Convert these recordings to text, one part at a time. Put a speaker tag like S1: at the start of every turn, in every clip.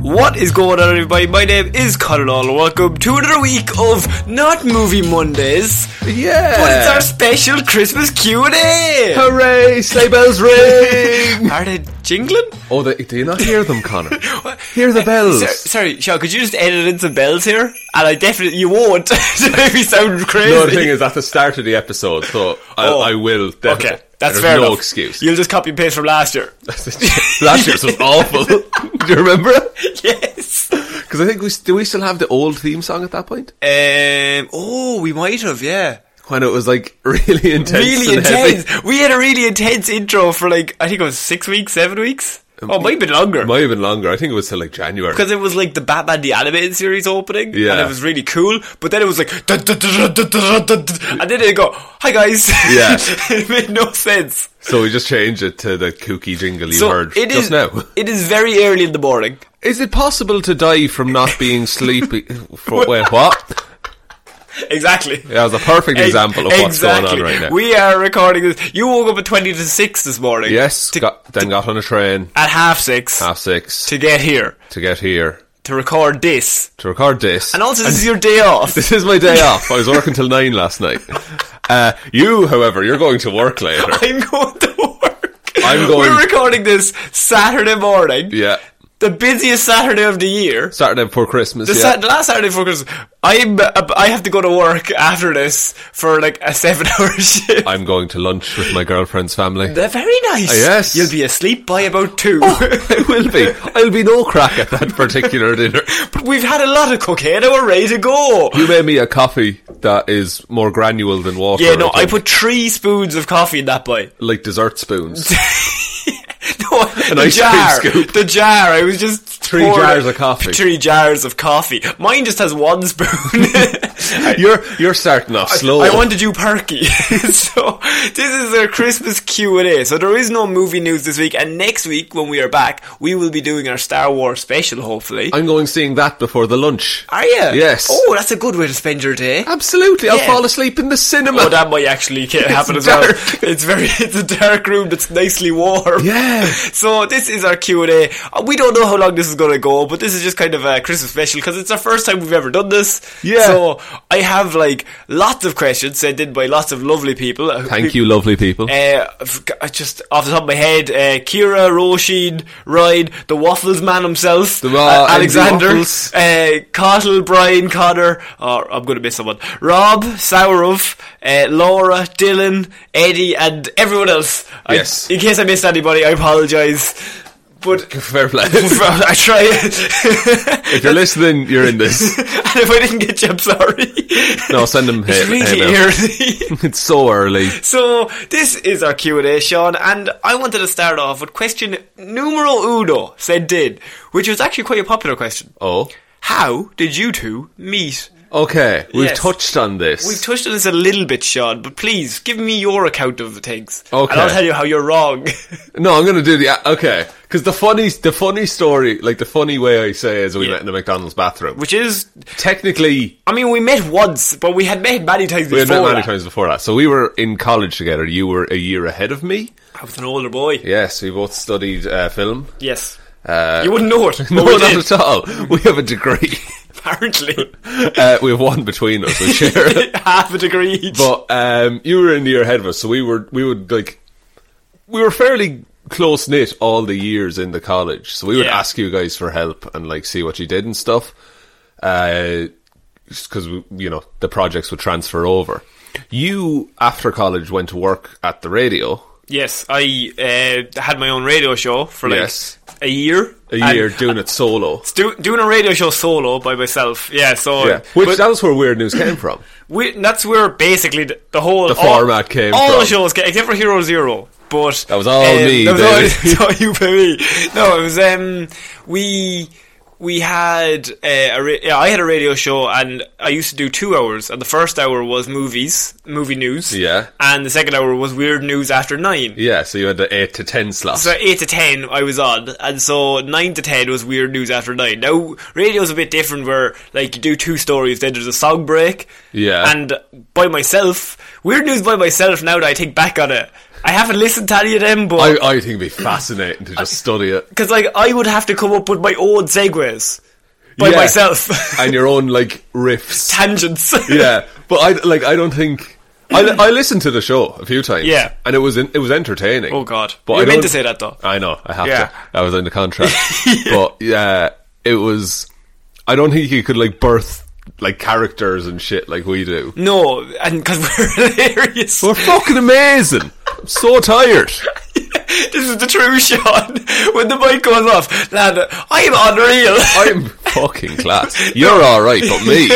S1: What is going on, everybody? My name is Connor All. Welcome to another week of not movie Mondays,
S2: Yeah.
S1: but it's our special Christmas Q and A.
S2: Hooray! Sleigh bells ring.
S1: Are they jingling?
S2: oh, they, do you not hear them, Connor? Hear the bells.
S1: Sor- sorry, Sean. Could you just edit in some bells here? And I definitely you won't. to make me sound crazy.
S2: no, the thing is, that's the start of the episode, so I,
S1: Oh.
S2: I will. Definitely.
S1: okay, that's
S2: There's
S1: fair
S2: no
S1: enough.
S2: excuse.
S1: You'll just copy and paste from last year.
S2: Last year's was awful. do you remember it?
S1: yes.
S2: Because I think we s- do. We still have the old theme song at that point
S1: Um. Oh, we might have. Yeah.
S2: when it was like really intense.
S1: really
S2: and heavy.
S1: intense. We had a really intense intro for like I think it was six weeks, seven weeks. Oh, it might have been longer.
S2: It Um, might have been longer. I think it was till like January.
S1: because it was like the Batman the animated series opening,
S2: Yeah.
S1: and it was really cool. But then it was like, "Duh, duh, duh, duh, duh, duh, duh, duh," and then it go, "Hi guys,"
S2: Yeah.
S1: it made no sense.
S2: So we just changed it to the kooky jingle you
S1: so
S2: heard
S1: it
S2: just
S1: is
S2: now.
S1: It is very early in the morning.
S2: Is it possible to die from not being sleepy? For, wait, what?
S1: Exactly.
S2: That was a perfect
S1: Ex-
S2: example of what's going on
S1: E- exactly.
S2: right now.
S1: We are recording this. You woke up at twenty to six this morning.
S2: Yes,
S1: to-
S2: got, then got on a train
S1: at half six
S2: half six
S1: to get here
S2: to get here
S1: to record this,
S2: to record this.
S1: and also this is your day off.
S2: this is my day off. I was working till nine last night. Uh, you, however, you're going to work later.
S1: I'm going to work.
S2: I'm going-
S1: We're recording this Saturday morning.
S2: Yeah,
S1: the busiest Saturday of the year.
S2: Saturday before Christmas.
S1: The,
S2: yeah.
S1: Sat- the last Saturday before Christmas, I'm uh, I have to go to work after this for like a seven-hour shift.
S2: I'm going to lunch with my girlfriend's family.
S1: They're very nice.
S2: Ah, yes. Oh,
S1: you'll be asleep by about two.
S2: I will be. I'll be no crack at that particular dinner.
S1: but we've had a lot of cocaine and we're ready to go.
S2: You made me a coffee that is more granule than water.
S1: yeah, no, I
S2: think.
S1: put three spoons of coffee in that bite.
S2: like dessert spoons.
S1: No,
S2: An
S1: the
S2: ice cream
S1: jar,
S2: scoop.
S1: the jar. I was just
S2: Three
S1: pouring-
S2: jars of coffee.
S1: Three jars of coffee. Mine just has one spoon.
S2: you're you're starting off slow.
S1: I wanted you perky. so this is our Christmas Q and A. So there is no movie news this week, and next week when we are back, we will be doing our Star Wars special. Hopefully,
S2: I'm going seeing that before the lunch.
S1: are you?
S2: Yes.
S1: Oh, that's a good way to spend your day.
S2: Absolutely, I'll
S1: Yeah.
S2: fall asleep in the cinema.
S1: Oh, that might actually ca- happen as well.
S2: dark.
S1: It's very, it's a dark room that's nicely warm.
S2: Yeah.
S1: So this is our Q and A. Uh, We don't know how long this is going to go, but this is just kind of a Christmas special because it's our first time we've ever done this.
S2: Yeah.
S1: So I have like lots of questions sent in by lots of lovely people.
S2: Thank you, lovely people.
S1: Uh, I've g- I just off the top of my head, uh, Kira, Roisin, Ryan, the Waffles Man himself,
S2: The raw
S1: uh,
S2: and the
S1: Alexander,
S2: waffles.
S1: uh, Cottle, Brian, Connor, oh, I'm going to miss someone, Rob, Sourov, uh, Laura, Dylan, Eddie, and everyone else. I-
S2: Yes.
S1: in case I missed anybody, I apologise. But
S2: Fair play.
S1: I try it.
S2: if you're listening, you're in this.
S1: and if I didn't get you, I'm sorry.
S2: No, send them
S1: It's
S2: hate-
S1: really
S2: hate mail.
S1: early.
S2: It's so early.
S1: So this is our Q and A, Sean, and I wanted to start off with question numero uno sent in, which was actually quite a popular question.
S2: Oh,
S1: How did you two meet?
S2: Okay, we've
S1: Yes.
S2: touched on this.
S1: We've touched on this a little bit, Sean, but please give me your account of things.
S2: Okay.
S1: And I'll tell you how you're wrong.
S2: No, I'm gonna do the uh, okay because the funny, the funny story, like the funny way I say is we
S1: Yeah.
S2: met in the McDonald's bathroom,
S1: Which is,
S2: technically
S1: I mean, we met once, but we had met many times
S2: we had
S1: before.
S2: met many
S1: that.
S2: times before that. So we were in college together. You were a year ahead of me.
S1: I was an older boy.
S2: Yes, we both studied uh, film.
S1: Yes.
S2: Uh,
S1: you wouldn't know it.
S2: no,
S1: but we
S2: not
S1: did,
S2: at all. We have a degree.
S1: Apparently.
S2: uh, we have one between us. We share.
S1: Half a degree each.
S2: But um, you were in the year ahead of us, so we were we would like we were fairly close knit all the years in the college. So we would
S1: Yeah.
S2: ask you guys for help and like see what you did and stuff, because we you know the projects would transfer over. You after college went to work at the radio.
S1: yes, I uh, had my own radio show for like
S2: Yes.
S1: a year.
S2: A
S1: And
S2: year doing it solo,
S1: Do, doing a radio show solo by myself, yeah. So,
S2: yeah. Which that was where weird news came from.
S1: We, that's where basically the, the whole
S2: The
S1: all-
S2: format came
S1: All
S2: from.
S1: the shows came, except for Hero Zero. But um,
S2: That was all me,
S1: That was all,
S2: David.
S1: it's all you, baby. No, it was um, we we had uh, a ra- yeah, I had a radio show, and I used to do two hours. And the first hour was movies, movie news.
S2: Yeah.
S1: and the second hour was weird news after nine.
S2: Yeah, so you had the eight to ten slot.
S1: So eight to ten, I was on, and so nine to ten was weird news after nine. Now radio's a bit different, where like you do two stories, then there's a song break.
S2: Yeah.
S1: And by myself, weird news by myself. Now that I think back on it, I haven't listened to any of them,
S2: I,
S1: but
S2: I think it'd be fascinating to just study it.
S1: because like I would have to come up with my own segues by
S2: Yeah.
S1: myself,
S2: and your own like riffs.
S1: tangents.
S2: yeah, but I like I don't think I, I listened to the show a few times.
S1: Yeah.
S2: and it was in, it was entertaining.
S1: Oh, God.
S2: But
S1: You
S2: I
S1: meant
S2: don't-
S1: to say that, though.
S2: I know I have
S1: Yeah.
S2: to. That was in the contract. but yeah, it was. I don't think you could like birth like characters and shit like we do.
S1: No, and because we're hilarious.
S2: We're fucking amazing. I'm so tired.
S1: this is the true Sean. When the mic goes off, lad, I'm unreal.
S2: I'm fucking class. You're all right, but me.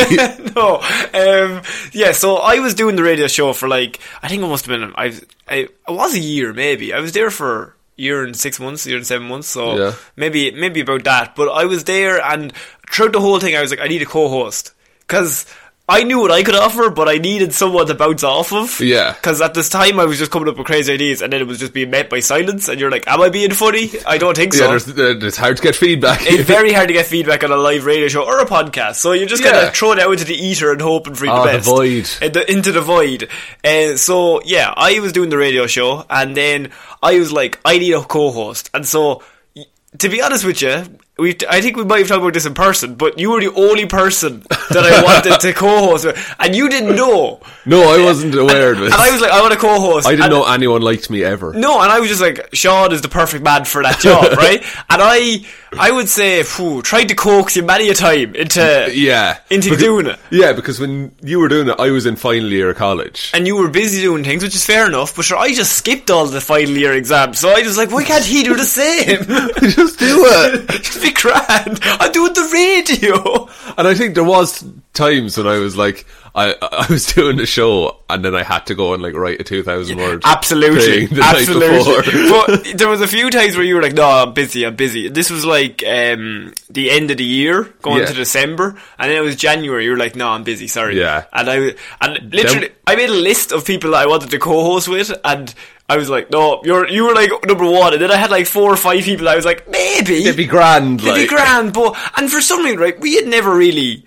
S1: no. Um, yeah, so I was doing the radio show for like I think it must have been I I it was a year maybe. I was there for a year and six months, a year and seven months, so
S2: Yeah.
S1: maybe maybe about that. But I was there, and throughout the whole thing, I was like, I need a co-host because. I knew what I could offer, but I needed someone to bounce off of.
S2: Yeah.
S1: Because at this time, I was just coming up with crazy ideas, and then it was just being met by silence. And you're like, "Am I being funny? I don't think
S2: yeah,
S1: so."
S2: there's, there- it's hard to get feedback.
S1: It's very hard to get feedback on a live radio show or a podcast, so you just gotta
S2: Yeah.
S1: throw it out into the ether and hope and for
S2: Ah,
S1: the
S2: the
S1: best.
S2: void.
S1: Uh, the- into the void. Uh, so yeah, I was doing the radio show, and then I was like, I need a co-host, and so y- to be honest with you. We, I think we might have talked about this in person, but you were the only person that I wanted to co-host with, and you didn't know.
S2: no, I wasn't aware of
S1: And
S2: it.
S1: I was like, I want a co-host.
S2: I didn't
S1: and
S2: know anyone liked me ever.
S1: no, and I was just like, Sean is the perfect man for that job, right? And I, I would say, phew, tried to coax you many a time into,
S2: Yeah.
S1: into
S2: Becau-
S1: doing it.
S2: Yeah, because when you were doing it, I was in final year of college.
S1: And you were busy doing things, which is fair enough. But sure, I just skipped all the final year exams, so I was like, why can't he do the same?
S2: Just do it.
S1: It'd be grand. I'm doing the radio.
S2: and I think there was times when I was like, I, I was doing a show and then I had to go and like write a 2,000 word
S1: Absolutely,
S2: thing the night
S1: absolutely.
S2: before.
S1: but there was a few times where you were like, "No, I'm busy. I'm busy." This was like um, the end of the year, going
S2: Yeah.
S1: to December, and then it was January. You were like, "No, I'm busy. Sorry."
S2: Yeah.
S1: And I and literally, I made a list of people that I wanted to co-host with, and I was like, "No, you're you were like number one," and then I had like four or five people. I was like, "Maybe
S2: It'd be grand,
S1: It'd be
S2: like.
S1: grand." But and for some reason, right, we had never really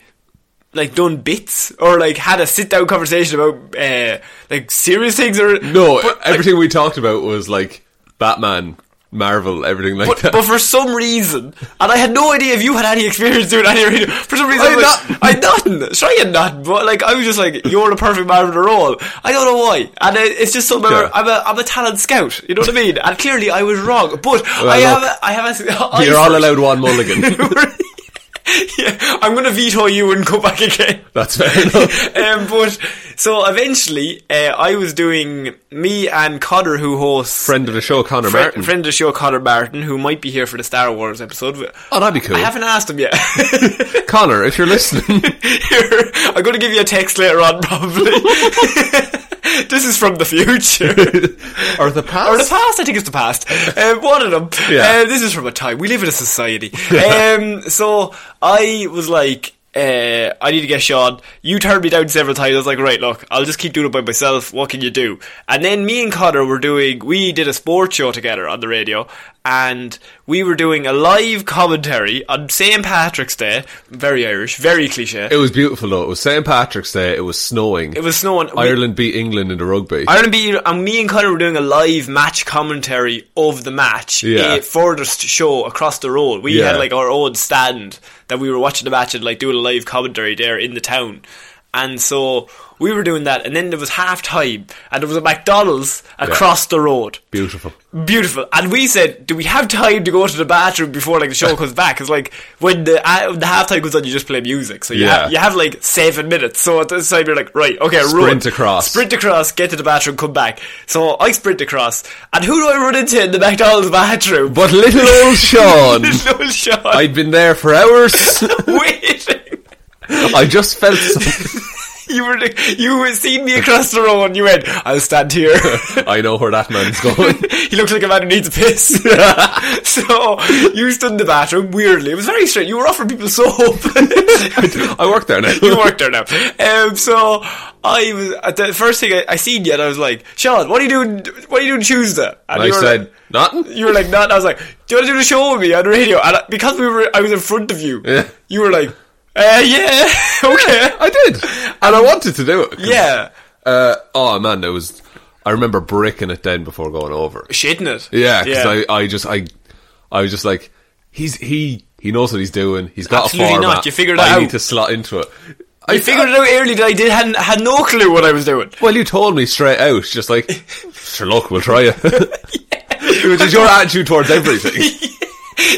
S1: like done bits or like had a sit down conversation about uh, like serious things or
S2: No,
S1: but, like,
S2: everything we talked about was like Batman, Marvel, everything like
S1: but,
S2: that.
S1: but for some reason, and I had no idea if you had any experience doing any radio. For some reason,
S2: I
S1: I, was,
S2: not-
S1: I had nothing. Sure, I had nothing, but like I was just like, you're the perfect man for the role. I don't know why, and it, it's just something.
S2: Yeah.
S1: I'm a I'm a talent scout. You know what I mean? And clearly, I was wrong. But I have
S2: look,
S1: a, I have a.
S2: You're all
S1: I-
S2: allowed one mulligan.
S1: yeah, I'm going to veto you and go back again.
S2: That's fair enough.
S1: um, but so eventually, uh, I was doing me and Connor, who hosts
S2: Friend of the show, Connor
S1: Fri-
S2: Martin.
S1: friend of the show, Connor Martin, who might be here for the Star Wars episode.
S2: Oh, that'd be cool.
S1: I haven't asked him yet.
S2: Connor, if you're listening,
S1: Here, I'm going to give you a text later on, probably. this is from the future.
S2: or the past,
S1: Or Oh, the past, I think it's the past. Um, one of them.
S2: Yeah.
S1: Uh, this is from a time. We live in a society. um, so I was like, uh, I need to get Sean. You turned me down several times. I was like, right, look, I'll just keep doing it by myself. What can you do? And then me and Connor were doing, we did a sports show together on the radio, and we were doing a live commentary on St. Patrick's Day. Very Irish, very cliche.
S2: It was beautiful though. It was St Patrick's Day. It was snowing.
S1: It was snowing. We-
S2: Ireland beat England in the rugby.
S1: Ireland beat and um, me and Connor were doing a live match commentary of the match
S2: Yeah.
S1: eh, for the st- show across the road. We
S2: Yeah.
S1: had like our own stand that we were watching the match and like doing a live commentary there in the town. And so we were doing that and then there was half time and there was a McDonald's across the road.
S2: beautiful.
S1: Beautiful. And we said, do we have time to go to the bathroom before like the show comes back? Because like when the uh, the halftime comes on, you just play music, so you
S2: Yeah.
S1: have, you have like seven minutes. So at this time, you're like, right, okay,
S2: Sprint
S1: run.
S2: across.
S1: sprint across, get to the bathroom, come back. So I sprint across, and who do I run into in the McDonald's bathroom?
S2: But little old Sean,
S1: Little Sean
S2: I'd been there for hours.
S1: waiting.
S2: I just felt something.
S1: You were you were seeing me across the road, and you went, I'll stand here.
S2: I know where that man's going.
S1: he looks like a man who needs a piss. so you stood in the bathroom. Weirdly, it was very strange. You were offering people soap.
S2: I work there now.
S1: you work there now. Um, so I was at the first thing I, I seen you, and I was like, Sean, what are you doing? What are you doing Tuesday? And
S2: And I
S1: you were
S2: said,
S1: like-
S2: nothing.
S1: you were like, no. And I was like, do you want to do the show with me on the radio? And I- because we were, I was in front of you.
S2: Yeah.
S1: You were like, uh, yeah, okay.
S2: I did, and I wanted to do it. 'cause,
S1: Yeah.
S2: Uh, oh man, there was. I remember bricking it down before going over.
S1: Shitting it.
S2: Yeah, because I, I just, I, I was just like, he's he he knows what he's doing. He's got
S1: Absolutely
S2: a format.
S1: not, you figured it
S2: I
S1: out.
S2: need to slot into it. I
S1: I figured it out early that I did hadn't had no clue what I was doing.
S2: Well, you told me straight out, just like, sure, look, we'll try it. Which is your attitude towards everything.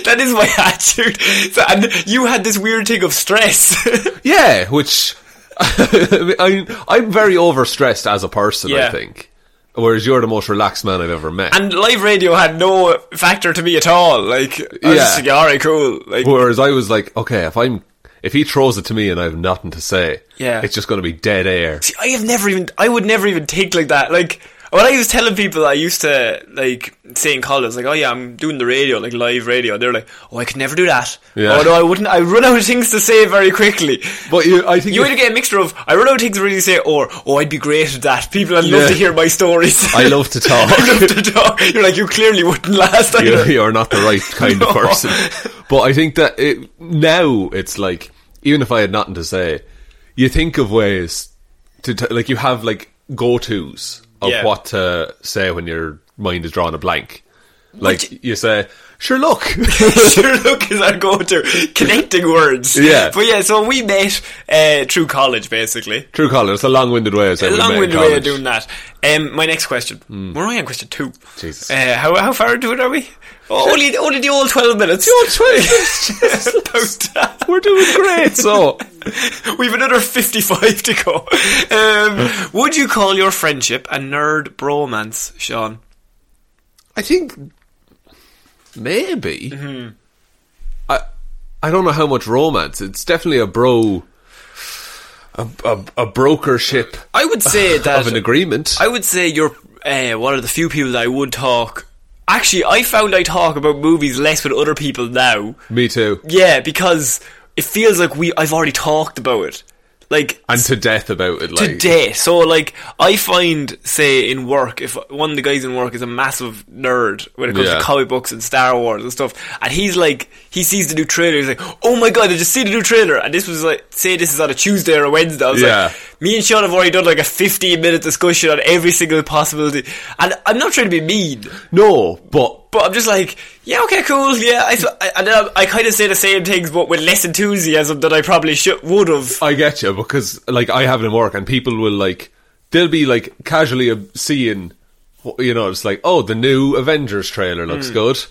S1: That is my attitude. So, and you had this weird thing of stress.
S2: Yeah, which I, I'm very overstressed as a person.
S1: Yeah.
S2: I think, whereas you're the most relaxed man I've ever met.
S1: and live radio had no factor to me at all. Like, I was
S2: Yeah.
S1: just like, alright, cool. Like,
S2: whereas I was like, okay, if I'm if he throws it to me and I have nothing to say,
S1: Yeah.
S2: it's just going to be dead air.
S1: See, I have never even, I would never even think like that. Like, when I was telling people I used to, like, say in college, I was like, oh yeah, I'm doing the radio, like live radio. They're like, oh, I could never do that.
S2: Yeah.
S1: Oh no, I wouldn't, I run out of things to say very quickly.
S2: But you, I think
S1: You
S2: if-
S1: either get a mixture of I run out of things to really say, or oh, I'd be great at that. People, I'd love
S2: Yeah.
S1: to hear my stories.
S2: I love to talk.
S1: I love to talk. You're like you clearly wouldn't last either.
S2: you, Oh. you're not the right kind
S1: No.
S2: of person. But I think that it, now it's like, even if I had nothing to say, you think of ways to, t- like, you have like go tos of
S1: Yeah.
S2: what to say when your mind is drawing a blank. Like,
S1: Which-
S2: you say, sure, look.
S1: sure, look is our go-to connecting words.
S2: Yeah.
S1: but yeah. So we met uh, through college, basically.
S2: True collar, it's a long winded way of saying
S1: A
S2: we met in
S1: long-winded way of
S2: college. Hmm.
S1: doing that. Um, my next question. We're only on question two.
S2: Jesus.
S1: Uh, how how far into it are we? Oh, only only the old twelve minutes. The old twelve minutes.
S2: We're doing great, so.
S1: We've another 55 to go. Um, would you call your friendship a nerd bromance, Sean?
S2: I think maybe. I I don't know how much romance. It's definitely a bro, a a, a brokership
S1: I would say
S2: of an agreement.
S1: I would say you're uh, one of the few people that I would talk. Actually, I found I talk about movies less with other people now.
S2: Me too.
S1: Yeah, because it feels like we I've already talked about it. Like
S2: And to death about it. Like
S1: today. So like I find say in work if one of the guys in work is a massive nerd when it comes
S2: Yeah.
S1: to comic books and Star Wars and stuff and he's like he sees the new trailer he's like oh my god I just see the new trailer and this was like say this is on a Tuesday or a Wednesday I was
S2: Yeah.
S1: like me and Sean have already done like a 15 minute discussion on every single possibility and I'm not trying to be mean
S2: No, but
S1: but I'm just like yeah okay cool yeah I, I, and then I, I kind of say the same things but with less enthusiasm than I probably should would have
S2: I get you because like I have it in work and people will like they'll be like casually um, seeing wh- you know it's like oh the new Avengers trailer looks
S1: Hmm.
S2: good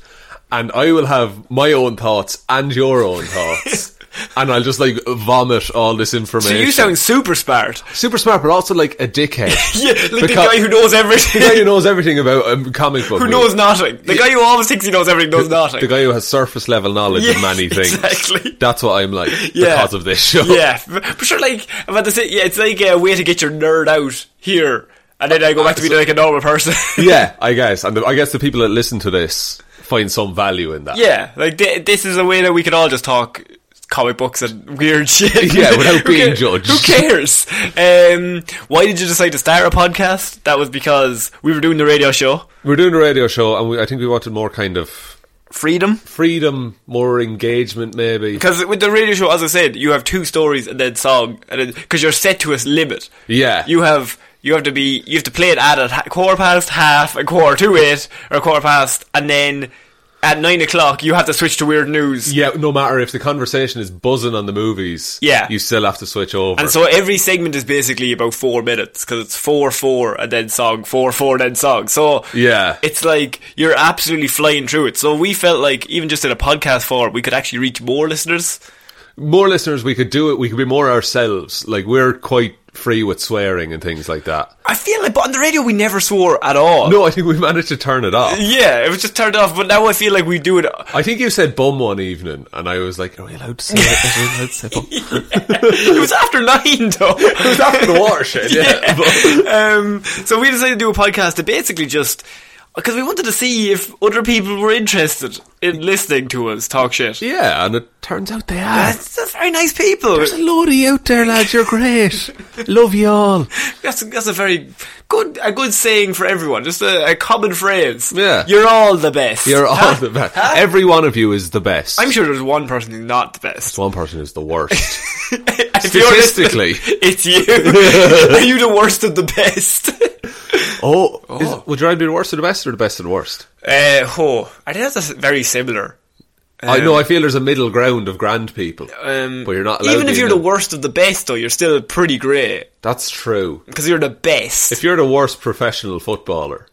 S2: and I will have my own thoughts and your own thoughts and I'll just like vomit all this information.
S1: so you sound super smart
S2: super smart but also like a dickhead.
S1: Yeah, like the
S2: Because-
S1: guy who knows
S2: The
S1: everything,
S2: guy who knows everything about um, comic book.
S1: who
S2: movie.
S1: knows nothing. The guy who always thinks he knows everything knows nothing.
S2: The guy who has surface level knowledge
S1: Yeah,
S2: of many things.
S1: exactly.
S2: That's what I'm like
S1: Yeah.
S2: because of this show.
S1: yeah, but but sure, like I'm about to say, yeah, it's like a way to get your nerd out here, and then I go back to being like a normal person.
S2: Yeah, I guess. And the, I guess the people that listen to this find some value in that.
S1: yeah, like th- this is a way that we can all just talk comic books and weird shit.
S2: Yeah, without
S1: Who
S2: being
S1: ca-
S2: judged.
S1: Who cares? Um, why did you decide to start a podcast? That was because we were doing the radio show,
S2: We're doing a radio show, and we, I think we wanted more kind of
S1: Freedom.
S2: freedom, more engagement, maybe.
S1: Because with the radio show, as I said, you have two stories and then song, and then because you're set to a limit.
S2: Yeah.
S1: you have you have to be you have to play it at a quarter past half, a quarter to eight, or a quarter past, and then at nine o'clock you have to switch to weird news.
S2: Yeah, no matter if the conversation is buzzing on the movies,
S1: Yeah.
S2: you still have to switch over.
S1: And so every segment is basically about four minutes because it's four four and then song four four and then song. So
S2: Yeah.
S1: it's like you're absolutely flying through it. So we felt like even just in a podcast form, we could actually reach more listeners.
S2: more listeners, we could do it. We could be more ourselves. Like we're quite free with swearing and things like that.
S1: I feel like, but on the radio we never swore at all.
S2: No, I think we managed to turn it off.
S1: Yeah, it was just turned off. But now I feel like we do it.
S2: I think you said bum one evening, and I was like, "Are we allowed to say that? Are we allowed to say bum?"
S1: It was after nine, though.
S2: It was after the watershed. Yeah, but-
S1: um, so we decided to do a podcast to basically just because we wanted to see if other people were interested in listening to us talk shit.
S2: yeah, and it turns out they are.
S1: That's, that's very nice people.
S2: There's a load of you out there, lads. You're great. Love you all.
S1: That's that's a very good a good saying for everyone. Just a, a common phrase.
S2: Yeah.
S1: you're all the best.
S2: You're all
S1: Huh?
S2: the best. Every one of you is the best.
S1: I'm sure there's one person who's not the best.
S2: one person is the worst.
S1: If you're listening,
S2: Statistically.
S1: it's you. Are you the worst of the best?
S2: Oh, Is, would you rather be the worst of the best or the best of the worst?
S1: uh, oh, I think that's very similar.
S2: I know. I feel there's a middle ground of grand people,
S1: Um,
S2: but you're not. allowed
S1: Even if
S2: in
S1: you're
S2: them.
S1: the worst of the best, though, you're still pretty great
S2: that's true.
S1: because you're the best,
S2: If you're the worst professional footballer,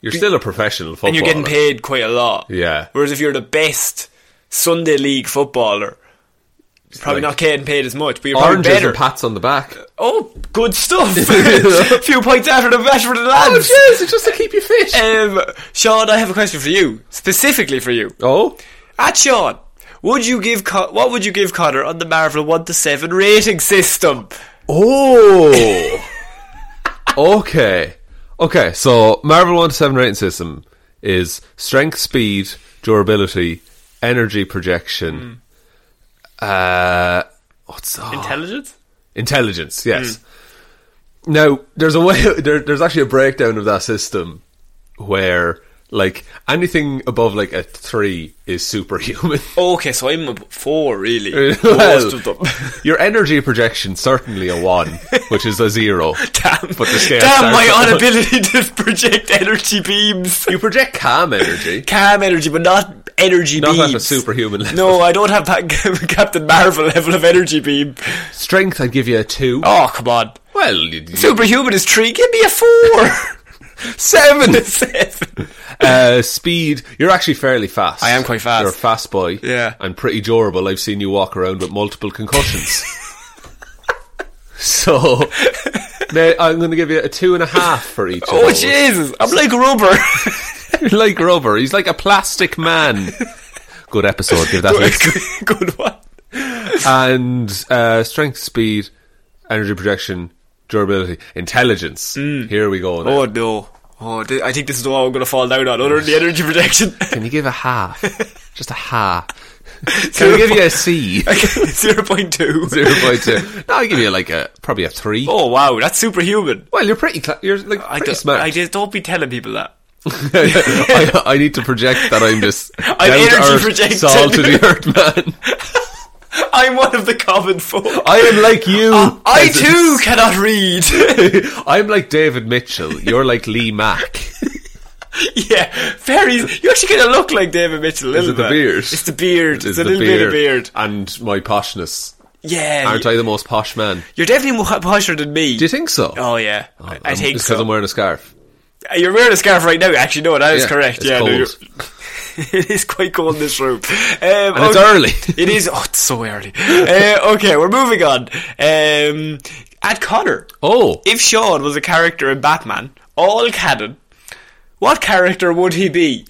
S2: you're still a professional footballer,
S1: and you're getting paid quite a lot.
S2: Yeah.
S1: Whereas if you're the best Sunday league footballer, you're probably
S2: like-
S1: not getting paid as much, but you're probably
S2: Oranges
S1: better.
S2: and pats on the back.
S1: oh, good stuff! a few points after the match for the lads.
S2: it's just to keep you fit.
S1: um, Sean, I have a question for you, specifically for you.
S2: oh,
S1: At Sean, would you give Con- what would you give Connor on the Marvel one to seven rating system?
S2: oh, okay, okay. So Marvel One to Seven rating system is strength, speed, durability, energy projection.
S1: Hmm.
S2: Uh, what's that?
S1: Intelligence. Hmm.
S2: Intelligence, yes. Now, there's a way. There, there's actually a breakdown of that system where, like, anything above like a three is superhuman.
S1: Oh, Okay, so I'm a b- four, really.
S2: Well,
S1: Most of them.
S2: Your energy projection certainly a one, which is a zero.
S1: Damn,
S2: but the scale
S1: damn
S2: starts
S1: my
S2: at one.
S1: inability to project energy beams.
S2: You project calm energy.
S1: Calm energy, but not energy
S2: Not
S1: beams.
S2: at a superhuman level.
S1: No, I don't have that Captain Marvel level of energy beam.
S2: Strength, I'd give you a two.
S1: Oh, come on.
S2: Well, you, you-
S1: Superhuman is three. Give me a four. Seven. Seven.
S2: uh, speed. You're actually fairly fast.
S1: I am quite fast.
S2: You're a fast boy.
S1: Yeah.
S2: And pretty durable. I've seen you walk around with multiple concussions. so, now I'm going to give you a two and a half for each. of
S1: Oh,
S2: those.
S1: Jesus. I'm like rubber.
S2: You're like rubber. He's like a plastic man. Good episode. Give that. a listen.
S1: good, good one.
S2: and uh, strength, speed, energy projection, durability, intelligence. Here we go. Now.
S1: Oh, no. Oh, th- I think this is the one I'm going to fall down on, other than the energy projection.
S2: Can you give a half? Just a half. Can I give you a C?
S1: 0.2.
S2: Zero point two. No, I give you like a probably a three.
S1: Oh wow, that's superhuman.
S2: Well, you're pretty. Cl- you're like
S1: I
S2: pretty
S1: don't,
S2: smart.
S1: I
S2: I,
S1: just don't be telling people that.
S2: I, need to project that I'm just
S1: I'm
S2: down to
S1: energy
S2: earth,
S1: projecting.
S2: salt to the earth, man.
S1: I'm one of the common folk.
S2: I am like you.
S1: I
S2: peasants.
S1: too cannot read.
S2: I'm like David Mitchell. You're like Lee Mack.
S1: yeah, very. You actually kind of look like David Mitchell a
S2: Is
S1: little
S2: it the
S1: bit.
S2: beard?
S1: It's the beard. It's,
S2: Is
S1: a
S2: the
S1: little bit of beard.
S2: and my poshness.
S1: Yeah,
S2: Aren't
S1: you-
S2: I the most posh man?
S1: you're definitely more posher than me.
S2: Do you think so?
S1: Oh yeah, I, I think
S2: because I'm
S1: so.
S2: wearing a scarf.
S1: Uh, You're wearing a scarf right now. Actually, no, that is
S2: Yeah,
S1: correct.
S2: it's
S1: yeah, no,
S2: cold.
S1: you're- it is quite cold in this room. Um, and
S2: it's early.
S1: it is. Oh, it's so early. uh, okay, we're moving on. Um, at Connor.
S2: Oh,
S1: if Sean was a character in Batman, all canon, what character would he be?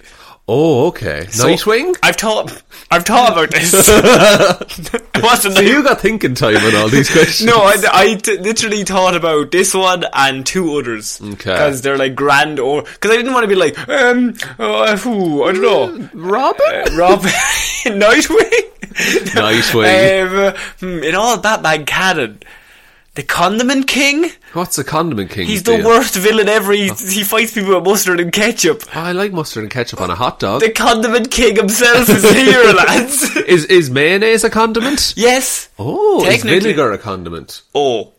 S2: Oh, okay.
S1: So,
S2: Nightwing.
S1: I've taught. I've taught about this. What's
S2: So you got thinking time on all these questions.
S1: No, I, I t- literally thought about this one and two others.
S2: Okay.
S1: Because they're like grand or. Because I didn't want to be like, um, uh, who, I don't know.
S2: Robin.
S1: Uh, Rob Nightwing?
S2: Nightwing.
S1: Um, hmm, in all Batman canon, the Condiment King?
S2: What's the condiment king?
S1: He's the
S2: deal?
S1: worst villain ever. He, he fights people with mustard and ketchup.
S2: Oh, I like mustard and ketchup on a hot dog.
S1: The Condiment King himself is here, lads.
S2: Is is mayonnaise a condiment?
S1: Yes.
S2: Oh, is
S1: Technically-
S2: vinegar a condiment?
S1: Oh.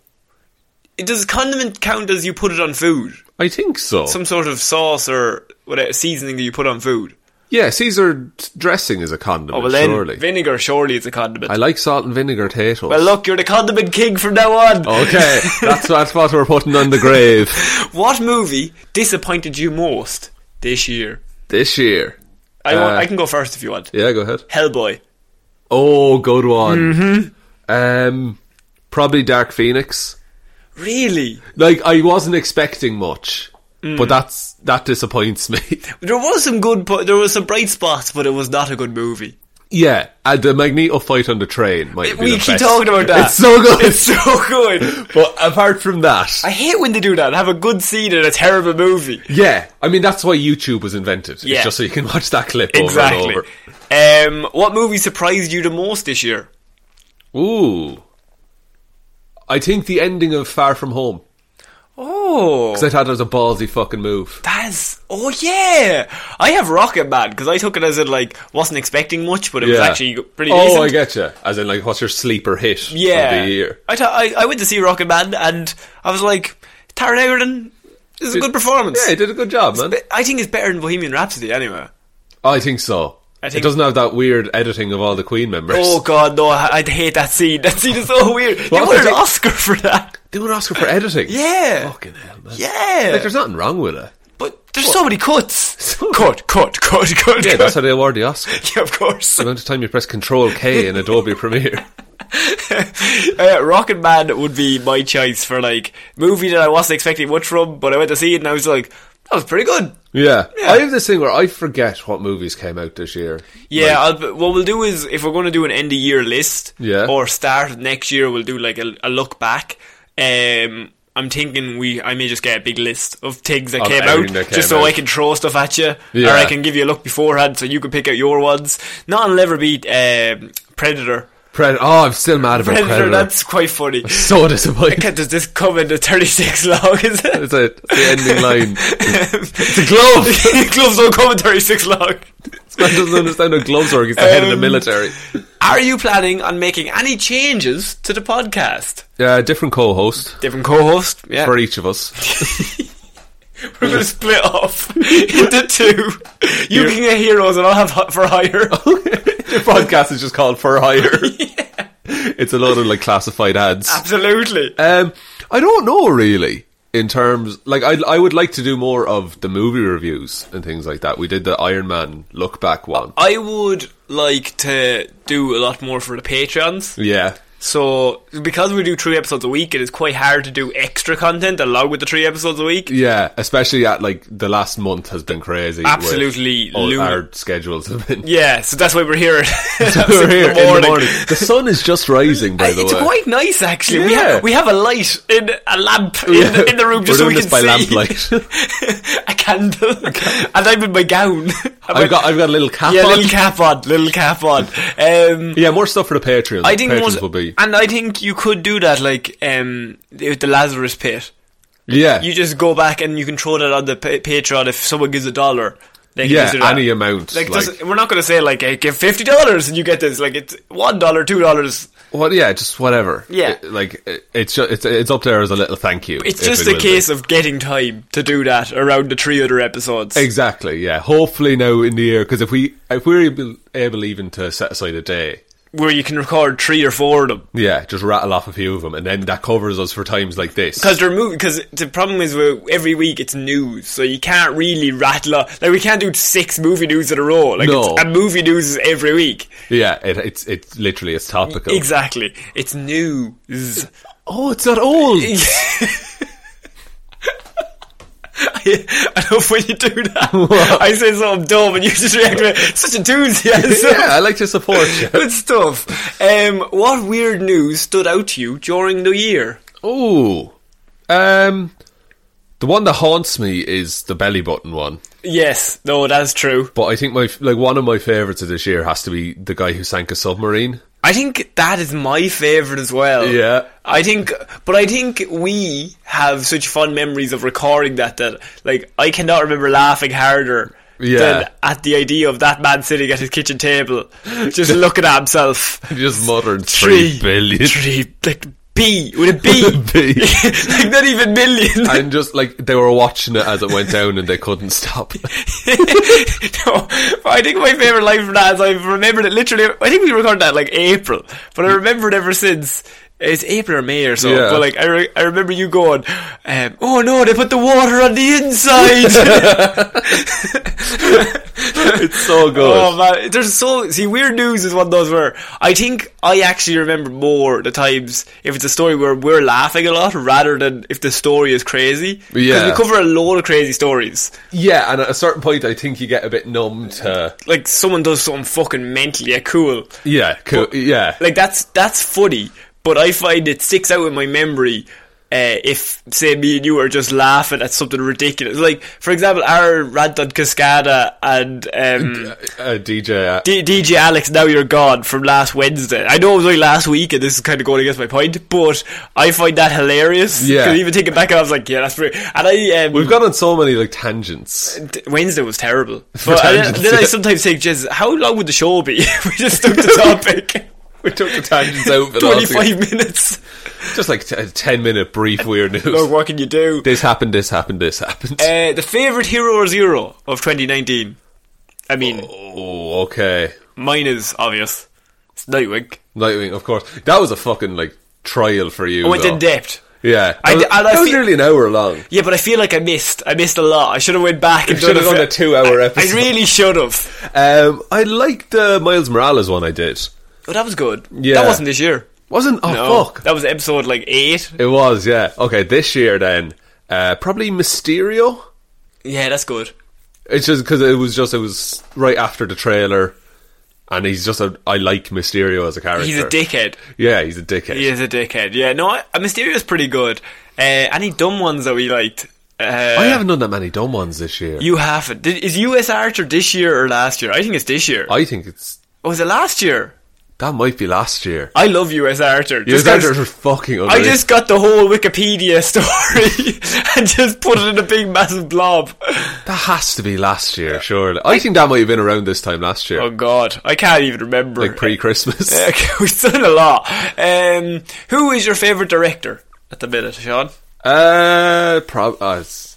S1: Does condiment count as you put it on food?
S2: I think so.
S1: some sort of sauce or whatever seasoning that you put on food.
S2: yeah, Caesar dressing is a condiment.
S1: Oh well, then
S2: surely.
S1: vinegar surely it's a condiment.
S2: I like salt and vinegar potatoes.
S1: well, look, you're the condiment king from now on.
S2: Okay, that's that's what we're putting on the grave
S1: What movie disappointed you most this year?
S2: this year.
S1: I, want,
S2: Uh,
S1: I can go first if you want.
S2: Yeah, go ahead.
S1: Hellboy.
S2: Oh, good one.
S1: Mm-hmm.
S2: Um, probably Dark Phoenix.
S1: Really?
S2: Like I wasn't expecting much,
S1: Mm.
S2: but that's that disappoints me.
S1: There was some good, po- there was some bright spots, but it was not a good movie.
S2: yeah, and the Magneto fight on the train might be
S1: we
S2: the
S1: keep
S2: best.
S1: talking about that.
S2: It's so good.
S1: It's so good.
S2: but apart from that,
S1: I hate when they do that. Have a good scene in a terrible movie.
S2: yeah, I mean that's why YouTube was invented.
S1: Yeah.
S2: It's just so you can watch that clip
S1: Exactly.
S2: over
S1: Um, what movie surprised you the most this year?
S2: and over. Ooh, I think the ending of Far From Home.
S1: Oh,
S2: Because I thought it was a ballsy fucking move.
S1: That's oh yeah. I have Rocket Man because I took it as it like wasn't expecting much, but it was actually pretty.
S2: Oh,
S1: decent.
S2: I get you. As in, like, what's your sleeper hit
S1: Yeah,
S2: of the year?
S1: I, thought- I I went to see Rocket Man and I was like, Taron Egerton this is a good performance.
S2: Yeah, he did a good job, man.
S1: But I think it's better than Bohemian Rhapsody anyway.
S2: I think so.
S1: I think-
S2: it doesn't have that weird editing of all the Queen members.
S1: Oh god, no! I- I'd hate that scene. That scene is so weird. They
S2: Well,
S1: won
S2: I
S1: an
S2: think-
S1: Oscar for that.
S2: They won an Oscar for editing.
S1: Yeah.
S2: Fucking hell, man.
S1: Yeah,
S2: Like, there's nothing wrong with it.
S1: but there's so many cuts. Cut, cut, cut, cut.
S2: Yeah,
S1: cut.
S2: that's how they award the Oscar.
S1: yeah, of course.
S2: The amount of time you press Control K in Adobe Premiere.
S1: uh, Rocket Man would be my choice for like movie that I wasn't expecting much from, but I went to see it and I was like, that was pretty good.
S2: Yeah. I have this thing where I forget what movies came out this year.
S1: Yeah, I'll, what we'll do is if we're going to do an end of year list,
S2: Yeah.
S1: or start next year, we'll do like a, a look back. Um, I'm thinking we, I may just get a big list of things that
S2: Of
S1: came out,
S2: everything that came
S1: just so I
S2: out.
S1: can throw stuff at you,
S2: Yeah.
S1: or I can give you a look beforehand, so you can pick out your ones. Not on ever beat um, Predator.
S2: Pred- oh, I'm still mad about
S1: Predator.
S2: Predator.
S1: That's quite funny.
S2: so disappointing.
S1: Does this come into 36 long? Is it?
S2: That's it. That's the ending line. it's a glove.
S1: gloves don't come in 36 long.
S2: Man doesn't understand how gloves work. He's the head of the
S1: Um,
S2: military.
S1: Are you planning on making any changes to the podcast?
S2: Yeah, different co-host
S1: Different co-host, yeah.
S2: for each of us.
S1: We're going to split off into two. You can get heroes and I'll have Hot for hire.
S2: Your podcast is just called For Hire. It's a load of like classified ads.
S1: Ah, Absolutely.
S2: Um, I don't know really. In terms, like I, I would like to do more of the movie reviews and things like that. We did the Iron Man look back one.
S1: I would like to do a lot more for the Patreons.
S2: Yeah,
S1: So, because we do three episodes a week, it is quite hard to do extra content along with the three episodes a week.
S2: yeah. Especially at like the last month has been crazy. with
S1: Absolutely
S2: all
S1: lunar-
S2: our schedules have been.
S1: Yeah, so that's why we're here.
S2: We're here in the morning. The sun is just rising. By the
S1: it's
S2: way,
S1: quite nice actually. We,
S2: Yeah.
S1: have, we have a light in a lamp in, in the room
S2: We're
S1: just so
S2: doing
S1: we
S2: this
S1: can
S2: by
S1: see
S2: lamplight.
S1: a candle, and I'm in my gown. I'm
S2: I've got I've got a little cap
S1: yeah,
S2: on.
S1: little cap on, little cap on. Um,
S2: Yeah, more stuff for the Patreons.
S1: I think
S2: Patrons
S1: most,
S2: will be.
S1: and I think you could do that like um, with the Lazarus Pit.
S2: Yeah,
S1: You just go back and you can throw that on the pa- Patreon if someone gives a dollar. They can
S2: yeah,
S1: just do that.
S2: any amount.
S1: Like,
S2: Like,
S1: it doesn't- we're not going to say like hey, give fifty dollars and you get this. Like it's one dollar, two dollars.
S2: what? Yeah, just whatever.
S1: Yeah.
S2: It- like it, it's ju- it's it's up there as a little thank you.
S1: It's
S2: if
S1: just
S2: it
S1: a
S2: will
S1: case
S2: be.
S1: of getting time to do that around the three other episodes.
S2: exactly. Yeah, hopefully now in the year because if we if we're able, able even to set aside a day.
S1: where you can record three or four of them.
S2: Yeah, just rattle off a few of them, and then that covers us for times like this.
S1: Because they're moving. Because the problem is, we're, every week it's news, so you can't really rattle. Off. Like we can't do six movie news in a row. Like
S2: No.
S1: it's, and movie news is every week.
S2: yeah, it, it's it's literally it's topical.
S1: Exactly, it's news.
S2: Oh, it's not old.
S1: I I love when you do that. I say something dumb and you just react with such enthusiasm.
S2: yeah, I like to support you.
S1: Good stuff. Um, what weird news stood out to you during the year?
S2: Oh, um, the one that haunts me is the belly button one.
S1: Yes, no, that's true.
S2: But I think my like one of my favorites of this year has to be the guy who sank a submarine.
S1: I think that is my favourite as well.
S2: Yeah.
S1: I think, but I think we have such fond memories of recording that that, like, I cannot remember laughing harder
S2: Yeah.
S1: than at the idea of that man sitting at his kitchen table, just looking at himself.
S2: He just muttered three billion.
S1: Three, like, B, with a B.
S2: With a B.
S1: like, not even million.
S2: And just like they were watching it as it went down and they couldn't stop.
S1: no, but I think my favourite line from that is I've remembered it literally. I think we recorded that like April, but I remember it ever since. It's April or May or so.
S2: Yeah.
S1: But like I, re- I remember you going, um, "Oh no, they put the water on the inside."
S2: it's so good.
S1: oh man, there's so see weird news is one of those where I think I actually remember more the times if it's a story where we're laughing a lot rather than if the story is crazy. 'Cause
S2: Yeah.
S1: we cover a lot of crazy stories.
S2: yeah, and at a certain point, I think you get a bit numb to.
S1: Like someone does something fucking mentally yeah, cool.
S2: Yeah, cool. yeah,
S1: like that's that's funny, but I find it sticks out in my memory. Uh, if say me and you are just laughing at something ridiculous, like for example, our rant on Cascada and um,
S2: uh, DJ. uh,
S1: D- DJ Alex, now you're gone from last Wednesday. I know it was only last week, and this is kind of going against my point, but I find that hilarious.
S2: Yeah.
S1: 'Cause even thinking back, I was like, yeah, that's pretty. And I um,
S2: We've gone on so many like tangents.
S1: D- Wednesday was terrible. But I-
S2: tangents,
S1: then I
S2: yeah.
S1: sometimes think, "Jeez, how long would the show be?" we just took the topic.
S2: We took the tangents out of it altogether.
S1: Twenty-five minutes.
S2: Just like t- a ten minute brief weird news.
S1: Look, what can you do?
S2: this happened. This happened. This happened.
S1: Uh, the favorite hero or zero of 2019. I mean,
S2: oh, okay.
S1: mine is obvious. It's Nightwing.
S2: Nightwing, of course. That was a fucking like trial for you.
S1: I went
S2: though.
S1: in depth.
S2: Yeah, that
S1: Oh, I d-
S2: was,
S1: and I
S2: that was
S1: feel-
S2: nearly an hour long.
S1: Yeah, but I feel like I missed. I missed a lot. I should have went back and
S2: Should have
S1: done
S2: done a two-hour
S1: I-
S2: episode.
S1: I really should have.
S2: Um, I liked the Miles Morales one I did.
S1: But Oh, that was good.
S2: Yeah.
S1: That wasn't this year.
S2: Wasn't oh
S1: No,
S2: fuck,
S1: that was episode like eight.
S2: it was yeah. Okay, this year then, uh, probably Mysterio.
S1: Yeah, that's good.
S2: It's just because it was just it was right after the trailer, and he's just a I like Mysterio as a character.
S1: He's a dickhead.
S2: Yeah, he's a dickhead.
S1: He is a dickhead. Yeah, no, I, Mysterio's pretty good. Uh, any dumb ones that we liked? Uh,
S2: I haven't done that many dumb ones this year.
S1: You haven't. Did, is US Archer this year or last year? I think it's this year.
S2: I think it's
S1: oh, was it last year?
S2: that might be last year.
S1: I love US Archer.
S2: Your
S1: Just 'cause
S2: characters are fucking.
S1: I
S2: underrated.
S1: just got the whole Wikipedia story and just put it in a big massive blob.
S2: That has to be last year, surely. I think that might have been around this time last year,
S1: Oh god, I can't even remember.
S2: like pre-Christmas.
S1: Uh, We've done a lot. Um, who is your favourite director at the minute, Sean?
S2: uh, prob- uh, it's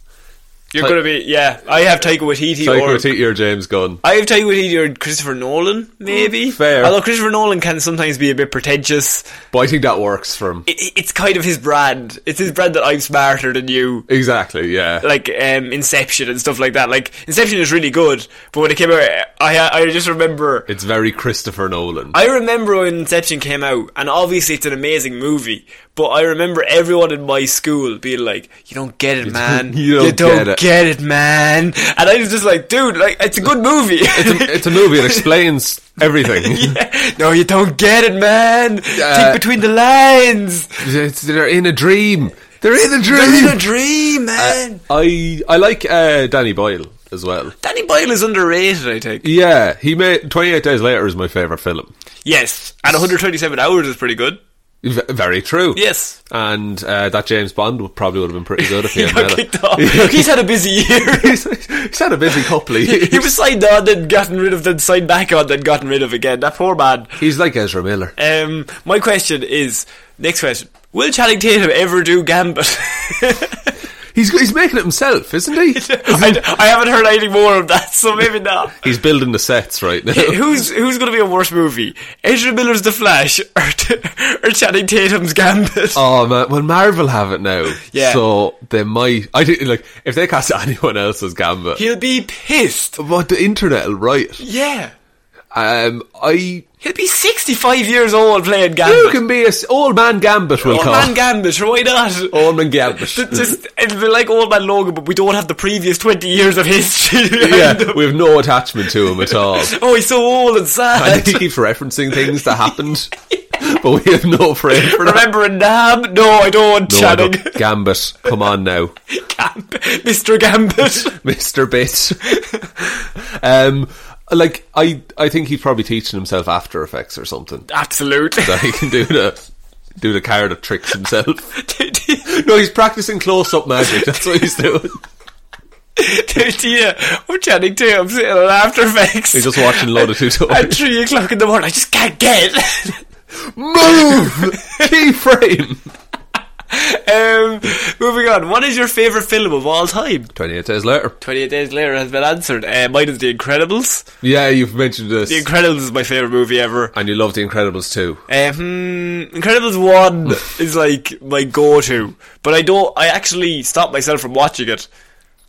S1: You're
S2: Ta-
S1: going to be yeah. I have Taika Waititi.
S2: Taika
S1: or,
S2: Waititi or E James Gunn.
S1: I have Taika Waititi or Christopher Nolan, maybe.
S2: Mm, Fair.
S1: Although Christopher Nolan can sometimes be a bit pretentious.
S2: But I think that works from
S1: It- It, it's kind of his brand. It's his brand that I'm smarter than you.
S2: exactly. Yeah,
S1: like um, Inception and stuff like that. Like Inception is really good, but when it came out, I I just remember.
S2: it's very Christopher Nolan.
S1: I remember when Inception came out, and obviously it's an amazing movie. But I remember everyone in my school being like, "You don't get it, man.
S2: you don't get it."
S1: man." And I was just like, "Dude, like it's a good movie."
S2: it's, a, it's a movie. It explains everything.
S1: no, you don't get it, man.
S2: Uh,
S1: Think between the lines.
S2: It's- they're in a dream. They're in a
S1: It's
S2: dream.
S1: a dream, man.
S2: Uh, I I like uh, Danny Boyle as well.
S1: Danny Boyle is underrated, I think.
S2: Yeah, he made Twenty Eight Days Later is my favorite film.
S1: Yes, and 127 hours is pretty good.
S2: V- very true.
S1: Yes.
S2: and uh, that James Bond would, probably would have been pretty good if he
S1: He
S2: had
S1: got
S2: met it.
S1: kicked off. He's had a busy year.
S2: he's, he's had a busy couple of years.
S1: he was signed on, then gotten rid of, then signed back on, then gotten rid of again. That poor man.
S2: He's like Ezra Miller.
S1: Um, my question is next question: Will Channing Tatum ever do Gambit?
S2: He's he's making it himself, isn't he?
S1: I, I haven't heard anything more of that, so maybe not.
S2: he's building the sets right now.
S1: Who's who's going to be a worse movie? Ezra Miller's The Flash or, or Channing Tatum's Gambit?
S2: Oh man, well Marvel have it now,
S1: Yeah.
S2: So they might. I think like if they cast anyone else as Gambit,
S1: He'll be pissed.
S2: but the internet will riot.
S1: Yeah.
S2: Um, I
S1: He'll be 65 years old playing
S2: you
S1: Gambit.
S2: can be a s- old man Gambit. We'll
S1: old
S2: call
S1: man Gambit, why not?
S2: old man Gambit.
S1: Th- Just, it'll be like old man Logan, but we don't have the previous 20 years of history. behind
S2: yeah,
S1: him.
S2: we have no attachment to him at all.
S1: Oh, he's so old and
S2: And
S1: sad.
S2: he keeps referencing things that happened, but we have no frame for that.
S1: Remember a Nam? No, I don't,
S2: No, I
S1: Channing.
S2: don't- Gambit, come on now.
S1: Gamb- Mr. Gambit.
S2: Mr. Bit. um, like I, I think he's probably teaching himself After Effects or something
S1: Absolute.
S2: that he can do the do the car that tricks himself.
S1: Did you-
S2: No, he's practicing close up magic. That's what he's doing.
S1: Did you? I'm Channing Tatum sitting on After Effects.
S2: He's just watching a load of
S1: At
S2: tutorials.
S1: 3 o'clock in the morning, I just can't get it.
S2: Move keyframe.
S1: um, moving on. What is your favourite film of all time?
S2: Twenty eight days later.
S1: 28 Days Later has been answered. Uh, mine is The Incredibles.
S2: Yeah, you've mentioned this,
S1: The Incredibles is my favourite movie ever.
S2: and you love The Incredibles too.
S1: Uh, hmm, Incredibles 1 is like my go to, but I don't. I actually stop myself from watching it.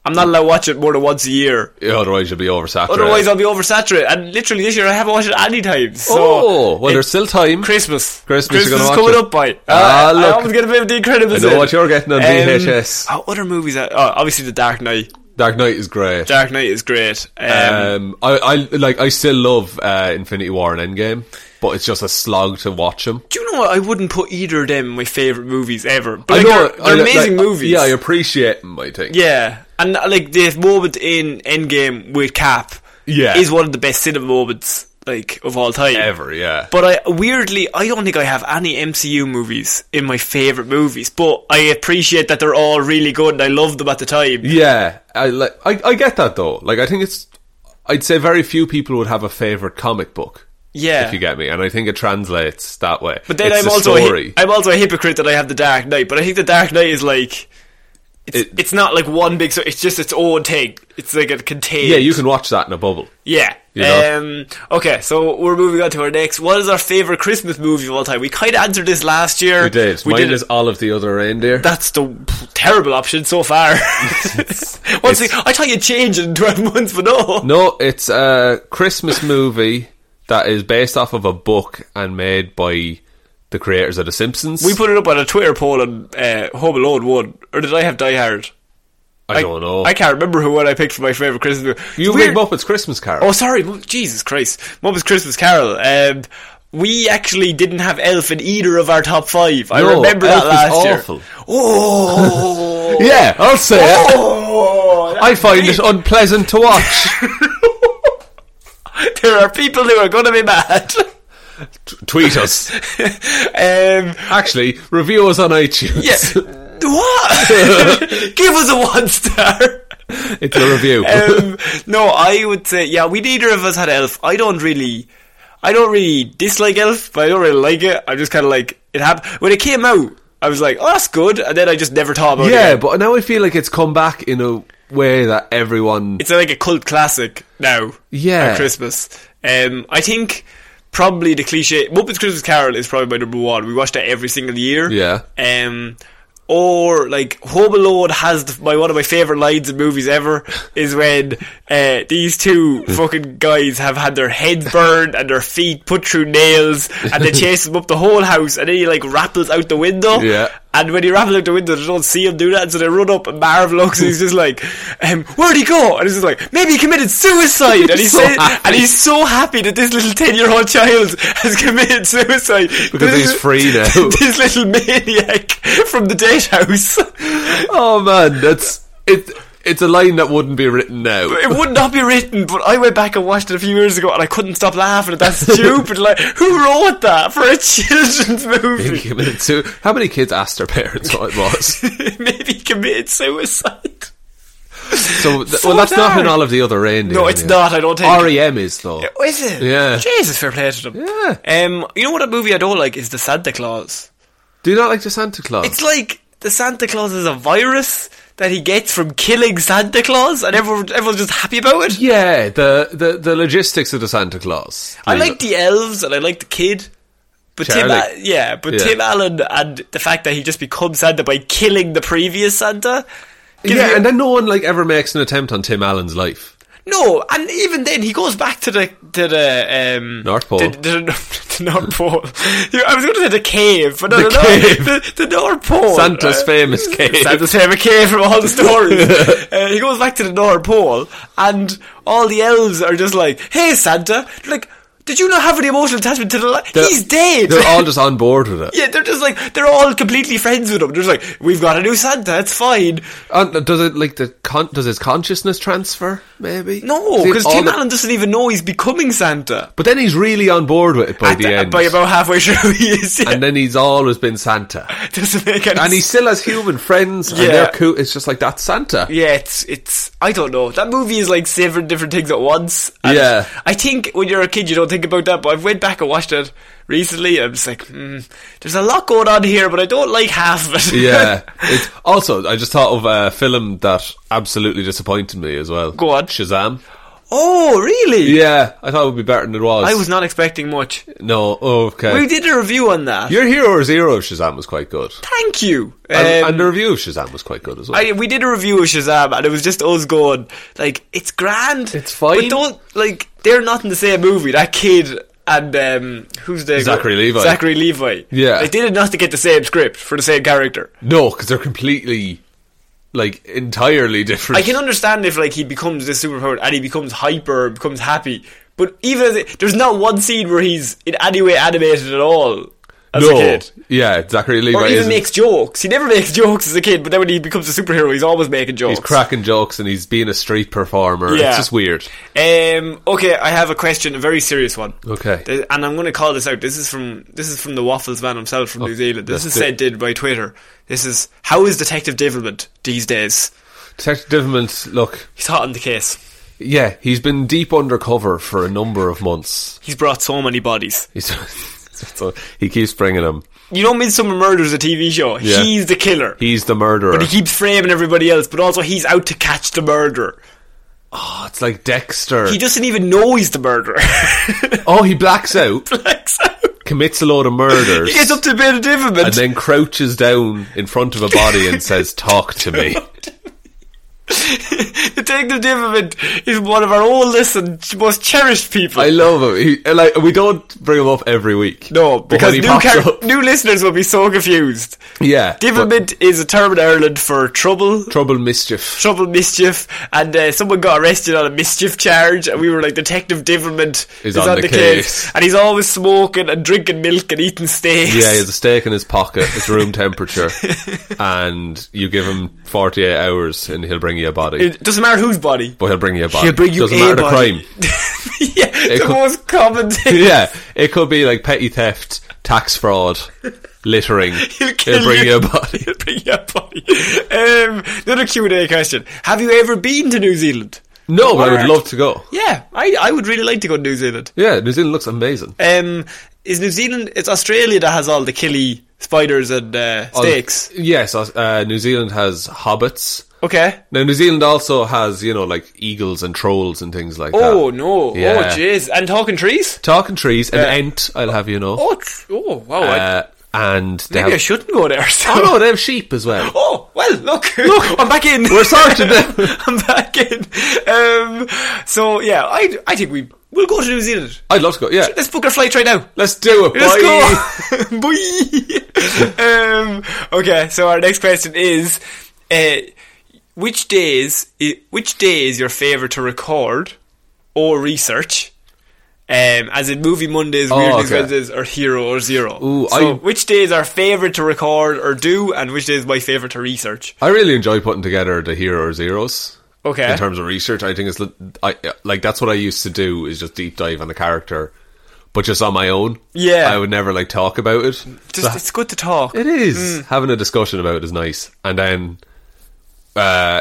S1: I'm not allowed to watch it more than once a year.
S2: Otherwise, you'll be oversaturated.
S1: Otherwise, I'll be oversaturated. And literally, this year I haven't watched it any time. So
S2: oh, well,
S1: it-
S2: there's still time.
S1: Christmas.
S2: Christmas, you're
S1: Christmas
S2: gonna
S1: is
S2: watch
S1: coming
S2: it.
S1: up by.
S2: Ah,
S1: I- I
S2: look.
S1: always get a bit of the Incredibles.
S2: I know
S1: in.
S2: what you're getting on VHS.
S1: How other movies? Are, Um, oh, obviously, The Dark Knight.
S2: Dark Knight is great.
S1: Dark Knight is great. Um,
S2: Um, I, I like. I still love uh, Infinity War and Endgame, but it's just a slog to watch them.
S1: do you know what? I wouldn't put either of them in my favorite movies ever. But
S2: I
S1: like,
S2: know
S1: they're, they're
S2: I- like,
S1: amazing
S2: like, uh,
S1: movies.
S2: Yeah, I appreciate them. I think.
S1: Yeah, and uh, like the moment in Endgame with Cap,
S2: Yeah.
S1: is one of the best cinema moments like of all time
S2: Ever, yeah.
S1: But I weirdly, I don't think I have any MCU movies in my favorite movies, but I appreciate that they're all really good and I loved them at the time.
S2: yeah. I like. I, I get that though. Like, I think it's. I'd say very few people would have a favorite comic book.
S1: Yeah.
S2: If you get me, and I think it translates that way.
S1: But then
S2: It's
S1: I'm
S2: the
S1: also a,
S2: story.
S1: hy- I'm also a hypocrite that I have the Dark Knight, but I think the Dark Knight is like. It's,
S2: It-
S1: it's not like one big. So it's just its own thing. It's like a contained.
S2: yeah, you can watch that in a bubble.
S1: Yeah.
S2: You know?
S1: Um, okay, so we're moving on to our next. What is our favorite Christmas movie of all time? We kind of answered this last year.
S2: We did.
S1: We
S2: Mine
S1: did
S2: is
S1: it.
S2: all of the other reindeer.
S1: That's the terrible option so far. Once we- I thought you'd change it in twelve months, but no.
S2: No, it's a Christmas movie that is based off of a book and made by the creators of The Simpsons.
S1: We put it up on a Twitter poll on uh, Home Alone one, or did I have Die Hard?
S2: I, don't know.
S1: I can't remember who one I picked for my favorite Christmas movie.
S2: you
S1: It's
S2: bring
S1: weird-
S2: Muppets Christmas Carol.
S1: Oh, sorry, Mum- Jesus Christ, Muppets Christmas Carol. Um, we actually didn't have Elf in either of our top five. I
S2: No,
S1: remember
S2: Elf
S1: that
S2: is
S1: last year.
S2: awful.
S1: Oh,
S2: yeah, I'll say it.
S1: Oh,
S2: I find it unpleasant to watch.
S1: there are people who are going to be mad.
S2: Tweet us.
S1: um,
S2: Actually, review us on iTunes.
S1: yes. what? Give us a one star.
S2: It's a review.
S1: um, no, I would say yeah. We neither of us had Elf. I don't really, I don't really dislike Elf, but I don't really like it. I'm just kind of like it happened when it came out. I was like, oh, that's good, and then I just never thought about it.
S2: Oh, yeah,
S1: again.
S2: but now I feel like it's come back in a way that everyone.
S1: it's like a cult classic now.
S2: Yeah.
S1: at Christmas. Um, I think probably the cliche Muppets Christmas Carol is probably my number one. We watch that every single year.
S2: Yeah.
S1: Um, or like Home Alone has the, my one of my favorite lines in movies ever is when uh, these two fucking guys have had their heads burned and their feet put through nails and they chase them up the whole house and then he like rappels out the window
S2: Yeah.
S1: and when he rappels out the window they don't see him do that and so they run up and Marv looks and he's just like um, where'd he go and he's just like maybe he committed suicide and he's
S2: so
S1: saying-
S2: happy.
S1: and he's so happy that this little ten year old child has committed suicide
S2: Because
S1: This-
S2: he's free now.
S1: this little maniac from the date house.
S2: oh man, that's it. It's a line that wouldn't be written now.
S1: It would not be written, but I went back and watched it a few years ago, and I couldn't stop laughing at that stupid. Like, who wrote that for a children's
S2: Maybe
S1: movie?
S2: committed su- How many kids asked their parents what it was?
S1: Maybe he committed suicide.
S2: So, th-
S1: So
S2: well, that's not
S1: dark.
S2: in all of the other reindeer.
S1: No, it's
S2: anyway.
S1: not, I don't think.
S2: REM E is though.
S1: Oh, Is it?
S2: Yeah.
S1: Jesus, fair play to them.
S2: Yeah.
S1: Um, you know what a movie I don't like is the Santa Claus.
S2: Do you not like the Santa Claus?
S1: It's like the Santa Claus is a virus that he gets from killing Santa Claus, and everyone, everyone's just happy about it.
S2: yeah, the, the the logistics of the Santa Claus.
S1: I like the elves and I like the kid. But Tim,
S2: Charlie.
S1: Al- yeah, but
S2: Yeah.
S1: Tim Allen and the fact that he just becomes Santa by killing the previous Santa. gives
S2: yeah,
S1: me-
S2: and then no one like ever makes an attempt on Tim Allen's life.
S1: No, and even then he goes back to the to the um,
S2: North Pole.
S1: The, the, the North Pole. You- I was going to say the cave, but no,
S2: The
S1: the, no,
S2: cave.
S1: The, the North Pole.
S2: Santa's
S1: right?
S2: famous cave.
S1: Oh, uh, Santa's famous cave from all the stories. uh, he goes back to the North Pole, and all the elves are just like, "Hey, Santa!" They're like, "Did you not have any emotional attachment to the light?
S2: They're-
S1: He's dead."
S2: They're all just on board with it.
S1: yeah, they're just like they're all completely friends with him. They're just like, "We've got a new Santa. It's fine."
S2: And does it like the con- does his consciousness transfer? Maybe
S1: No,
S2: Is it
S1: because
S2: all
S1: Tim
S2: the-
S1: Allen doesn't even know he's becoming Santa.
S2: But then he's really on board with it by
S1: At
S2: the end,
S1: By about halfway through, he is. Yeah.
S2: and then he's always been Santa,
S1: doesn't make any
S2: and he
S1: sense.
S2: still has human friends, and
S1: Yeah.
S2: they're cool. It's just like that's Santa.
S1: Yeah, it's it's. I don't know. That movie is like seven different things at once. and
S2: Yeah.
S1: I think when you're a kid, you don't think about that. But I've went back and watched it recently. And I'm just like, hmm, there's a lot going on here, but I don't like half of it.
S2: yeah. It's, also, I just thought of a film that absolutely disappointed me as well.
S1: Go on.
S2: Shazam.
S1: oh, really?
S2: Yeah, I thought it would be better than it was.
S1: I was not expecting much.
S2: No, oh, okay.
S1: We did a review on that.
S2: Your Hero Zero of Shazam was quite good.
S1: Thank you.
S2: and,
S1: Um,
S2: and the review of Shazam was quite good as well.
S1: I, we did a review of Shazam, and it was just us going like, "It's grand,
S2: It's fine.
S1: but don't like they're not in the same movie." That kid and um, who's the
S2: Zachary Levi.
S1: Zachary Levi.
S2: Yeah.
S1: they did it not to get the same script for the same character.
S2: no, because they're completely, like, entirely different.
S1: I can understand if like he becomes this superpower and he becomes hyper, becomes happy, but even as it, there's not one scene where he's in any way animated at all as
S2: no.
S1: a kid.
S2: Yeah, Zachary Levi
S1: Or even
S2: isn't-
S1: makes jokes. He never makes jokes as a kid, but then when he becomes a superhero, he's always making jokes.
S2: He's cracking jokes and he's being a street performer.
S1: Yeah.
S2: It's just weird.
S1: Um, okay, I have a question, a very serious one.
S2: Okay.
S1: Th- and I'm going to call this out. This is from this is from the waffles man himself from New Zealand. This is
S2: Oh, that's
S1: said did by Twitter. This is how is Detective Devilment these days?
S2: Detective Devilment, look,
S1: He's hot on the case.
S2: yeah, he's been deep undercover for a number of months.
S1: He's brought so many bodies.
S2: He's so he keeps bringing him.
S1: You know, Midsummer Murder is a TV show.
S2: Yeah.
S1: He's the killer,
S2: He's the murderer.
S1: but he keeps framing everybody else. But also, he's out to catch the murderer.
S2: oh, it's like Dexter.
S1: He doesn't even know he's the murderer.
S2: oh, he blacks out,
S1: Blacks out.
S2: commits a load of
S1: he
S2: murders,
S1: gets up to bed at Devilment.
S2: and then crouches down in front of a body and says, "Talk to me."
S1: Detective Devilment is one of our oldest and most cherished people.
S2: I love him. He, and, like we don't bring him up every week.
S1: No,
S2: but when
S1: because
S2: he
S1: new,
S2: pops
S1: char-
S2: up,
S1: new listeners will be so confused.
S2: yeah,
S1: Divilment is a term in Ireland for trouble,
S2: but trouble, mischief.
S1: trouble, mischief, and uh, someone got arrested on a mischief charge, and we were like, Detective Divilment
S2: Is on the case.
S1: and he's always smoking and drinking milk and eating steaks.
S2: Yeah, he has a steak in his pocket. It's room temperature, and you give him forty-eight hours, and he'll bring you a body.
S1: It doesn't matter whose body.
S2: but he'll bring you a body.
S1: He'll bring you
S2: Doesn't
S1: a
S2: matter the crime.
S1: body. yeah, the
S2: could-
S1: most common thing.
S2: yeah, it could be like petty theft, tax fraud, littering.
S1: He'll
S2: It'll,
S1: kill
S2: bring
S1: you.
S2: you a body.
S1: He'll bring you a body. Um, another Q&A question. Have you ever been to New Zealand?
S2: No, but I would
S1: Alright.
S2: love to go.
S1: Yeah, I, I would really like to go to New Zealand.
S2: Yeah, New Zealand looks amazing.
S1: Um, is New Zealand? It's Australia that has all the killy spiders and uh, snakes.
S2: Yes, uh, New Zealand has hobbits.
S1: Okay.
S2: Now, New Zealand also has, you know, like eagles and trolls and things like that.
S1: Oh no!
S2: Yeah.
S1: Oh jeez! And talking trees.
S2: Talking trees, an
S1: Yeah.
S2: ent, I'll have you know.
S1: Oh, tr- oh wow! I,
S2: uh, and they
S1: maybe I
S2: have,
S1: shouldn't go there. So.
S2: Oh no, they have sheep as well.
S1: Oh well, look, look, I'm back in.
S2: We're sorted now.
S1: I'm back in. Um, so yeah, I, I think we we'll go to New Zealand.
S2: I'd love to go. Yeah,
S1: Let's book our flight right now.
S2: let's do it.
S1: Let's
S2: boy.
S1: go. Bye. um, okay, so our next question is, uh, which days, i- which day is your favorite to record or research? Um, as in movie Mondays, Weird News
S2: Oh, okay.
S1: Wednesdays, or Hero or Zero.
S2: Ooh,
S1: so
S2: I-
S1: which day is our favorite to record or do, and which day is my favorite to research?
S2: I really enjoy putting together the hero or zeros.
S1: Okay.
S2: In terms of research, I think it's li- I like that's what I used to do is just deep dive on the character, but just on my own.
S1: Yeah.
S2: I would never like talk about it.
S1: Just it's good to talk.
S2: It is having a discussion about it is nice, and then uh,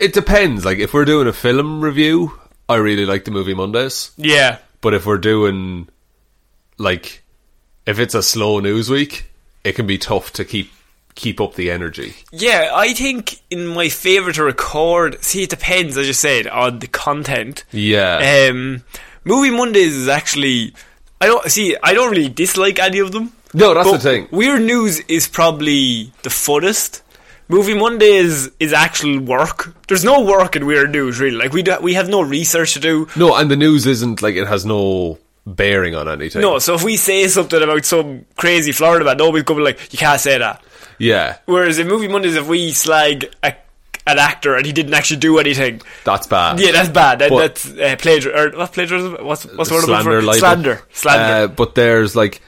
S2: it depends. Like if we're doing a film review, I really like the movie Mondays,
S1: Yeah.
S2: but if we're doing like if it's a slow news week, it can be tough to keep keep up the energy.
S1: Yeah, I think in my favourite to record, see, it depends, as you said, on the content.
S2: Yeah.
S1: Um, Movie Mondays is actually. I don't see. I don't really dislike any of them.
S2: No, that's
S1: but
S2: the thing.
S1: Weird news is probably the funnest. Movie Monday is is actual work. There's no work in Weird News really. Like we do, we have no research to do.
S2: No, and the news isn't like it has no bearing on anything.
S1: No, so if we say something about some crazy Florida man, nobody's going to be like, you can't say that.
S2: yeah,
S1: Whereas in Movie Mondays, if we slag a, an actor and he didn't actually do anything,
S2: that's bad.
S1: yeah, that's bad. That,
S2: But-
S1: that's uh, plagiarism. Or what plagiarism? What's, what's the word
S2: slander,
S1: I'm looking for?
S2: libel.
S1: Slander. Slander.
S2: Uh, but there's like,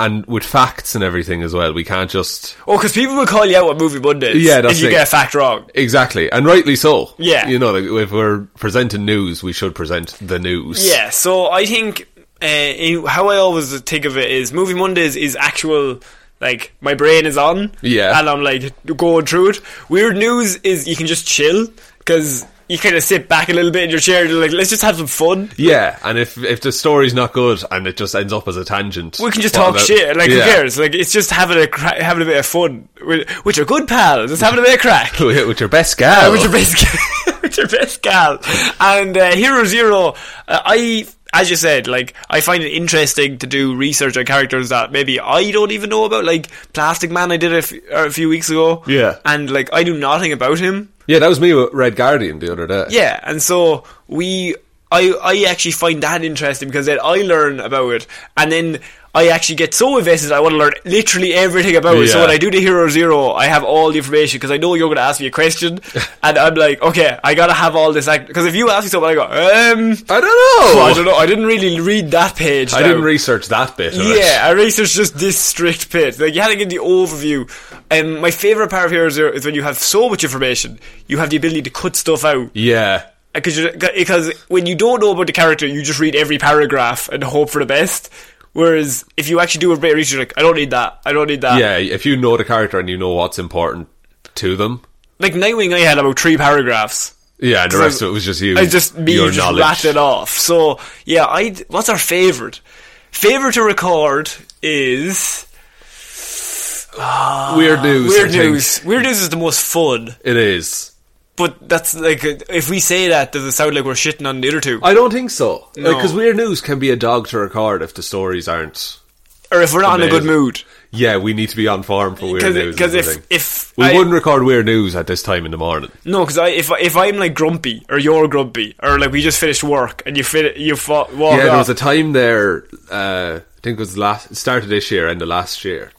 S2: and with facts and everything as well, we can't just
S1: oh, because people will call you out on Movie Mondays
S2: Yeah, that's
S1: if you
S2: it.
S1: get a fact wrong.
S2: exactly, and rightly so.
S1: Yeah.
S2: you know, like, if we're presenting news, we should present the news.
S1: Yeah, so I think uh, in- how I always think of it is Movie Mondays is actual. Like my brain is on,
S2: Yeah.
S1: and I'm like going through it. Weird news is you can just chill because you kind of sit back a little bit in your chair and you're like, let's just have some fun.
S2: yeah. And if if the story's not good and it just ends up as a tangent,
S1: We can just
S2: what
S1: talk
S2: about-
S1: shit. Like
S2: Yeah.
S1: who cares? Like it's just having a cra- having a bit of fun with, with your good pal. Just having a bit of crack.
S2: with your best gal.
S1: Uh, with your best gal. with your best gal. And uh, Hero Zero, uh, I, as you said, like, I find it interesting to do research on characters that maybe I don't even know about. Like, Plastic Man, I did a, f- or a few weeks ago.
S2: Yeah.
S1: And, like, I knew nothing about him.
S2: yeah, that was me with Red Guardian the other day.
S1: Yeah, and so we, I, I actually find that interesting because then I learn about it, and then I actually get so invested I want to learn literally everything about it. So
S2: Yeah.
S1: when I do the Hero Zero, I have all the information because I know you're going to ask me a question, and I'm like, okay, I gotta have all this. Because if you ask me something, I go, um,
S2: I don't know.
S1: oh, I don't know, I didn't really read that page.
S2: I
S1: now."
S2: didn't research that bit. Of it.
S1: Yeah, I researched just this strict bit. Like you had to give the overview. And my favorite part of Hero Zero is when you have so much information, you have the ability to cut stuff out
S2: yeah.
S1: because because when you don't know about the character, you just read every paragraph and hope for the best. Whereas if you actually do a bit of research, you're like I don't need that, I don't need that.
S2: yeah, if you know the character and you know what's important to them,
S1: Like Nightwing, I had about three paragraphs.
S2: yeah, and the
S1: So
S2: rest of it was just you.
S1: I just me
S2: your
S1: just
S2: knowledge.
S1: ratted off. So yeah, I what's our favorite? Favorite to record is
S2: Weird news.
S1: Weird
S2: I think.
S1: News. Weird News is the most fun,
S2: It is.
S1: but that's like if we say that, does it sound like we're shitting on the other two?
S2: I don't think so.
S1: No.
S2: Because weird news can be a dog to record if the stories aren't.
S1: or if we're not in a good
S2: Amazing.
S1: mood?
S2: Yeah, we need to be on form for weird news.
S1: Because
S2: is the
S1: if
S2: thing.
S1: if
S2: we
S1: I-
S2: wouldn't record weird news at this time in the morning,
S1: No, because I, if if I'm like grumpy or you're grumpy or like we just finished work and you fit you fought, walk
S2: yeah, there
S1: off.
S2: was a time there. Uh, I think it was last it started this year and the last year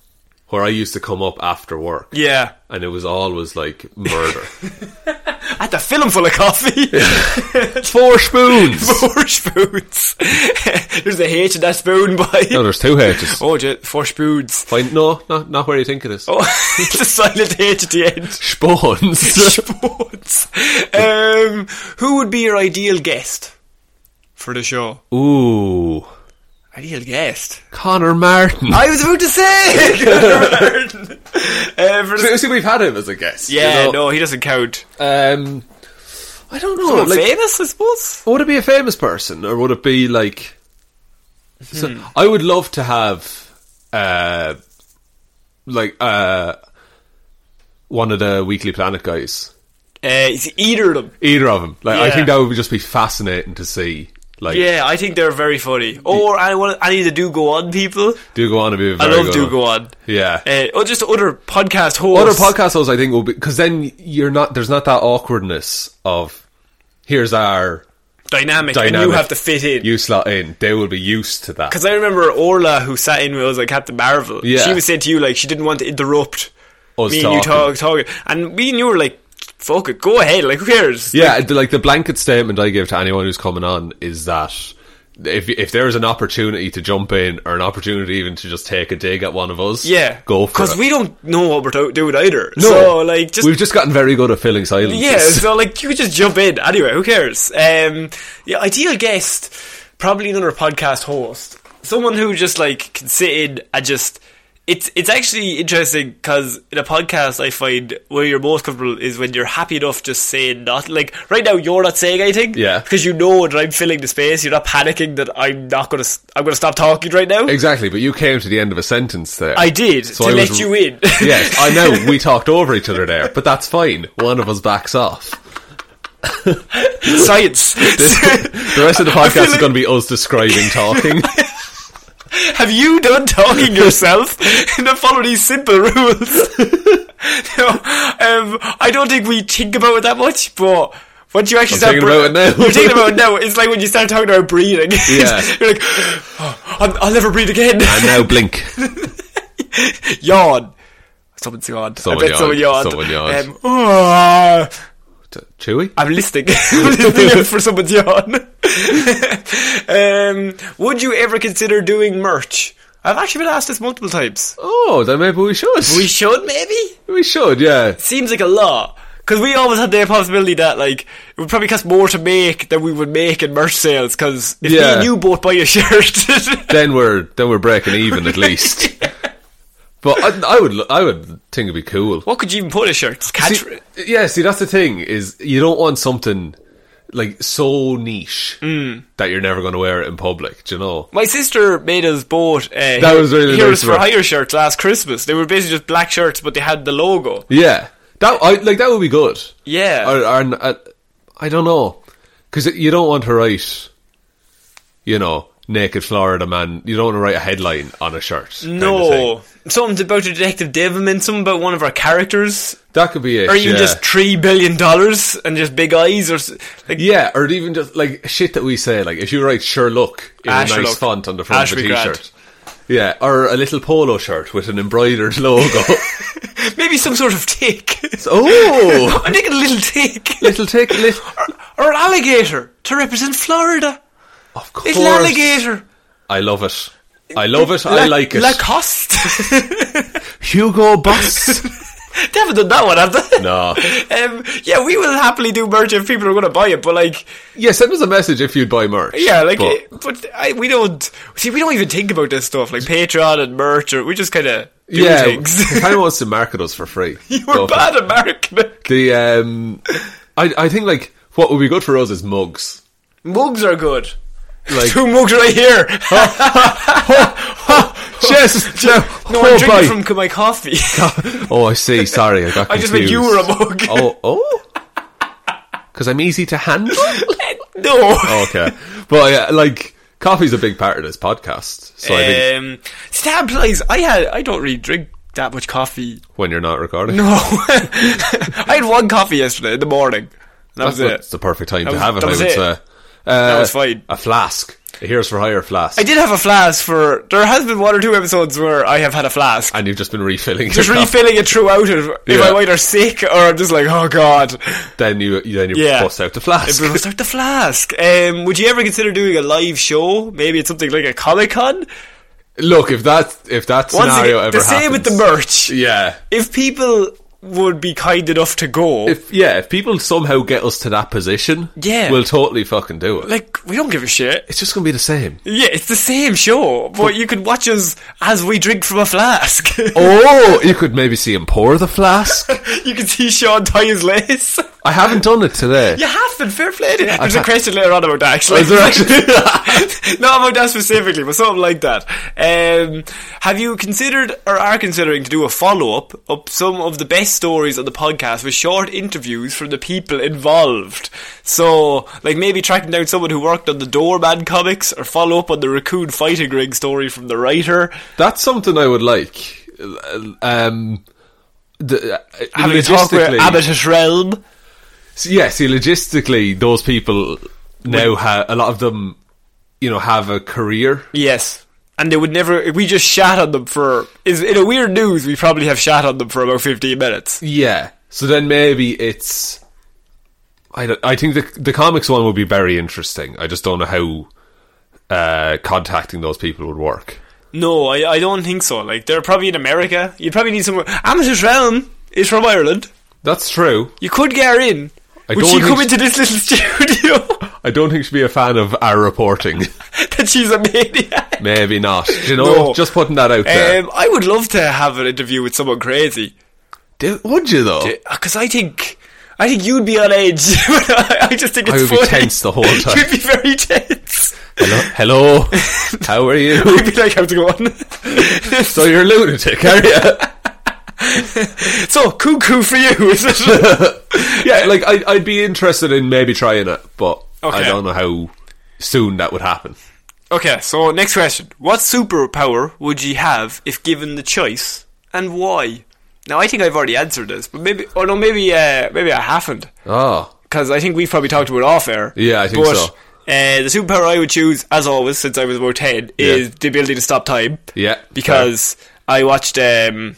S2: where I used to come up after work.
S1: yeah,
S2: and it was always like murder.
S1: I had to fill him full of coffee,
S2: Four spoons.
S1: four spoons. There's a H in that spoon, boy.
S2: no, there's two H's.
S1: Oh, j- four spoons.
S2: Fine, no, not not where you think it is.
S1: Oh, it's a silent H at the end.
S2: Spoons.
S1: Spoons. Um, who would be your ideal guest for the show?
S2: Ooh,
S1: Ideal guest.
S2: Connor Martin.
S1: I was about to say. Martin. Uh, for the-
S2: See, we've had him as a guest. you
S1: yeah,
S2: know?
S1: no, he doesn't count.
S2: Um, I don't know.
S1: Someone
S2: Like,
S1: famous, I suppose.
S2: would it be a famous person, or would it be like? So,
S1: Hmm.
S2: I would love to have, uh, like uh, one of the Weekly Planet guys.
S1: Uh, it's either of them.
S2: Either of them. Like, I
S1: Yeah.
S2: think that would just be fascinating to see. Like,
S1: Yeah, I think they're very funny. Or I want I need to do go on people.
S2: do go on to be. A
S1: I
S2: very
S1: love
S2: good
S1: do
S2: one.
S1: go on.
S2: Yeah.
S1: Uh, or just other podcast
S2: Other
S1: hosts.
S2: podcast hosts, I think, will be because then you're not. There's not that awkwardness of here's our
S1: dynamic,
S2: dynamic.
S1: and you have to fit in.
S2: You slot in. They will be used to that.
S1: Because I remember Orla, who sat in with us, like Captain Marvel.
S2: Yeah.
S1: She was saying to you like she didn't want to interrupt
S2: Us
S1: me and you
S2: talking.
S1: talk talking, and me and you were like, "Fuck it, go ahead, like who cares?"
S2: Yeah, the- like the blanket statement I give to anyone who's coming on is that if if there is an opportunity to jump in or an opportunity even to just take a dig at one of us,
S1: yeah,
S2: go for it.
S1: Because we don't know what we're do- doing either.
S2: No,
S1: so, like just
S2: we've just gotten very good at filling silences.
S1: Yeah, so like you could just jump in anyway. Who cares? Um, yeah, ideal guest, probably another podcast host, someone who just like can sit in and just. It's it's actually interesting because in a podcast I find where you're most comfortable is when you're happy enough just saying not like right now you're not saying anything
S2: Yeah.
S1: because you know that I'm filling the space you're not panicking that I'm not gonna s- I'm gonna stop talking right now
S2: exactly. But you came to the end of a sentence there.
S1: I did to
S2: I
S1: let
S2: was-
S1: you in
S2: yes, I know. We talked over each other there, but that's fine. One of us backs off.
S1: science
S2: The rest of the podcast
S1: feel
S2: is
S1: like-
S2: going to be us describing talking.
S1: Have you done talking yourself? and then follow these simple rules. no, um, I don't think we think about it that much, but once you actually
S2: I'm
S1: start
S2: thinking about it now.
S1: you're thinking about it now. It's like when you start talking about breathing.
S2: Yeah.
S1: you're like, "Oh, I'll, I'll never breathe again.
S2: And now blink.
S1: yawn. Someone's yawned.
S2: Someone
S1: I bet someone
S2: yawned.
S1: yawned.
S2: Someone yawned.
S1: Um, "Ah."
S2: Chewy?
S1: I'm listening. I'm listening out for someone's yawn. um, would you ever consider doing merch? I've actually been asked this multiple times.
S2: Oh, then maybe we should.
S1: We should maybe.
S2: we should, yeah.
S1: Seems like a lot because we always had the possibility that like it would probably cost more to make than we would make in merch sales. Because if me
S2: Yeah.
S1: and you both buy a shirt,
S2: then we're then we're breaking even at least. But I, I would lo- I would think it'd be cool.
S1: what could you even put a shirt? Catch-
S2: See, yeah, see that's the thing is you don't want something like so niche
S1: Mm.
S2: that you're never going to wear it in public. Do you know?
S1: My sister made us both. Uh,
S2: That was really
S1: Heroes
S2: nice
S1: for
S2: of her.
S1: Hire shirts last Christmas. They were basically just black shirts, but they had the logo.
S2: Yeah, that I like that would be good.
S1: Yeah.
S2: Or, or, uh, I don't know because you don't want to write, you know, naked Florida man. You don't want to write a headline on a shirt. kind of
S1: No.
S2: thing.
S1: Something about a detective Devilman, something about one of our characters,
S2: that could be it.
S1: or even
S2: yeah.
S1: just three billion dollars and just big eyes, or s- like
S2: Yeah, or even just like shit that we say, like if you write Sherlock in
S1: Ah,
S2: a nice
S1: Sherlock.
S2: font on the front
S1: Ash
S2: of a
S1: be grand.
S2: t-shirt. Yeah, or a little polo shirt with an embroidered logo.
S1: maybe some sort of tick.
S2: oh,
S1: I think a little tick,
S2: little tick, little.
S1: or an alligator to represent Florida.
S2: Of course,
S1: Little alligator.
S2: I love it. I love it. I
S1: La-
S2: like it.
S1: Lacoste.
S2: Hugo Boss.
S1: they haven't done that one, have they?
S2: no.
S1: Um, yeah, we will happily do merch if people are going to buy it, but like,
S2: Yeah, send us a message if you'd buy merch.
S1: Yeah, like,
S2: But-
S1: it- but, I, we don't see. We don't even think about this stuff like Patreon and merch, or we just kind of do
S2: yeah,
S1: things.
S2: kind of wants to market us for free.
S1: you were
S2: Go for
S1: bad
S2: it.
S1: at marketing.
S2: The um, I I think like what would be good for us is mugs.
S1: Mugs are good.
S2: Like Oh,
S1: Two mugs right here.
S2: Yes, no,
S1: no,
S2: oh,
S1: I'm drinking
S2: bye.
S1: from c- my coffee.
S2: Oh, I see. Sorry, I got
S1: I just meant
S2: confused.
S1: you were a mug.
S2: Oh, oh. Because I'm easy to handle. Oh,
S1: no.
S2: okay, but yeah, like coffee's a big part of this podcast. So I think
S1: um, see, that applies. I had. I don't really drink that much coffee.
S2: when you're not recording,
S1: No, I had one coffee yesterday in the morning. That
S2: that's
S1: was it.
S2: what's the perfect time
S1: That
S2: to
S1: was-
S2: have it.
S1: that
S2: I
S1: was
S2: would
S1: it.
S2: say. Uh,
S1: was fine.
S2: A flask. A Here's for hire flask.
S1: I did have a flask for. There has been one or two episodes where I have had a flask.
S2: And you've just been refilling.
S1: just
S2: your coffee.
S1: refilling it throughout it. If
S2: Yeah.
S1: I'm either sick or I'm just like, oh god.
S2: Then you then you
S1: Yeah.
S2: bust out the flask.
S1: Everyone start the flask. Um, would you ever consider doing a live show? Maybe it's something like a Comic Con?
S2: Look, if that if that
S1: Once
S2: scenario
S1: again,
S2: ever
S1: the same with the
S2: happens-
S1: merch.
S2: Yeah.
S1: If people would be kind enough to go,
S2: If yeah, if people somehow get us to that position,
S1: Yeah.
S2: we'll totally fucking do it.
S1: like, we don't give a shit.
S2: it's just gonna be the same.
S1: Yeah, it's the same show, but you can watch us as we drink from a flask.
S2: Oh, you could maybe see him pour the flask.
S1: you can see Sean tie his lace.
S2: I haven't done it today.
S1: You have been fair play. to- There's a
S2: ha-
S1: question later on about that actually.
S2: Is there actually?
S1: Not about that specifically, but something like that. Um, have you considered or are considering to do a follow up of some of the best stories on the podcast with short interviews from the people involved? So, like maybe tracking down someone who worked on the Doorman comics or follow up on the Raccoon Fighting Ring story from the writer.
S2: That's something I would like. Um, the, uh,
S1: Having a talk with
S2: logistically,
S1: Abbottish Realm.
S2: yeah. See, logistically, those people now have a lot of them. You know, have a career.
S1: Yes. And they would never. We just shat on them for. Is in a weird news. We probably have shat on them for about fifteen minutes.
S2: Yeah. So then maybe it's. I don't, I think the the comics one would be very interesting. I just don't know how uh, contacting those people would work.
S1: No, I, I don't think so. Like they're probably in America. You probably need someone. Amateur's Realm is from Ireland.
S2: That's true.
S1: You could get her in.
S2: I
S1: Would
S2: don't
S1: she
S2: think
S1: come
S2: she-
S1: into this little studio?
S2: I don't think she'd be a fan of our reporting.
S1: that she's a maniac.
S2: maybe not. Do You know,
S1: No.
S2: just putting that out there.
S1: Um, I would love to have an interview with someone crazy
S2: Do- would you though?
S1: because I think I think you'd be on edge. I I just think it's
S2: I would be
S1: funny.
S2: tense the whole time.
S1: You'd be very tense.
S2: Hello, hello. how are you?
S1: I'd be like, how's it going?
S2: So you're a lunatic, are you?
S1: so cuckoo for you, is it?
S2: yeah, like I, I'd be interested in maybe trying it, but
S1: Okay.
S2: I don't know how soon that would happen.
S1: Okay, so next question. What superpower would ye have if given the choice, and why? Now, I think I've already answered this, but maybe, oh no, maybe, uh, maybe I haven't.
S2: Oh,
S1: because I think we've probably talked about it off air.
S2: Yeah, I think
S1: but,
S2: so.
S1: Uh, the superpower I would choose, as always, since I was about ten, is
S2: Yeah.
S1: the ability to stop time.
S2: Yeah,
S1: because I watched um,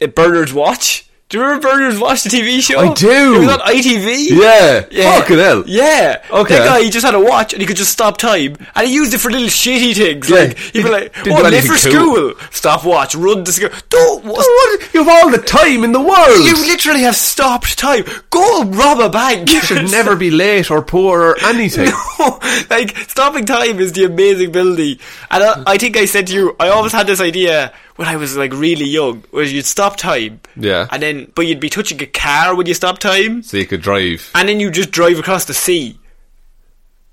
S1: uh, Bernard's Watch. Do you remember Bernard's Watch, the TV show?
S2: I do.
S1: It was on ITV.
S2: Yeah. Fucking hell.
S1: Yeah.
S2: Okay.
S1: That guy, he just had a watch and he could just stop time. And he used it for little shitty things.
S2: Yeah.
S1: Like, he'd be like,
S2: Didn't do
S1: oh, late
S2: anything
S1: for
S2: cool."
S1: school. Stop watch, run to school. Don't, wa-
S2: what? You have all the time in the world.
S1: You literally have stopped time. Go rob a bank. You
S2: should never be late or poor or anything.
S1: like stopping time is the amazing ability, and I, I think I said to you, I always had this idea when I was like really young, where you'd stop time,
S2: Yeah.
S1: and then but you'd be touching a car when you stop time,
S2: So you could drive.
S1: and then you just drive across the sea.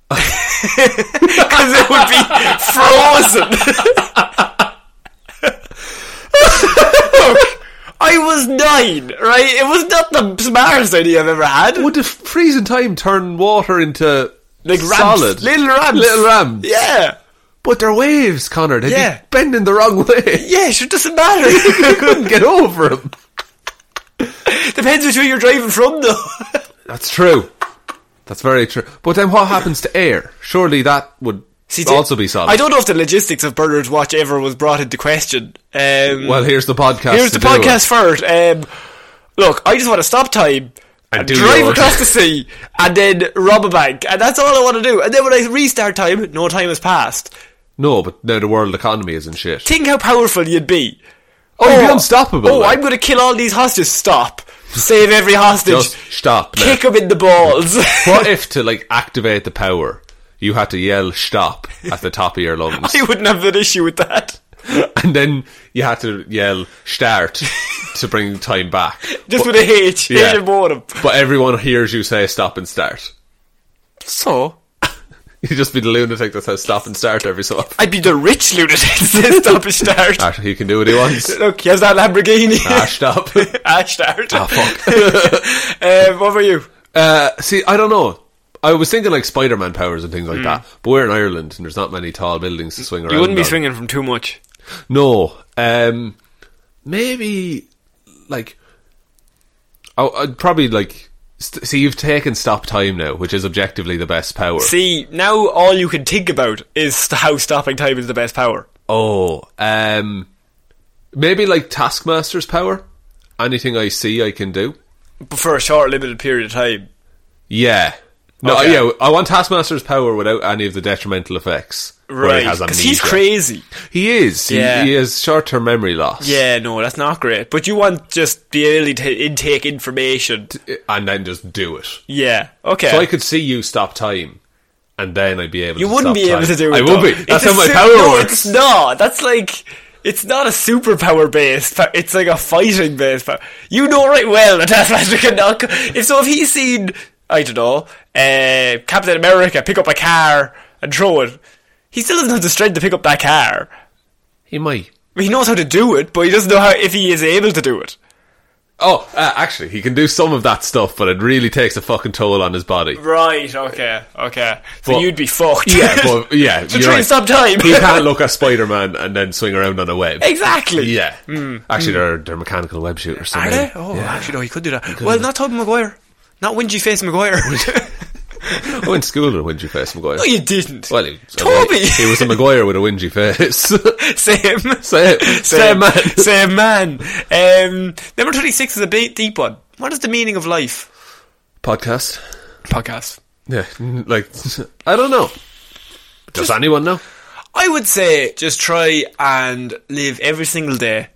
S1: Because it would be frozen. Look, I was nine, right? It was not the smartest idea I've ever had.
S2: Would the f- freezing time turn water into
S1: like ramps,
S2: solid?
S1: little ramps,
S2: Little ramps.
S1: Yeah,
S2: But they're waves, Connor. They'd
S1: Yeah.
S2: be bending the wrong way.
S1: yeah. Sure, doesn't
S2: you
S1: matter.
S2: couldn't get over them.
S1: Depends which way you're driving from, though.
S2: That's true. That's very true. But then what happens to air? Surely that would also be solid.
S1: I don't know if the logistics of Bernard's watch ever was brought into question. Um,
S2: Well, here's the podcast.
S1: here's
S2: to
S1: the
S2: do it.
S1: podcast first. Um, look, I just want to stop time.
S2: And
S1: and
S2: do
S1: drive
S2: yours.
S1: across the sea and then rob a bank, and that's all I want to do. And then when I restart time, no time has passed.
S2: No, but now the world economy isn't shit.
S1: Think how powerful you'd be.
S2: oh, you'd be unstoppable.
S1: Oh,
S2: like.
S1: I'm going to kill all these hostages. Stop. Save every hostage.
S2: Just stop now.
S1: Kick them in the balls.
S2: What if to like activate the power, you had to yell "stop" at the top of your lungs,
S1: I wouldn't have an issue with that.
S2: and then you had to yell "start" to bring time back.
S1: Just with a H.
S2: Yeah.
S1: H and bottom.
S2: But everyone hears you say "stop" and "start."
S1: So?
S2: You'd just be the lunatic that says "stop" and "start" every so often.
S1: I'd be the rich lunatic says stop and start.
S2: Ash, he can do what he wants.
S1: Look, here's that Lamborghini.
S2: Ash, stop.
S1: Ash start.
S2: Ah, fuck.
S1: um, what were you?
S2: Uh, see, I don't know. I was thinking like Spider-Man powers and things like that, but we're in Ireland and there's not many tall buildings to swing around.
S1: Hmm. You wouldn't be
S2: on.
S1: swinging from too much.
S2: No, um, maybe like I, I'd probably like st- see you've taken stop time now, which is objectively the best power.
S1: See, now all you can think about is st- how stopping time is the best power.
S2: Oh, um, maybe like Taskmaster's power. Anything I see, I can do.
S1: But for a short, limited period of time.
S2: Yeah. No,
S1: Okay.
S2: yeah, I want Taskmaster's power without any of the detrimental effects. where he
S1: Right.
S2: has
S1: Because he's
S2: amnesia.
S1: crazy.
S2: He is. He,
S1: Yeah.
S2: he has short-term memory loss.
S1: Yeah, no, that's not great. But you want just the ability to intake information.
S2: and then just do it.
S1: Yeah. Okay.
S2: So I could see you stop time, and then I'd be able.
S1: You
S2: to
S1: wouldn't
S2: stop
S1: be able
S2: time.
S1: to do it.
S2: I would
S1: though.
S2: be. That's
S1: It's a
S2: how my
S1: su-
S2: power
S1: no,
S2: works.
S1: It's not. That's like it's not a superpower based. pow- It's like a fighting based power. You know right well that Taskmaster can knock. If so, if he's seen, I don't know, uh, Captain America pick up a car and throw it, he still doesn't have the strength to pick up that car.
S2: He might.
S1: I mean, He knows how to do it, but he doesn't know how if he is able to do it.
S2: Oh, uh, actually, he can do some of that stuff, but it really takes a fucking toll on his body.
S1: Right. Okay. Okay. So
S2: But-
S1: you'd be fucked.
S2: Yeah, but yeah,
S1: So
S2: you're
S1: try and
S2: right.
S1: stop time.
S2: He can't look at Spider Man and then swing around on a web.
S1: exactly. Hmm,
S2: Yeah, actually, they're they're mechanical web shooters. so
S1: Are
S2: maybe-
S1: they? Oh, actually, no, he could do that. Well, not Toby Maguire. Not Wingy Face Maguire.
S2: I went to school with a whingy face, Maguire.
S1: no, you didn't.
S2: well, he was a-
S1: Oh, Toby!
S2: he was a Maguire with a whingy face.
S1: same.
S2: Same, same man.
S1: Same man. Um, number 26 is a big, deep one. What is the meaning of life?
S2: Podcast.
S1: Podcast.
S2: Yeah, like I don't know. Does anyone know?
S1: I would say just try and live every single day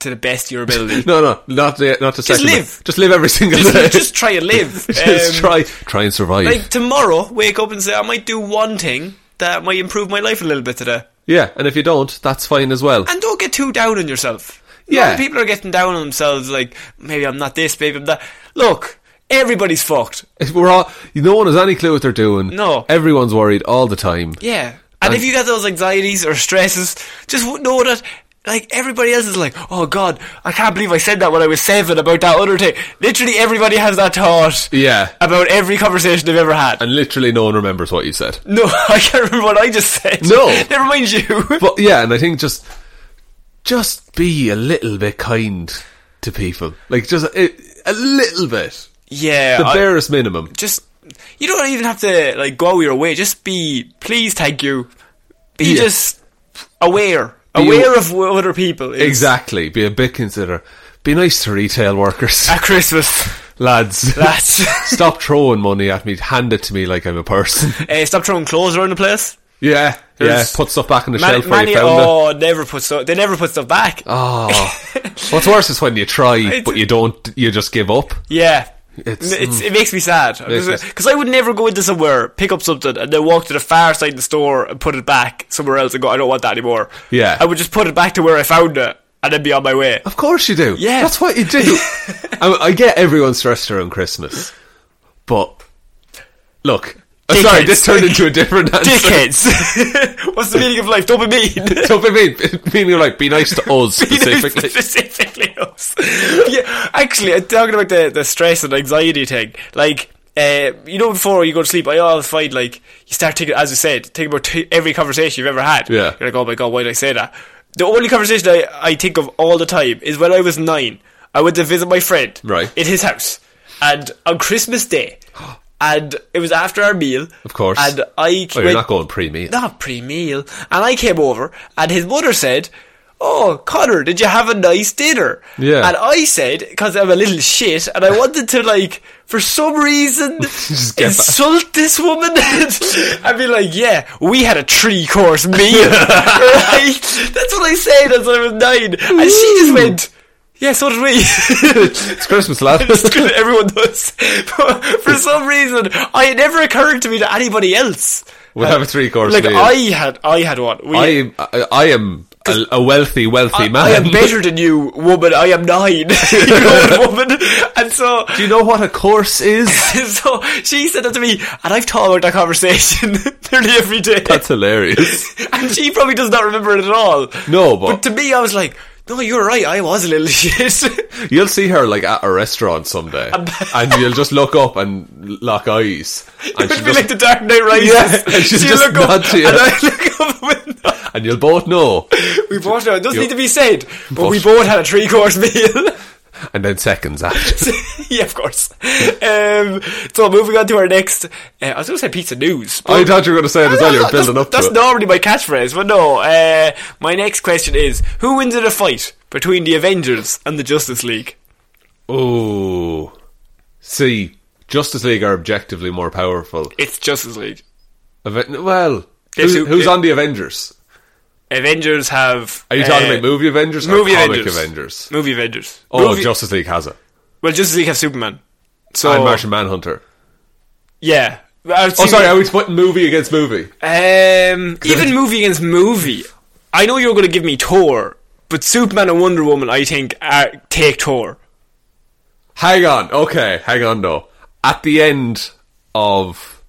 S1: to the best of your ability.
S2: No, no, not the, not the
S1: Just
S2: second.
S1: live.
S2: one. Just live every single day.
S1: just, just try and live.
S2: Just
S1: Um,
S2: try, try and survive.
S1: Like tomorrow, wake up and say, I might do one thing that might improve my life a little bit today.
S2: yeah, and if you don't, that's fine as well.
S1: and don't get too down on yourself.
S2: Yeah.
S1: Yeah, people are getting down on themselves. Like maybe I'm not this, maybe I'm that. Look, everybody's fucked.
S2: If we're all, no one has any clue what they're doing.
S1: No.
S2: everyone's worried all the time.
S1: Yeah, and if you get those anxieties or stresses, just w- know that like everybody else is like, oh god, I can't believe I said that when I was seven about that other thing. Literally, everybody has that thought.
S2: Yeah.
S1: About every conversation they've ever had.
S2: and literally no one remembers what you said.
S1: no, I can't remember what I just said.
S2: No.
S1: never mind you.
S2: But yeah, and I think just just be a little bit kind to people, like just a, a little bit,
S1: yeah,
S2: the
S1: I-
S2: barest minimum.
S1: just you don't even have to like go your way. Just be, please, thank you. Be
S2: Yeah.
S1: just aware,
S2: Be
S1: aware
S2: aw-
S1: of what other people. is
S2: Exactly, be a bit considerate. Be nice to retail workers,
S1: At Christmas,
S2: lads.
S1: lads,
S2: Stop throwing money at me. Hand it to me like I'm a person.
S1: Eh, stop throwing clothes around the place.
S2: Yeah, yeah.
S1: There's-
S2: Put stuff back on the
S1: Man-
S2: shelf where
S1: Manny-
S2: you found it.
S1: oh, never put stuff. They never put stuff back.
S2: Oh. What's worse is when you try,
S1: It's-
S2: but you don't. You just give up.
S1: Yeah.
S2: It's- mm.
S1: It's, it makes me sad
S2: Makes me-
S1: because I would never go into somewhere, pick up something, and then walk to the far side of the store and put it back somewhere else and go, "I don't want that anymore."
S2: Yeah.
S1: I would just put it back to where I found it and then be on my way.
S2: Of course you do.
S1: Yeah.
S2: that's what you do. I, mean, I get everyone's stressed around Christmas, but look, I'm sorry,
S1: Dickheads.
S2: this turned into a different answer.
S1: Dickheads! What's the meaning of life? Don't be mean.
S2: So what I mean, I mean, you're like, be nice to us specifically.
S1: Specifically us. yeah, actually, I'm talking about the, the stress and anxiety thing. Like, uh, you know, before you go to sleep, I always find like you start thinking, as you said, thinking about t- every conversation you've ever had.
S2: Yeah.
S1: you're like, oh my god, why did I say that? The only conversation I, I think of all the time is when I was nine. I went to visit my friend
S2: Right.
S1: in his house, and on Christmas Day, and it was after our meal,
S2: Of course.
S1: And I
S2: Oh, you're
S1: went-
S2: not going pre-meal.
S1: not pre meal. And I came over, and his mother said, Oh, Connor, did you have a nice dinner?
S2: Yeah.
S1: And I said, because I'm a little shit, and I wanted to, like, for some reason,
S2: Just get back.
S1: insult this woman. I'd be like, yeah, we had a three course meal. right? That's what I said as I was nine. And she just went, yeah, so did we.
S2: It's Christmas, lad.
S1: It's good, everyone does. But for some reason, I, it never occurred to me that anybody else
S2: We'll
S1: had-
S2: have a three-course
S1: Like
S2: meal.
S1: I had, I had one. We,
S2: I, I, I am a, a wealthy, wealthy
S1: I,
S2: man.
S1: I am better than you, woman. I am nine, you old woman. And so,
S2: Do you know what a course is?
S1: so she said that to me, and I've thought about that conversation nearly every day.
S2: That's hilarious.
S1: and she probably does not remember it at all.
S2: No, but-
S1: to me, I was like, no, you're right. I was a little shit.
S2: You'll see her like at a restaurant someday, and you'll just look up and lock eyes, and,
S1: It
S2: she'll
S1: would be
S2: just-
S1: like the Dark Knight Rises.
S2: Yeah, and she'll
S1: She'll
S2: just
S1: look up,
S2: nod to you.
S1: and I look up the window.
S2: and you'll both know.
S1: We both know it doesn't
S2: You-
S1: need to be said, but, we
S2: But-
S1: both had a three course meal.
S2: And then seconds after,
S1: yeah, of course. Um, so moving on to our next, uh, I was going to say pizza news. but-
S2: I thought you were going to say it as well. You're building
S1: that's,
S2: up
S1: That's
S2: to it.
S1: normally my catchphrase, but no. Uh, my next question is: Who wins in a fight between the Avengers and the Justice League?
S2: Ooh, see, Justice League are objectively more powerful.
S1: It's Justice League.
S2: Aven- well,
S1: Yes,
S2: who's,
S1: who-
S2: who's
S1: yeah.
S2: on the Avengers?
S1: Avengers have.
S2: Are you talking
S1: uh,
S2: about movie Avengers or
S1: movie
S2: comic
S1: Avengers.
S2: Avengers?
S1: Movie Avengers.
S2: Oh,
S1: Movie- Oh.
S2: Justice League has it.
S1: well, Justice League have Superman. So
S2: and Martian Manhunter.
S1: Yeah.
S2: Oh, sorry, I was putting movie against movie.
S1: Um, even movie against movie. I know you're going to give me Thor, but Superman and Wonder Woman, I think, are, take Thor.
S2: Hang on, okay, hang on though. At the end of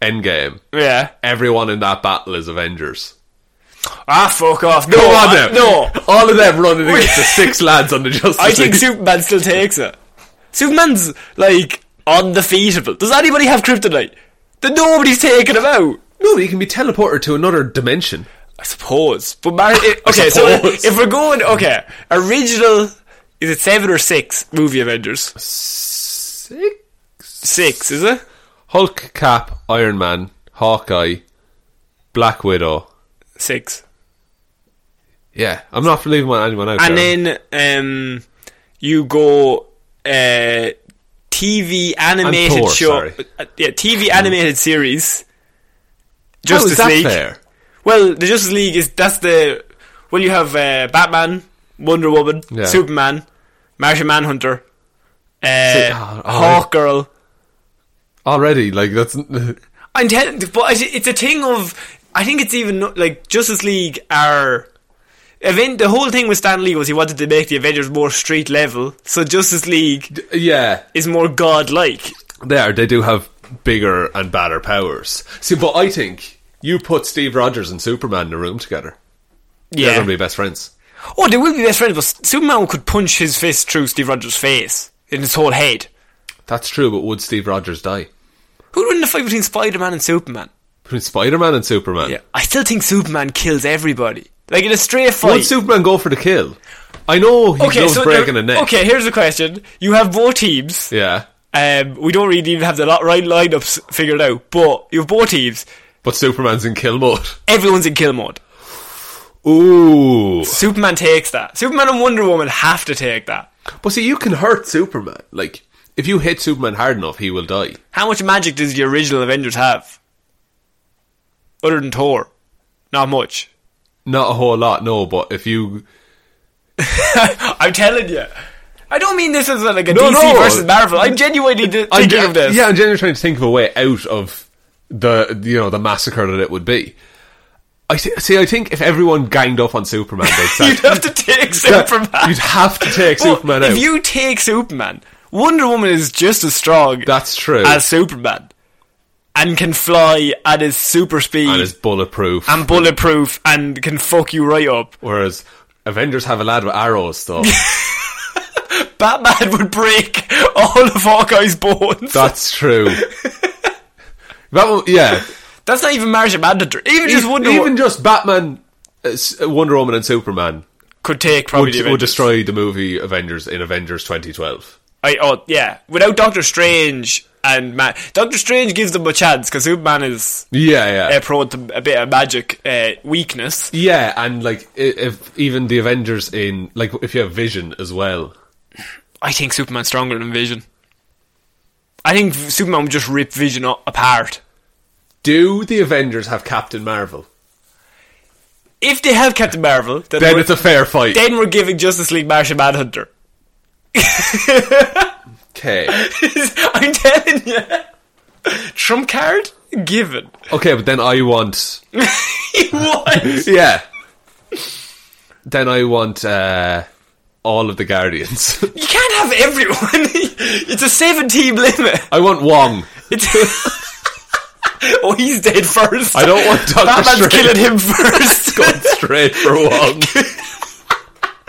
S2: Endgame,
S1: Yeah.
S2: everyone in that battle is Avengers.
S1: Ah, fuck off. No,
S2: Go on
S1: I-
S2: now.
S1: no.
S2: All of them running against the six lads on the Justice
S1: I think
S2: League.
S1: Superman still takes it. Superman's like undefeatable. Does anybody have kryptonite? Then nobody's taking him out.
S2: no, you can be teleported to another dimension.
S1: I suppose. But Mar- i- okay, so
S2: suppose.
S1: if we're going okay, original is it seven or six movie Avengers?
S2: Sick.
S1: Six, is it?
S2: Hulk, Cap, Iron Man, Hawkeye, Black Widow.
S1: Six.
S2: Yeah, I'm not leaving one- anyone out.
S1: and
S2: there.
S1: then um, you go uh, TV animated
S2: Thor,
S1: show,
S2: sorry.
S1: uh, yeah, TV animated series.
S2: How is
S1: Justice
S2: that
S1: League.
S2: fair?
S1: Well, the Justice League is that's the well you have uh, Batman, Wonder Woman,
S2: Yeah.
S1: Superman, Martian Manhunter, uh,
S2: ah, alright.
S1: Hawk Girl.
S2: already like that's
S1: I'm telling, but it's- it's a thing of. I think it's even no- like Justice League are. Event, the whole thing with Stan Lee was he wanted to make the Avengers more street level, so Justice League
S2: yeah.
S1: is more godlike.
S2: They are. They do have bigger and badder powers. See, but I think you put Steve Rogers and Superman in a room together. You guys
S1: Yeah.
S2: are gonna be best friends.
S1: Oh, they will be best friends, but Superman could punch his fist through Steve Rogers' face in his whole head.
S2: That's true, but would Steve Rogers die?
S1: Who'd win the fight between Spider Man and Superman?
S2: Between Spider Man and Superman.
S1: Yeah, I still think Superman kills everybody. Like in a straight fight.
S2: Would Superman go for the kill? I know he loves breaking
S1: there-
S2: a neck.
S1: Okay, here's the question: You have both teams.
S2: Yeah.
S1: Um, we don't really even have the lot- right lineups figured out, but you have both teams.
S2: But Superman's in kill mode.
S1: Everyone's in kill mode.
S2: Ooh.
S1: Superman takes that. Superman and Wonder Woman have to take that.
S2: But see, you can hurt Superman. Like, if you hit Superman hard enough, he will die.
S1: How much magic does the original Avengers have? Other than Thor, not much.
S2: Not a whole lot, no, but if you.
S1: I'm telling you. I don't mean this as like a
S2: No,
S1: DC
S2: no.
S1: versus Marvel. I'm genuinely d-
S2: I'm
S1: thinking
S2: ge-
S1: of this.
S2: Yeah, I'm genuinely trying to think of a way out of the, you know, the massacre that it would be. I thi- see, I think if everyone ganged up on Superman, they'd say.
S1: You'd have to take
S2: that-
S1: Superman.
S2: You'd have to take
S1: Well,
S2: Superman
S1: if
S2: out.
S1: you take Superman, Wonder Woman is just as strong
S2: That's true.
S1: as Superman and can fly at his super speed
S2: and is bulletproof.
S1: and bulletproof and can fuck you right up.
S2: Whereas Avengers have a lad with arrows, though.
S1: Batman would break all of Hawkeye's bones.
S2: That's true. that one, yeah.
S1: That's not even Martian Manhunter. Even just
S2: E-
S1: Wonder
S2: even
S1: Woman
S2: just Batman, uh, S- Wonder Woman, and Superman
S1: could take probably
S2: would,
S1: the
S2: would
S1: Avengers.
S2: destroy the movie Avengers in Avengers 2012.
S1: I oh yeah, without Doctor Strange and Ma- Doctor Strange gives them a chance because Superman is
S2: Yeah, E- yeah.
S1: uh, prone to a bit of magic uh, weakness.
S2: yeah, and like i- if even the Avengers in like if you have Vision as well,
S1: I think Superman's stronger than Vision. I think v- Superman would just rip Vision a- apart.
S2: do the Avengers have Captain Marvel?
S1: If they have Captain Marvel, then,
S2: Then
S1: we're,
S2: it's a fair fight.
S1: then we're giving Justice League Martian Manhunter.
S2: Okay,
S1: I'm telling you, trump card given.
S2: okay, but then I want
S1: what?
S2: yeah. Then I want uh, all of the Guardians.
S1: You can't have everyone. it's a seven-team limit.
S2: I want Wong.
S1: It's oh, he's dead first.
S2: I don't want Doctor
S1: Batman's
S2: Strange.
S1: killing him first.
S2: Going straight for Wong.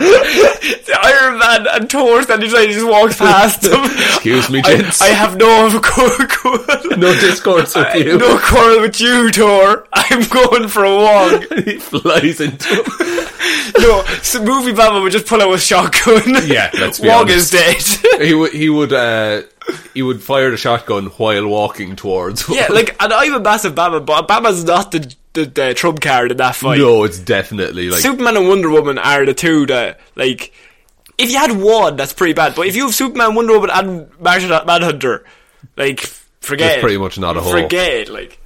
S1: Iron Man and Thor standing aside just walks past him.
S2: Excuse me,
S1: I,
S2: gents.
S1: I have no co- co-
S2: no discourse with you.
S1: no quarrel with you, Thor. I'm going for a walk.
S2: he flies into.
S1: No, so movie Batman would just pull out a shotgun.
S2: Yeah, let's be
S1: Wong
S2: honest.
S1: is dead.
S2: he would. He would. Uh, he would fire the shotgun while walking towards.
S1: yeah, like, and I'm a massive Batman, but Batman's not the, the, the trump card in that fight.
S2: no, it's definitely like
S1: Superman and Wonder Woman are the two that like. If you had one, that's pretty bad. But if you have Superman, Wonder Woman, and Martian Manhunter, like forget
S2: There's
S1: it.
S2: pretty much not a whole-
S1: Forget it. Like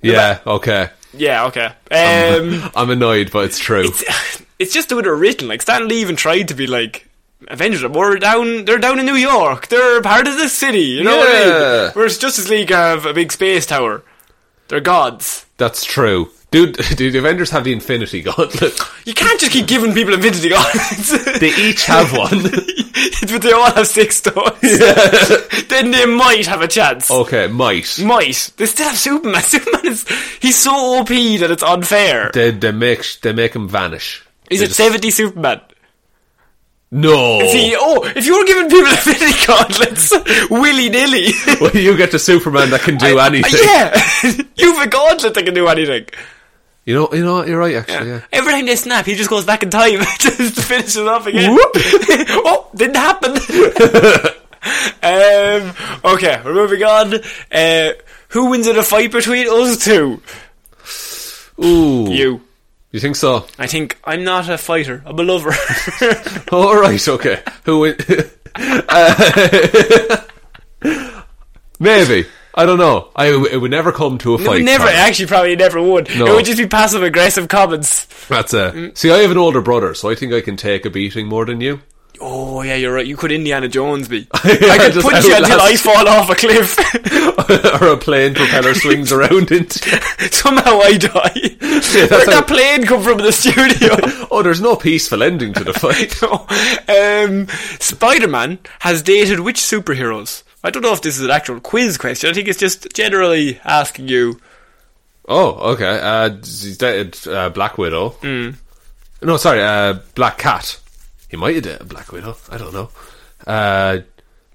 S2: yeah. Okay,
S1: yeah, okay. Um,
S2: I'm annoyed, but it's true.
S1: it's just the way they're written. Like Stan Lee even tried to be like Avengers. are- We're down. They're down in New York. They're part of the city. You know what I
S2: Yeah.
S1: mean? Whereas Justice League have a big space tower. They're gods.
S2: That's true. Dude, do the Avengers have the Infinity Gauntlet?
S1: You can't just keep giving people Infinity Gauntlet.
S2: They e- each have one.
S1: but they all have six stones. then they might have a chance.
S2: Okay, might.
S1: Might. They still have Superman. Superman is he's so OP that it's unfair.
S2: They, they make they make him vanish.
S1: Is
S2: They
S1: it
S2: just-
S1: seventy Superman?
S2: No.
S1: See, oh, if you were giving people infinity gauntlets willy nilly,
S2: Well, you get the Superman that can do anything.
S1: Uh, yeah, you've a gauntlet that can do anything.
S2: You know. You know. what? You're right. Actually. Yeah.
S1: Every time they snap, he just goes back in time to finish it off again.
S2: Whoop.
S1: oh, didn't happen. um, okay, we're moving on. Uh, who wins in a fight between us two?
S2: Ooh.
S1: You.
S2: You think so?
S1: I think I'm not a fighter. I'm a lover.
S2: All right, okay. Who win? maybe I don't know. I it would never come to a
S1: I
S2: fight.
S1: never,
S2: Conor.
S1: actually, probably never would.
S2: No.
S1: It would just be passive aggressive comments.
S2: That's a
S1: Mm.
S2: see. I have an older brother, so I think I can take a beating more than you.
S1: Oh yeah, you're right. You could Indiana Jones be. I could
S2: just
S1: punch you until I
S2: outlast-
S1: fall off a cliff.
S2: or a plane propeller swings around into.
S1: Somehow I die. Where'd
S2: how-
S1: that plane come from in the studio?
S2: Oh, there's no peaceful ending to the fight.
S1: um, Spider Man has dated which superheroes? I don't know if this is an actual quiz question. I think it's just generally asking you.
S2: Oh, okay. Uh, he's dated uh, Black Widow, No, sorry, uh, Black Cat. He might have done a Black Widow. I don't know. Uh,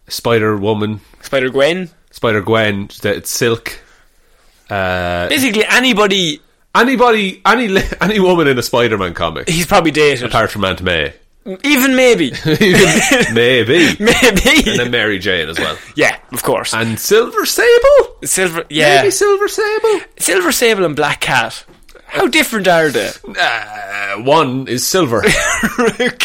S2: Spider Woman,
S1: Spider Gwen.
S2: Spider Gwen. It's Silk. Uh,
S1: Basically, anybody
S2: anybody, any li- any woman in a Spider Man comic,
S1: he's probably dated.
S2: apart from Aunt May,
S1: Even maybe.
S2: maybe, and
S1: maybe.
S2: then Mary Jane as well,
S1: Yeah, of course.
S2: and Silver Sable.
S1: Silver, yeah.
S2: Maybe Silver Sable.
S1: Silver Sable and Black Cat. How different are they?
S2: Uh, one is silver.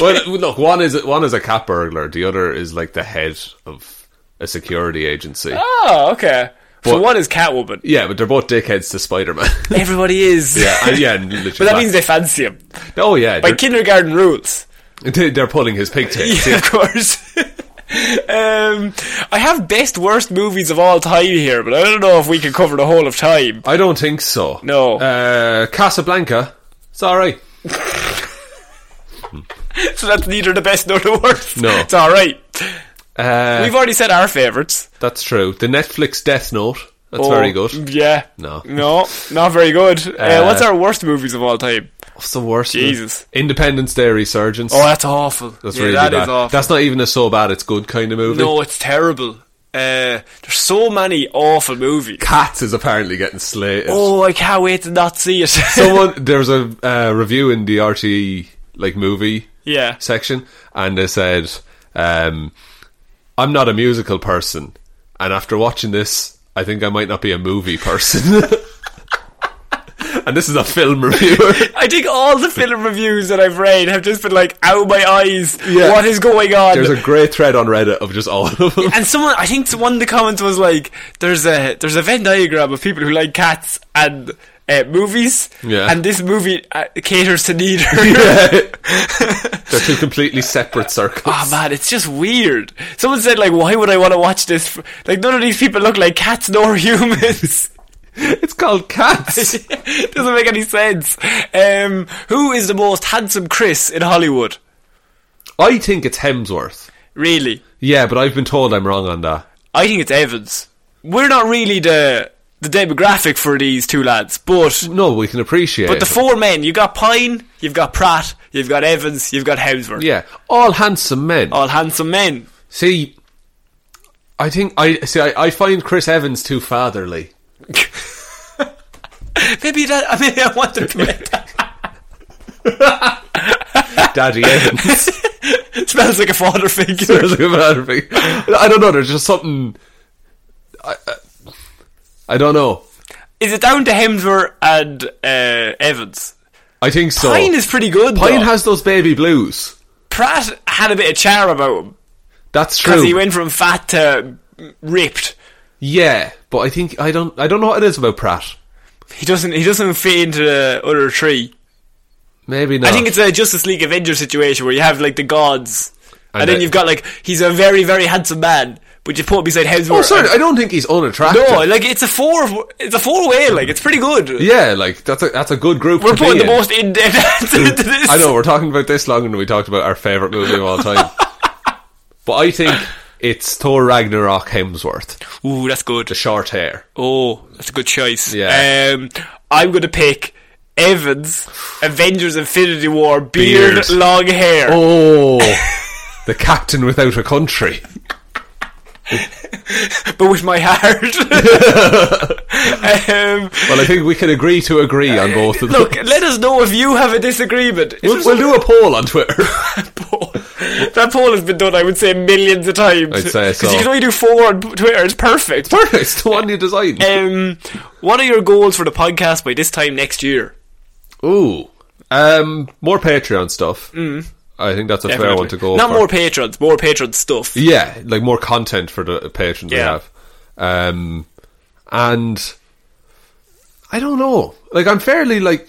S2: Well, look, one is one is a cat burglar. The other is like the head of a security agency.
S1: Oh, okay. so
S2: But-
S1: one is Catwoman.
S2: Yeah, but they're both dickheads to Spider Man.
S1: Everybody is.
S2: yeah, and, yeah. and literally
S1: But that
S2: black-
S1: means they fancy him.
S2: Oh yeah,
S1: By
S2: they're,
S1: kindergarten rules.
S2: they- they're pulling his pigtails.
S1: Yeah, of course. um, I have best worst movies of all time here, but I don't know if we can cover the whole of time.
S2: I don't think so.
S1: No.
S2: uh, Casablanca. It's all right.
S1: So that's neither the best nor the worst.
S2: No.
S1: It's alright.
S2: Uh,
S1: We've already said our favourites.
S2: That's true. The Netflix Death Note. That's
S1: Oh,
S2: very good.
S1: Yeah.
S2: No.
S1: No, not very good. Uh,
S2: Uh,
S1: what's our worst movies of all time?
S2: What's the worst?
S1: Jesus.
S2: Independence Day Resurgence.
S1: Oh, that's awful.
S2: that's
S1: yeah,
S2: really
S1: that
S2: bad.
S1: is awful.
S2: That's not even a so bad it's good kind of movie.
S1: No, it's terrible. Uh, there's so many awful movies.
S2: Cats is apparently getting slated.
S1: Oh, I can't wait to not see it.
S2: Someone there's a uh, review in the RTE like movie
S1: yeah.
S2: section, and they said, um, "I'm not a musical person, and after watching this, I think I might not be a movie person." and this is a film reviewer.
S1: I think all the film reviews that I've read have just been like, out my eyes,
S2: Yeah.
S1: what is going on?
S2: There's a great thread on Reddit of just all of them.
S1: and someone, I think one of the comments was like, "There's a there's a Venn diagram of people who like cats and uh, movies,
S2: Yeah.
S1: and this movie uh, caters to neither."
S2: They're two completely separate circles.
S1: Oh man, it's just weird. Someone said like, "Why would I want to watch this?" f- Like none of these people look like cats nor humans.
S2: It's called cats.
S1: Doesn't make any sense. Um, who is the most handsome Chris in Hollywood?
S2: I think it's Hemsworth.
S1: Really,
S2: Yeah, but I've been told I'm wrong on that.
S1: I think it's Evans. We're not really the the demographic for these two lads, but
S2: No, we can appreciate.
S1: But the
S2: it.
S1: four men, you've got Pine, you've got Pratt, you've got Evans, you've got Hemsworth.
S2: yeah, all handsome men.
S1: All handsome men.
S2: See, I think I see. I, I find Chris Evans too fatherly.
S1: Maybe that, I mean, I want to be like that.
S2: Daddy Evans.
S1: Smells like a father figure.
S2: There's a matter of fact. I don't know. There's just something. I, I, I don't know.
S1: Is it down to Hemsworth and uh, Evans?
S2: I think so.
S1: Pine is pretty good.
S2: Pine
S1: though.
S2: has those baby blues.
S1: Pratt had a bit of char about him
S2: That's
S1: because
S2: true.
S1: he went from fat to ripped.
S2: yeah, but I think I don't. I don't know what it is about Pratt.
S1: He doesn't. He doesn't fit into the other three.
S2: Maybe not.
S1: I think it's a Justice League Avenger situation where you have like the gods, and,
S2: And
S1: then
S2: the-
S1: you've got like he's a very very handsome man, but you put him beside Hemsworth.
S2: Oh, sorry.
S1: and-
S2: I don't think he's unattractive.
S1: No, like it's a four. It's a four way. Like it's pretty good.
S2: yeah, like that's a that's a good group.
S1: We're
S2: to be
S1: putting the
S2: in.
S1: most in depth answer into this.
S2: I know we're talking about this longer than we talked about our favorite movie of all time. but I think it's Thor Ragnarok Hemsworth,
S1: Ooh, that's
S2: the
S1: good.
S2: short hair.
S1: Oh, that's a good choice.
S2: Yeah.
S1: Um, I'm gonna pick Evans, Avengers: Infinity War, beard,
S2: Beard.
S1: long hair.
S2: Oh, the captain without a country.
S1: But with my heart. um,
S2: Well, I think we can agree to agree on both of them.
S1: look, let us know if you have a disagreement. Is
S2: we'll,
S1: there
S2: we'll do a poll on Twitter.
S1: poll. That poll has been done, I would say, millions of times.
S2: I'd say
S1: Because
S2: so.
S1: you can only do four on Twitter. It's perfect.
S2: it's the one you designed.
S1: Um, what are your goals for the podcast by this time next year?
S2: Ooh, um, more Patreon stuff. I think that's a fair one to go.
S1: Mm. Not
S2: for.
S1: more patrons, more patron stuff.
S2: Yeah, like more content for the patrons we
S1: Yeah.
S2: have. Um, and I don't know. Like I'm fairly like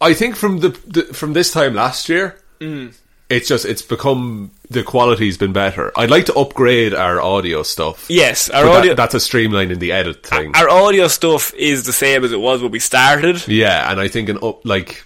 S2: I think from the, the from this time last year,
S1: Mm.
S2: it's just it's become the quality's been better. I'd like to upgrade our audio stuff.
S1: Yes, our
S2: But that-
S1: audio
S2: that's a streamline in the edit thing.
S1: our audio stuff is the same as it was when we started.
S2: yeah, and I think an up like.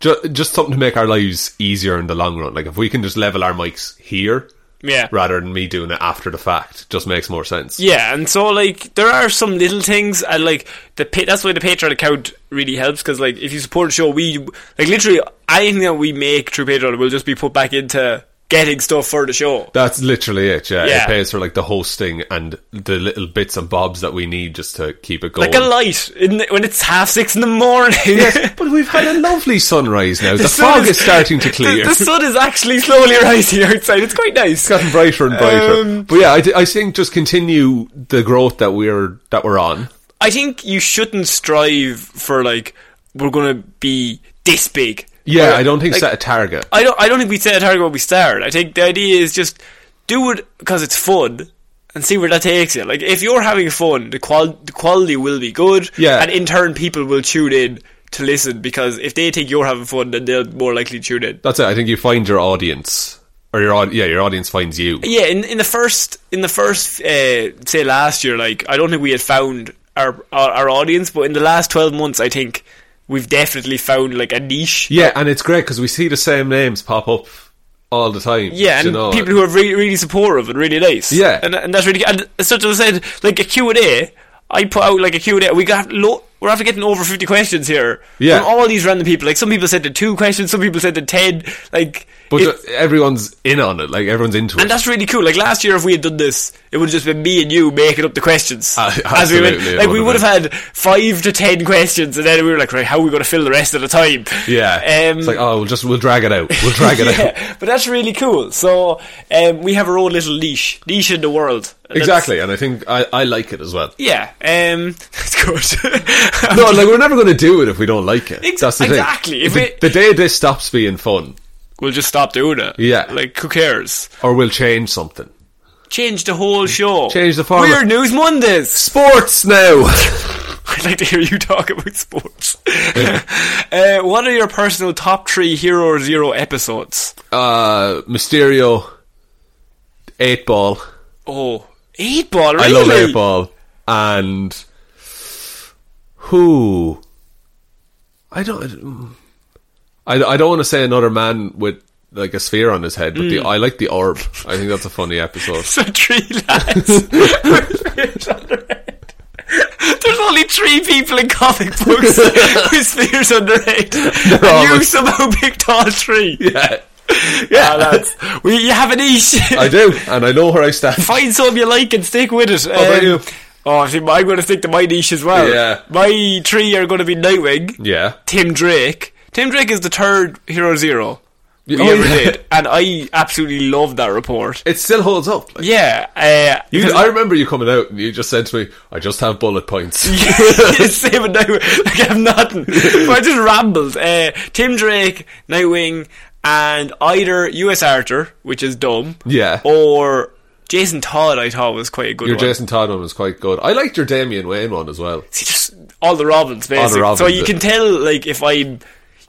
S2: ju- Just something to make our lives easier in the long run. Like if we can just level our mics here,
S1: Yeah.
S2: rather than me doing it after the fact, just makes more sense.
S1: Yeah, and so like there are some little things and like the pa- that's why the Patreon account really helps because like if you support the show, we like literally anything that we make through Patreon will just be put back into getting stuff for the show.
S2: That's literally it. Yeah.
S1: Yeah.
S2: it pays for like the hosting and the little bits and bobs that we need just to keep it going.
S1: Like a light in the, when it's half six in the morning.
S2: but we've had a lovely sunrise now. The,
S1: sun
S2: fog is, starting to clear.
S1: The, the sun is actually slowly rising outside. It's quite nice.
S2: it's gotten brighter and brighter.
S1: Um,
S2: but yeah, I, thi- I think just continue the growth that we're that we're on.
S1: I think you shouldn't strive for like we're gonna be this big.
S2: Yeah,
S1: Or,
S2: I don't think
S1: like,
S2: set a target.
S1: I don't. I don't think we set a target when we start. I think the idea is just do it because it's fun and see where that takes you. Like if you're having fun, the qual the quality will be good.
S2: Yeah.
S1: and in turn, people will tune in to listen because if they think you're having fun, then they'll more likely tune in.
S2: That's it. I think you find your audience, or your aud- yeah, your audience finds you.
S1: Yeah, in in the first in the first uh, say last year, like I don't think we had found our, our our audience, but in the last twelve months, I think we've definitely found like a niche.
S2: Yeah, and it's great because we see the same names pop up all the time.
S1: Yeah, and
S2: you know.
S1: people who are really, really supportive and really nice.
S2: Yeah.
S1: and, and that's really and such as I said, like a Q and A. I put out like a Q and A. We got lo- we're after getting over fifty questions here.
S2: Yeah.
S1: from all these random people. Like some people said the two questions, some people said the ten. Like,
S2: but
S1: it-
S2: uh, everyone's in on it. Like everyone's into it.
S1: and that's really cool. Like last year, if we had done this, it would have just been me and you making up the questions
S2: Uh,
S1: as we went.
S2: absolutely, it
S1: Like we
S2: would
S1: would
S2: have
S1: have had five to ten questions, and then we were like, right, how are we going to fill the rest of the time?
S2: yeah,
S1: um,
S2: it's like oh, we'll just we'll drag it out. We'll drag it out.
S1: yeah, but that's really cool. So um, we have our own little niche, niche in the world. And that's-
S2: Exactly, and I think I, I like it as well.
S1: Yeah, um, that's good.
S2: No, like we're never going to do it if we don't like it.
S1: Ex-
S2: That's the
S1: exactly.
S2: Thing.
S1: If
S2: the,
S1: it-
S2: the day this stops being fun,
S1: we'll just stop doing it.
S2: Yeah.
S1: like who cares?
S2: or we'll change something.
S1: Change the whole show.
S2: Change the format.
S1: Weird news Mondays.
S2: Sports now.
S1: I'd like to hear you talk about sports. uh, what are your personal top three Hero or Zero episodes?
S2: uh, Mysterio, eight ball.
S1: Oh, eight ball. Really?
S2: I love eight ball, and who? I don't. I, I don't want to say another man with like a sphere on his head, but the
S1: Mm.
S2: I like the orb. I think that's a funny episode.
S1: So three lads. with spears on their head. There's only three people in comic books with spears on their head. And you
S2: almost-
S1: somehow picked all three.
S2: Yeah, Ah,
S1: Yeah, lads. We, you have an each.
S2: I do, and I know where I stand.
S1: Find some you like and stick with it.
S2: about
S1: Um,
S2: you?
S1: Oh, see, I'm going to stick to my niche as well.
S2: Yeah.
S1: My three are going to be Nightwing.
S2: Yeah.
S1: Tim Drake. Tim Drake is the third Hero Zero we
S2: Oh,
S1: ever
S2: yeah.
S1: did, and I absolutely love that report.
S2: It still holds up. Like,
S1: Yeah, uh,
S2: you,
S1: because-
S2: I remember you coming out and you just said to me, "I just have bullet points."
S1: Same with Nightwing. Like, I have nothing. But I just rambled. Uh, Tim Drake, Nightwing, and either US Arthur, which is dumb,
S2: Yeah.
S1: or Jason Todd, I thought was quite a good
S2: Your
S1: one.
S2: Jason Todd one was quite good. I liked your Damian Wayne one as well.
S1: See, just all the Robins, basically.
S2: Robins,
S1: so you
S2: yeah.
S1: can tell, like, if I'm.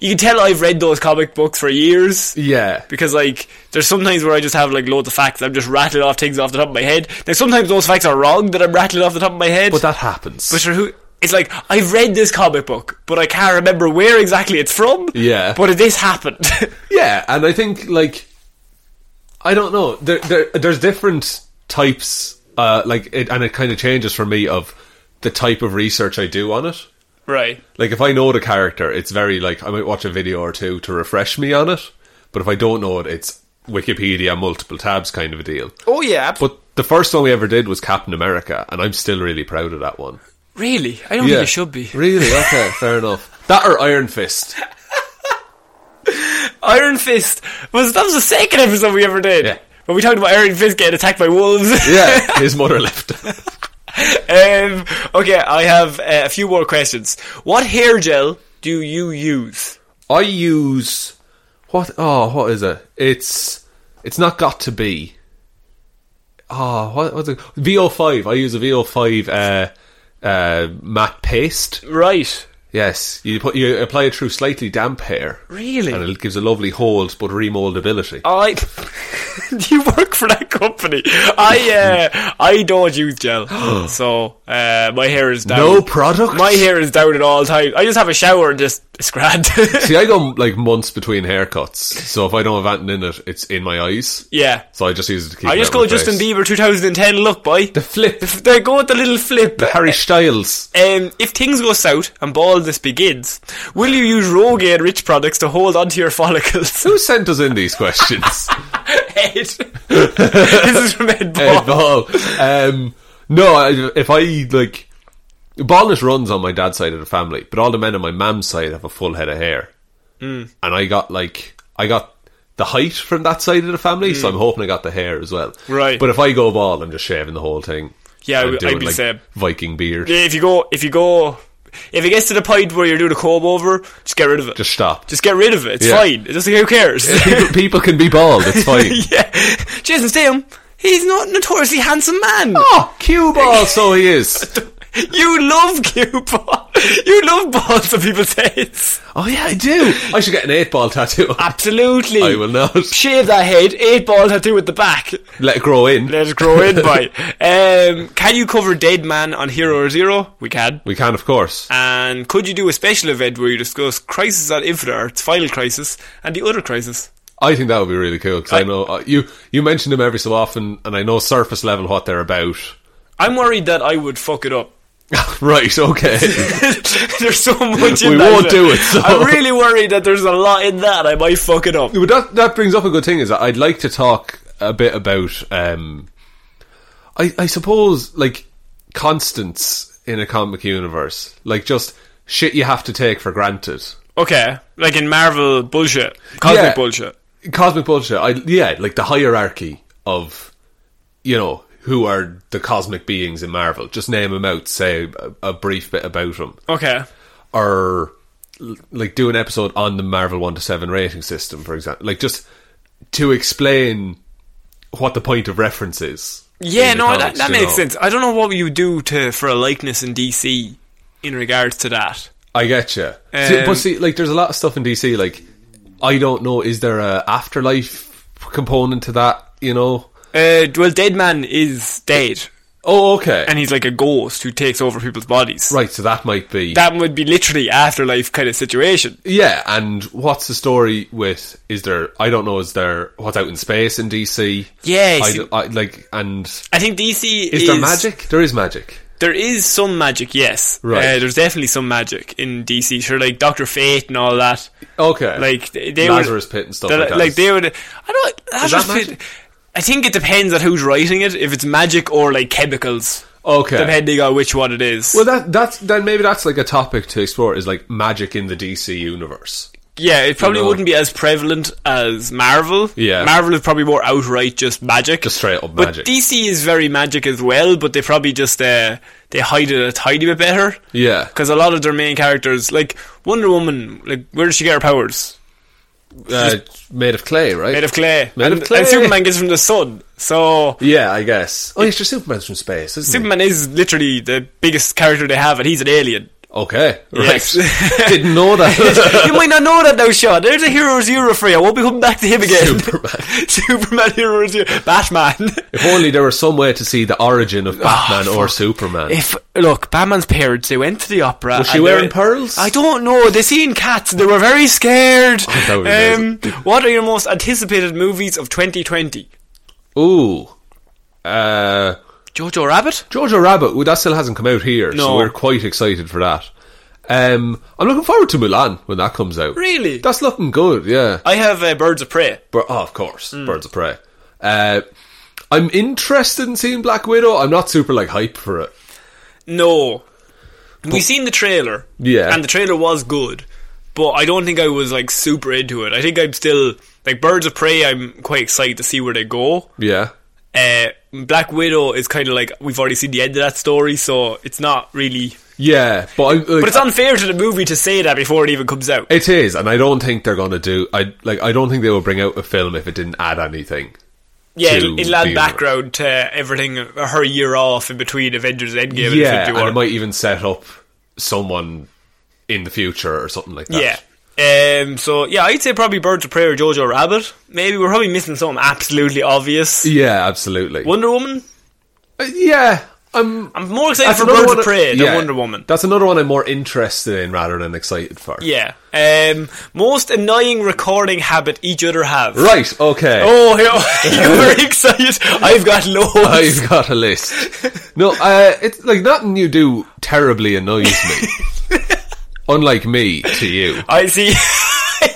S1: You can tell I've read those comic books for years.
S2: Yeah.
S1: Because like there's sometimes where I just have like loads of facts. I'm just rattling off things off the top of my head. Now sometimes those facts are wrong that I'm rattling off the top of my head.
S2: But that happens.
S1: But sure, who? It's like I've read this comic book, but I can't remember where exactly it's from.
S2: Yeah.
S1: But this happened.
S2: yeah, and I think like I don't know. There, there there's different types uh like it and it kind of changes for me of the type of research I do on it.
S1: right.
S2: Like if I know the character, it's very like I might watch a video or two to refresh me on it. But if I don't know it, it's Wikipedia multiple tabs kind of a deal.
S1: Oh yeah. But
S2: But the first one we ever did was Captain America, and I'm still really proud of that one.
S1: really, I don't think it should be.
S2: Really? Okay, fair enough. That or Iron Fist.
S1: Iron Fist was that was the second episode we ever did.
S2: Yeah.
S1: When we talked about Iron Fist getting attacked by wolves.
S2: Yeah, his mother left.
S1: um, okay, I have uh, a few more questions. What hair gel do you use?
S2: I use what? Oh, what is it? It's it's not got to be. Oh, what, what's it? VO5. I use a VO5 uh, uh, matte paste.
S1: Right.
S2: Yes, you put you apply it through slightly damp hair.
S1: Really?
S2: and it gives a lovely hold but remoldability.
S1: I. you work for that company. I uh, I don't use gel, so uh, my hair is down.
S2: No product?
S1: My hair is down at all times. I just have a shower and just It's grand.
S2: See, I go like months between haircuts, so if I don't have anything in it, it's in my eyes.
S1: yeah.
S2: So I just use it to keep.
S1: I
S2: it
S1: just
S2: out
S1: go
S2: of my
S1: Justin
S2: face.
S1: Bieber 2010 look, boy.
S2: The flip,
S1: If they go with the little flip.
S2: the Harry Styles.
S1: Um, if things go south and baldness begins, will you use Rogaine rich products to hold onto your follicles?
S2: Who sent us in these questions?
S1: Ed. this is from Ed Ball.
S2: Ed Ball. Um, no, I, if I like, baldness runs on my dad's side of the family, but all the men on my mam's side have a full head of hair,
S1: Mm.
S2: and I got like, I got the height from that side of the family, so I'm hoping I got the hair as well.
S1: Mm. Right.
S2: But if I go bald, I'm just shaving the whole thing.
S1: Yeah, I
S2: I'm
S1: would- I'd
S2: doing,
S1: be
S2: like,
S1: same.
S2: Viking beard.
S1: Yeah, If you go, if you go, if it gets to the point where you're doing a comb over, just get rid of it.
S2: Just stop.
S1: Just get rid of it. It's
S2: Yeah.
S1: fine. It's just who cares?
S2: people, people can be bald. It's fine.
S1: yeah. Jason Statham, he's not a notoriously handsome man.
S2: Oh, cue ball, so he is.
S1: You love cute ball. You love balls. Some people say it's
S2: Oh yeah, I do. I should get an eight ball tattoo.
S1: absolutely.
S2: I will not
S1: shave that head. Eight ball tattoo at the back.
S2: let it grow in.
S1: Let it grow in, boy. Um, can you cover Dead Man on Hero or Zero? We can.
S2: We can, of course.
S1: And could you do a special event where you discuss Crisis on Infinite Earths, Final Crisis, and the other Crisis?
S2: I think that would be really cool because I, know uh, you. You mention them every so often, and I know surface level what they're about.
S1: I'm worried that I would fuck it up.
S2: right. Okay.
S1: there's so much in
S2: We
S1: that.
S2: won't do it, so-
S1: I'm really worried that there's a lot in that. I might fuck it up.
S2: but that that brings up a good thing is that I'd like to talk a bit about. Um, I I suppose like constants in a comic universe, like just shit you have to take for granted.
S1: Okay, like in Marvel bullshit, cosmic
S2: Yeah.
S1: bullshit.
S2: cosmic bullshit. I yeah, like the hierarchy of you know who are the cosmic beings in Marvel. Just name them out. Say a, a brief bit about them,
S1: Okay,
S2: or l- like do an episode on the Marvel one to seven rating system, for example. Like just to explain what the point of reference is.
S1: yeah,
S2: in the
S1: no, that,
S2: comics,
S1: that
S2: you
S1: makes
S2: know.
S1: sense. I don't know what you do to for a likeness in DC in regards to that.
S2: I get you.
S1: Um,
S2: but see, like, there's a lot of stuff in DC. Like, I don't know. Is there a afterlife component to that? You know?
S1: Uh, well, Dead Man is dead,
S2: Oh, okay.
S1: and he's like a ghost who takes over people's bodies.
S2: right. So that might be
S1: That would be literally afterlife kind of situation.
S2: Yeah, and what's the story with? Is there? I don't know. Is there what's out in space in DC?
S1: Yeah,
S2: I,
S1: see-
S2: d- I- like, and is,
S1: I think DC is,
S2: there magic? There is magic.
S1: There is some magic, yes.
S2: Right.
S1: Uh, there's definitely some magic in DC. Sure, like Doctor Fate and all that.
S2: Okay,
S1: Like they they
S2: Lazarus
S1: would,
S2: Pit and stuff
S1: they're-
S2: like that.
S1: Like they would. I don't. Lazarus
S2: that
S1: Pit-
S2: magic?
S1: I think it depends on who's writing it. If it's magic or like chemicals,
S2: okay.
S1: depending on which one it is.
S2: well, that that's then maybe that's like a topic to explore is like magic in the DC universe.
S1: yeah, it probably
S2: know.
S1: wouldn't be as prevalent as Marvel.
S2: Yeah.
S1: Marvel is probably more outright just magic,
S2: Just straight up
S1: But
S2: magic.
S1: DC is very magic as well, but they probably just uh, they hide it a tiny bit better.
S2: Yeah,
S1: Because a lot of their main characters, like Wonder Woman, like where does she get her powers?
S2: uh, made of clay, right?
S1: Made of clay.
S2: Made of
S1: and,
S2: clay.
S1: And Superman gets it from the sun. So
S2: Yeah, I guess. Oh, it's just Superman's from space, isn't
S1: Superman is literally the biggest character they have, and he's an alien.
S2: he? Okay, right.
S1: Yes.
S2: Didn't know that.
S1: you might not know that now, Sean. There's a Heroes Zero for you. I won't be coming back to him again.
S2: Superman.
S1: Superman, Heroes Zero. Batman.
S2: if only there was some way to see the origin of Batman or Superman.
S1: If look, Batman's parents, they went to the opera.
S2: Was she
S1: and they
S2: wearing
S1: were-
S2: pearls?
S1: I don't know. They seen cats. They were very scared. Um,
S2: that would be amazing.
S1: what are your most anticipated movies of 2020?
S2: Ooh. Uh,
S1: Jojo Rabbit.
S2: Jojo Rabbit, well, that still hasn't come out here,
S1: No.
S2: so we're quite excited for that. Um, I'm looking forward to Milan when that comes out.
S1: Really?
S2: That's looking good, yeah.
S1: I have uh, Birds of Prey.
S2: But, oh, of course,
S1: Mm.
S2: Birds of Prey. Uh, I'm interested in seeing Black Widow. I'm not super like hype for it.
S1: No, we seen the trailer.
S2: Yeah.
S1: and the trailer was good, but I don't think I was like super into it. I think I'm still like Birds of Prey. I'm quite excited to see where they go.
S2: Yeah,
S1: Uh, Black Widow is kind of like we've already seen the end of that story, so it's not really.
S2: yeah, but I, like,
S1: But it's unfair to the movie to say that before it even comes out.
S2: it is, and I don't think they're gonna do. I like, I don't think they will bring out a film if it didn't add anything.
S1: yeah,
S2: to
S1: it'll, it'll add
S2: the-
S1: background to everything. uh, Her year off in between Avengers Endgame and
S2: yeah,
S1: Infinity
S2: and
S1: War.
S2: it might even set up someone in the future or something like that.
S1: Yeah. Um, so yeah, I'd say probably Birds of Prey or Jojo Rabbit. Maybe we're probably missing something absolutely obvious.
S2: Yeah, absolutely.
S1: Wonder Woman.
S2: Uh, yeah, I'm
S1: I'm more excited
S2: that's
S1: for
S2: another
S1: Birds
S2: one-
S1: of Prey than
S2: yeah,
S1: Wonder Woman.
S2: That's another one I'm more interested in rather than excited for.
S1: Yeah. Um, most annoying recording habit each other have.
S2: Right. Okay.
S1: Oh, you- you were excited. I've got loads.
S2: I've got a list. No, uh, it's like nothing you do terribly annoys me. Unlike me to you.
S1: I see.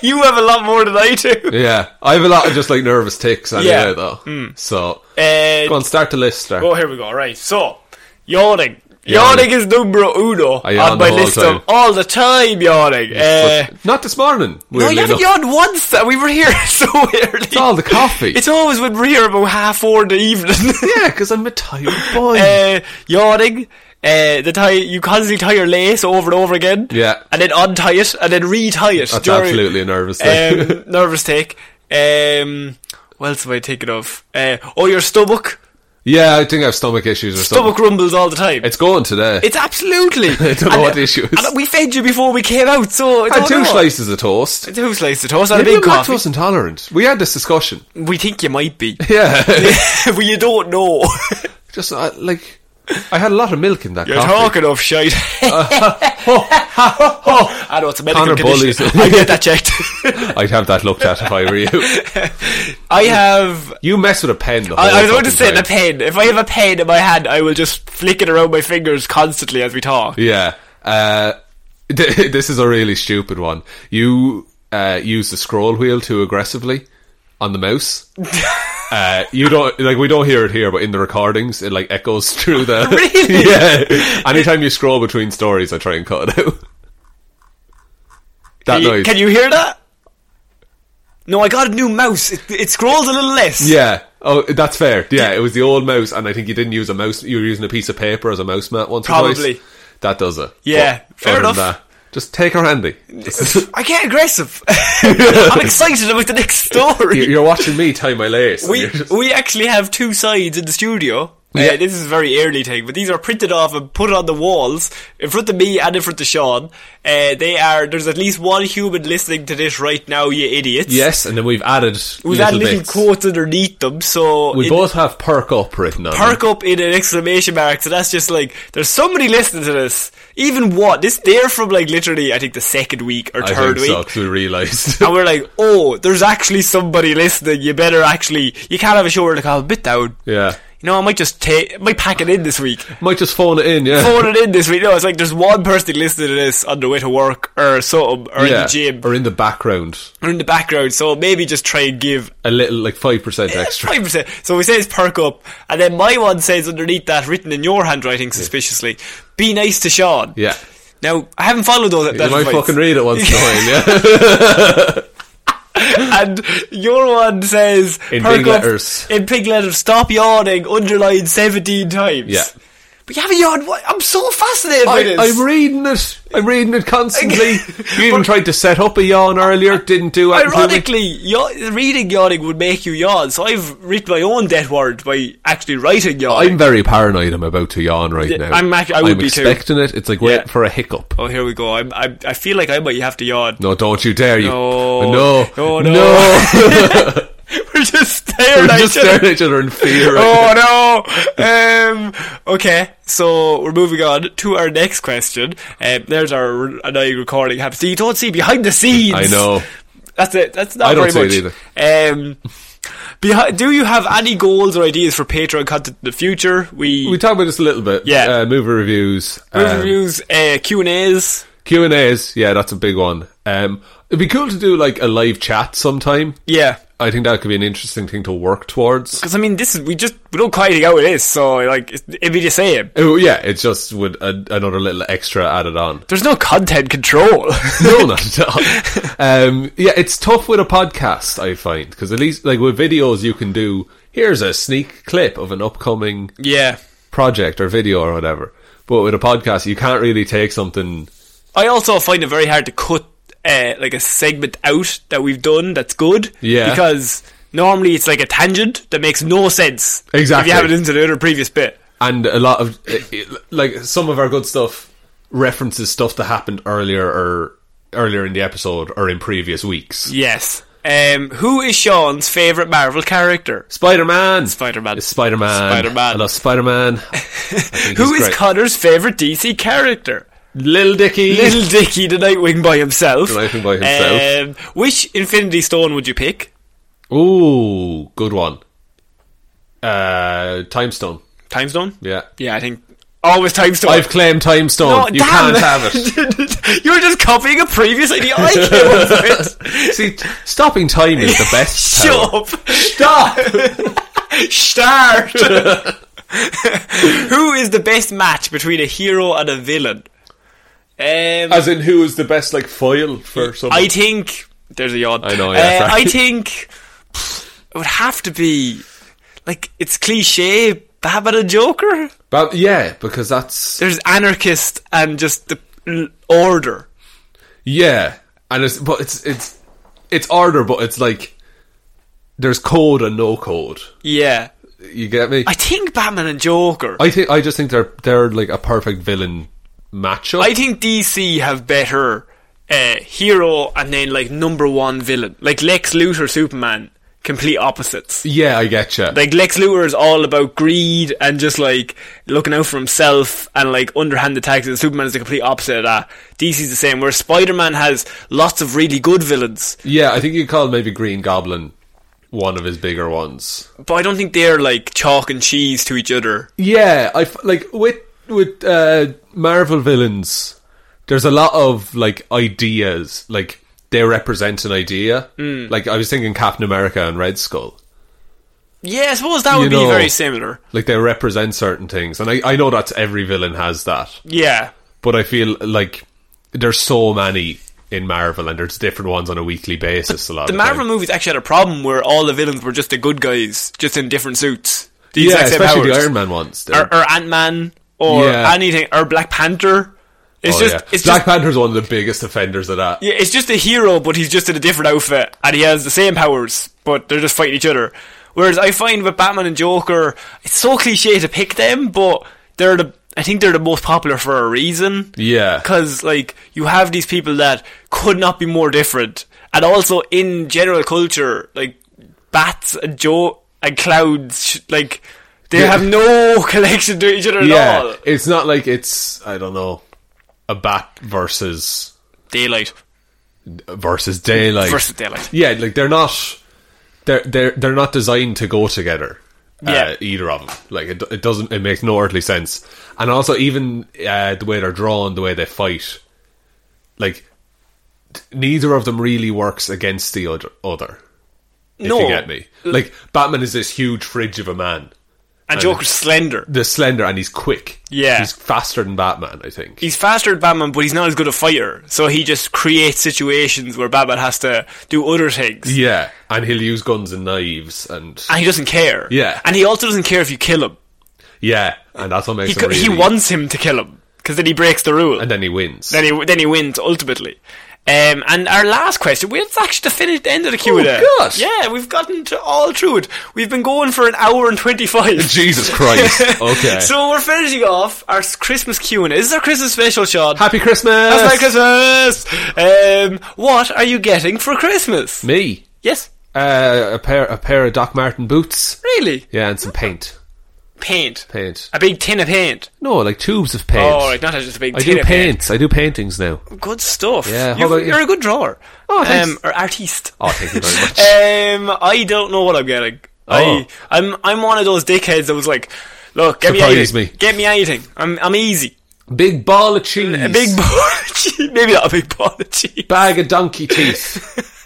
S1: you have a lot more than I do.
S2: Yeah, I have a lot of just like nervous ticks anyway,
S1: Yeah.
S2: though. So
S1: Uh,
S2: go on, start the list. Start.
S1: Oh, here we go. Right. So, yawning. Yawning
S2: Yawning.
S1: is numero uno
S2: I yawn
S1: on my
S2: the whole
S1: list
S2: time.
S1: of all the time yawning. Uh,
S2: But not this morning.
S1: no,
S2: Weirdly
S1: you haven't
S2: enough.
S1: yawned once. uh, We were here so early.
S2: It's all the coffee.
S1: It's always when we're here about half four in the evening.
S2: yeah, because I'm a tired boy.
S1: uh, yawning. Uh, the tie you constantly tie your lace over and over again.
S2: Yeah.
S1: and then untie it and then re-tie it.
S2: That's
S1: during-
S2: absolutely a nervous thing.
S1: um, nervous take. Um, what else am I thinking of? Uh, oh, your stomach.
S2: yeah, I think I have stomach issues or
S1: Stomach
S2: something.
S1: rumbles all the time.
S2: It's going today.
S1: It's absolutely. I
S2: don't know what the issue is.
S1: And we fed you before we came out, so
S2: I
S1: I
S2: had
S1: don't
S2: two
S1: know.
S2: slices of toast.
S1: Two slices of toast and a
S2: Maybe
S1: big
S2: I'm
S1: coffee.
S2: lactose intolerant. We had this discussion.
S1: We think you might be,
S2: Yeah,
S1: but you don't know.
S2: just uh, like I had a lot of milk in that
S1: You're
S2: coffee.
S1: talking of shite.
S2: Oh,
S1: I know it's a medical
S2: Connor
S1: condition.
S2: bullies.
S1: I get that checked.
S2: I'd have that looked at if I were you.
S1: I have.
S2: You mess with a pen. The whole
S1: I, I was going to
S2: fucking
S1: say
S2: time.
S1: the pen. If I have a pen in my hand, I will just flick it around my fingers constantly as we talk.
S2: Yeah. Uh, th- this is a really stupid one. You uh, use the scroll wheel too aggressively on the mouse. Uh, you don't like we don't hear it here, but in the recordings, it like echoes through the.
S1: Really?
S2: yeah. Anytime you scroll between stories, I try and cut it out. That
S1: Can you-
S2: noise.
S1: Can you hear that? No, I got a new mouse. It, it scrolls a little less.
S2: Yeah. Oh, that's fair. Yeah, it was the old mouse, and I think you didn't use a mouse. You were using a piece of paper as a mouse mat once or twice.
S1: Probably.
S2: That does it.
S1: Yeah, fair
S2: other than
S1: enough.
S2: that, just take her handy.
S1: I get aggressive. I'm excited about the next story.
S2: You're watching me tie my lace.
S1: we
S2: You're just-
S1: we actually have two sides in the studio. Uh,
S2: Yeah.
S1: this is a very early thing, but these are printed off and put on the walls in front of me and in front of Sean. Uh, they are there's at least one human listening to this right now, you idiots.
S2: yes, and then we've added
S1: we've
S2: little
S1: had little
S2: bits.
S1: quotes underneath them, so
S2: We
S1: it-
S2: both have perk up written on.
S1: Park
S2: them.
S1: up in an exclamation mark, so that's just like there's somebody listening to this. Even what this they're from like literally I think the second week or
S2: I
S1: third
S2: think
S1: week.
S2: so, 'cause we realised.
S1: And we're like, oh, there's actually somebody listening. You better actually, you can't have a show where like, oh, I'm a bit down.
S2: yeah,
S1: You know, I might just take, might pack it in this week.
S2: might just phone it in. Yeah,
S1: Phone it in this week. No, it's like there's one person listening to this on the way to work or something, or in
S2: yeah.
S1: the gym,
S2: or in the background,
S1: or in the background. So maybe just try and give
S2: a little like five percent extra.
S1: Five percent. So we say it's perk up, and then my one says underneath that, written in your handwriting suspiciously, "Be nice to Sean."
S2: Yeah,
S1: Now I haven't followed those. That
S2: you might
S1: advice.
S2: fucking read it once in a while. Yeah,
S1: And your one says
S2: In
S1: perk
S2: big
S1: up-
S2: letters.
S1: In big letters. Stop yawning. Underlined seventeen times.
S2: Yeah.
S1: But you haven't yawned. What? I'm so fascinated by
S2: I,
S1: this.
S2: I'm reading it. I'm reading it constantly.
S1: But-
S2: you even tried to set up a yawn earlier. Didn't do it. until we-
S1: Ironically, yaw- reading yawning would make you yawn, so I've written my own death word by actually writing yawning.
S2: I'm very paranoid. I'm about to yawn right
S1: Yeah,
S2: now.
S1: I'm ac- I would
S2: I'm
S1: be too.
S2: expecting it. It's like waiting
S1: Yeah.
S2: for a hiccup.
S1: oh, here we go. I'm, I, I feel like I might have to yawn.
S2: No, don't you dare! You
S1: No.
S2: no,
S1: No,
S2: no,
S1: no. We're just staring
S2: We're
S1: at
S2: just
S1: each other.
S2: staring at each other in fear. right
S1: Oh no! Um, okay, so we're moving on to our next question. Um, there's our r- annoying recording habit. So you don't see behind the scenes.
S2: now. I know.
S1: That's it. That's not
S2: I don't
S1: very
S2: see it
S1: much. Um, behi- do you have any goals or ideas for Patreon content in the future? We,
S2: We talked about this a little bit.
S1: Yeah.
S2: uh, movie reviews, um,
S1: reviews, uh, Q and A's.
S2: Q and A's. Yeah, that's a big one. Um, it'd be cool to do like a live chat sometime.
S1: Yeah,
S2: I think that could be an interesting thing to work towards.
S1: because I mean, this is we just we don't quite know how it is. So like, it- it'd be the same.
S2: Oh yeah, it's just with a, another little extra added on.
S1: There's no content control.
S2: no, not at all. Um, yeah, it's tough with a podcast, I find, because at least like with videos, you can do here's a sneak clip of an upcoming
S1: yeah.
S2: project or video or whatever. But with a podcast, you can't really take something.
S1: I also find it very hard to cut uh, like a segment out that we've done that's good.
S2: Yeah.
S1: Because normally it's like a tangent that makes no sense. If
S2: Exactly.
S1: you have it into the other previous bit.
S2: And a lot of like some of our good stuff references stuff that happened earlier or earlier in the episode or in previous weeks.
S1: Yes. Um, who is Sean's favourite Marvel character?
S2: Spider Man.
S1: Spider-Man.
S2: Spider Man.
S1: Spider-Man.
S2: I love Spider Man.
S1: Who is Connor's favourite DC character?
S2: Lil Dicky?
S1: Little Dicky, the Nightwing by himself.
S2: The Nightwing by himself.
S1: Um, which Infinity Stone would you pick?
S2: Ooh, good one. Uh, Time Stone.
S1: Time Stone?
S2: Yeah.
S1: Yeah, I think always Time Stone.
S2: I've claimed Time Stone.
S1: No,
S2: you
S1: damn.
S2: can't have it.
S1: you were just copying a previous idea I came up with.
S2: See, stopping time is the best.
S1: Shut
S2: power.
S1: up. Stop. Start. Who is the best match between a hero and a villain? Um,
S2: As in, who is the best like foil for someone?
S1: I think there's a odd.
S2: I know, yeah,
S1: Uh,
S2: sorry.
S1: I think it would have to be like it's cliche. Batman and Joker.
S2: But yeah, because that's
S1: There's anarchist and just the l- order.
S2: yeah, and it's but it's it's it's order, but it's like there's code and no code.
S1: Yeah,
S2: You get me?
S1: I think Batman and Joker.
S2: I think I just think they're they're like a perfect villain matchup.
S1: I think DC have better uh, hero and then like number one villain, like Lex Luthor, Superman, complete opposites.
S2: yeah, I get you.
S1: Like Lex Luthor is all about greed and just like looking out for himself and like underhanded attacks. And Superman is the complete opposite of that. DC's the same. Where Spider Man has lots of really good villains,
S2: yeah, I think you call maybe Green Goblin one of his bigger ones.
S1: but I don't think they're like chalk and cheese to each other.
S2: Yeah, I f- like with with uh, Marvel villains. There's a lot of like ideas, like they represent an idea.
S1: Hmm.
S2: Like I was thinking Captain America and Red Skull.
S1: Yeah, I suppose that
S2: You
S1: would be
S2: know.
S1: very similar.
S2: Like they represent certain things, and I, I know that's every villain has that.
S1: Yeah.
S2: But I feel like there's so many in Marvel, and there's different ones on a weekly basis. a lot
S1: The
S2: of
S1: Marvel
S2: time.
S1: movies actually had a problem where all the villains were just the good guys, just in different suits. The
S2: yeah,
S1: exact same
S2: especially the
S1: powers.
S2: Iron Man ones. they're-
S1: or, or Ant Man or
S2: Yeah.
S1: anything or Black Panther. It's
S2: oh,
S1: just
S2: yeah.
S1: it's
S2: Black
S1: just
S2: Panther's one of the biggest offenders of that.
S1: yeah, it's just a hero, but he's just in a different outfit and he has the same powers, but they're just fighting each other. Whereas I find with Batman and Joker, it's so cliche to pick them, but they're the I think they're the most popular for a reason.
S2: Yeah.
S1: because like you have these people that could not be more different, and also in general culture, like bats and Joe and clouds, sh- like they
S2: Yeah.
S1: have no connection to each other at
S2: yeah,
S1: all.
S2: it's not like it's I don't know a bat versus
S1: Daylight.
S2: versus daylight.
S1: Versus daylight.
S2: Yeah, like they're not they're they're they're not designed to go together.
S1: Yeah.
S2: uh, either of them. Like it, it doesn't it makes no earthly sense. And also even uh, the way they're drawn, the way they fight, like t- neither of them really works against the other. other if
S1: No.
S2: you get me. Like Batman is this huge fridge of a man.
S1: And Joker's slender.
S2: The slender and he's quick.
S1: Yeah.
S2: he's faster than Batman. I think.
S1: He's faster than Batman, but he's not as good a fighter. So he just creates situations where Batman has to do other things.
S2: Yeah, and he'll use guns and knives, and
S1: And he doesn't care.
S2: Yeah.
S1: And he also doesn't care if you kill him.
S2: yeah, and that's what
S1: He,
S2: makes
S1: co-
S2: him really.
S1: he wants him to kill him. Because then he breaks the rule.
S2: and then he wins.
S1: then he then he wins ultimately. Um, and our last question, we it's actually the finish the end of the Q
S2: Oh,
S1: there.
S2: God.
S1: Yeah, we've gotten to all through it. We've been going for an hour and twenty five.
S2: Jesus Christ! Okay.
S1: So we're finishing off our s- Christmas Q and A. This is our Christmas special, Sean.
S2: happy Christmas!
S1: That's my Christmas. Um, what are you getting for Christmas?
S2: Me,
S1: Yes,
S2: uh, a pair a pair of Doc Martin boots.
S1: really.
S2: Yeah, and some paint.
S1: Paint.
S2: Paint.
S1: A big tin of paint.
S2: No, like tubes of paint.
S1: Oh, right, not just a big
S2: I
S1: tin
S2: do
S1: of paint.
S2: paints. I do paintings now.
S1: Good stuff.
S2: Yeah, how
S1: you're,
S2: about you?
S1: you're a good drawer.
S2: Oh, thanks.
S1: Um, or artiste.
S2: Oh, thank you very much.
S1: Um, I don't know what I'm getting. I,
S2: Oh.
S1: I'm I'm one of those dickheads that was like, look, get me
S2: Surprise
S1: anything.
S2: me.
S1: Get me anything. I'm I'm easy.
S2: Big ball of cheese.
S1: A big apology. Maybe not a big apology.
S2: bag of donkey teeth.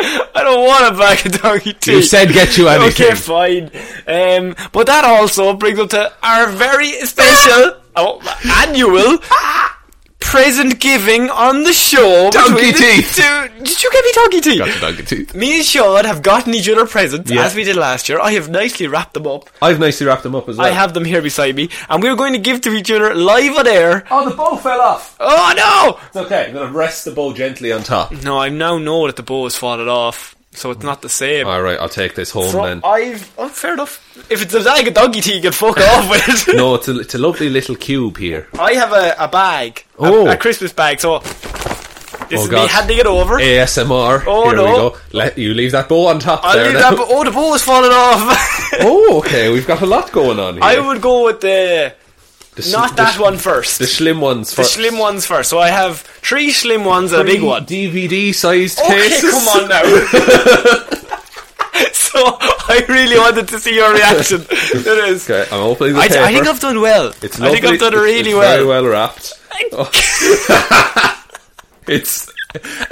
S1: I don't want a bag of donkey teeth.
S2: You said get you anything.
S1: Okay, fine. Um, but that also brings up to our very special oh, annual present giving on the show.
S2: Donkey
S1: between the
S2: teeth.
S1: two- Did you get me donkey teeth?
S2: Got the donkey teeth.
S1: Me and Sean have gotten each other presents
S2: Yeah.
S1: as we did last year. I have nicely wrapped them up.
S2: I've nicely wrapped them up as well.
S1: I have them here beside me, and we're going to give to each other live on air.
S2: Oh, the bow fell off.
S1: Oh no!
S2: It's okay. I'm gonna rest the bow gently on top.
S1: No, I now know that the bow has fallen off, so it's not the same.
S2: All right, I'll take this home
S1: So
S2: then.
S1: I've oh, fair enough. If it's a bag of doggy tea, you can fuck off with it.
S2: No, it's a, it's a lovely little cube here.
S1: I have a, a bag, a,
S2: Oh.
S1: a Christmas bag. So This
S2: Oh,
S1: is me
S2: God. Eh,
S1: handing it over.
S2: ASMR. Here
S1: Oh,
S2: we
S1: no.
S2: go. Let you leave that bow on top
S1: I'll
S2: there.
S1: leave
S2: now.
S1: that. But, oh, the ball is falling off.
S2: oh, okay. We've got a lot going on here.
S1: I would go with the
S2: The sl-
S1: not
S2: the
S1: that
S2: sh-
S1: one first.
S2: The slim ones
S1: The
S2: first.
S1: slim ones first. So I have three slim ones and a big one.
S2: DVD sized
S1: Okay,
S2: cases.
S1: come on now. so I really wanted to see your reaction. It is.
S2: Okay, I'm opening the
S1: I, I think
S2: paper.
S1: I've done well.
S2: It's
S1: I think
S2: lovely.
S1: I've done
S2: It's-
S1: really
S2: it's Very
S1: well.
S2: well wrapped. Oh. it's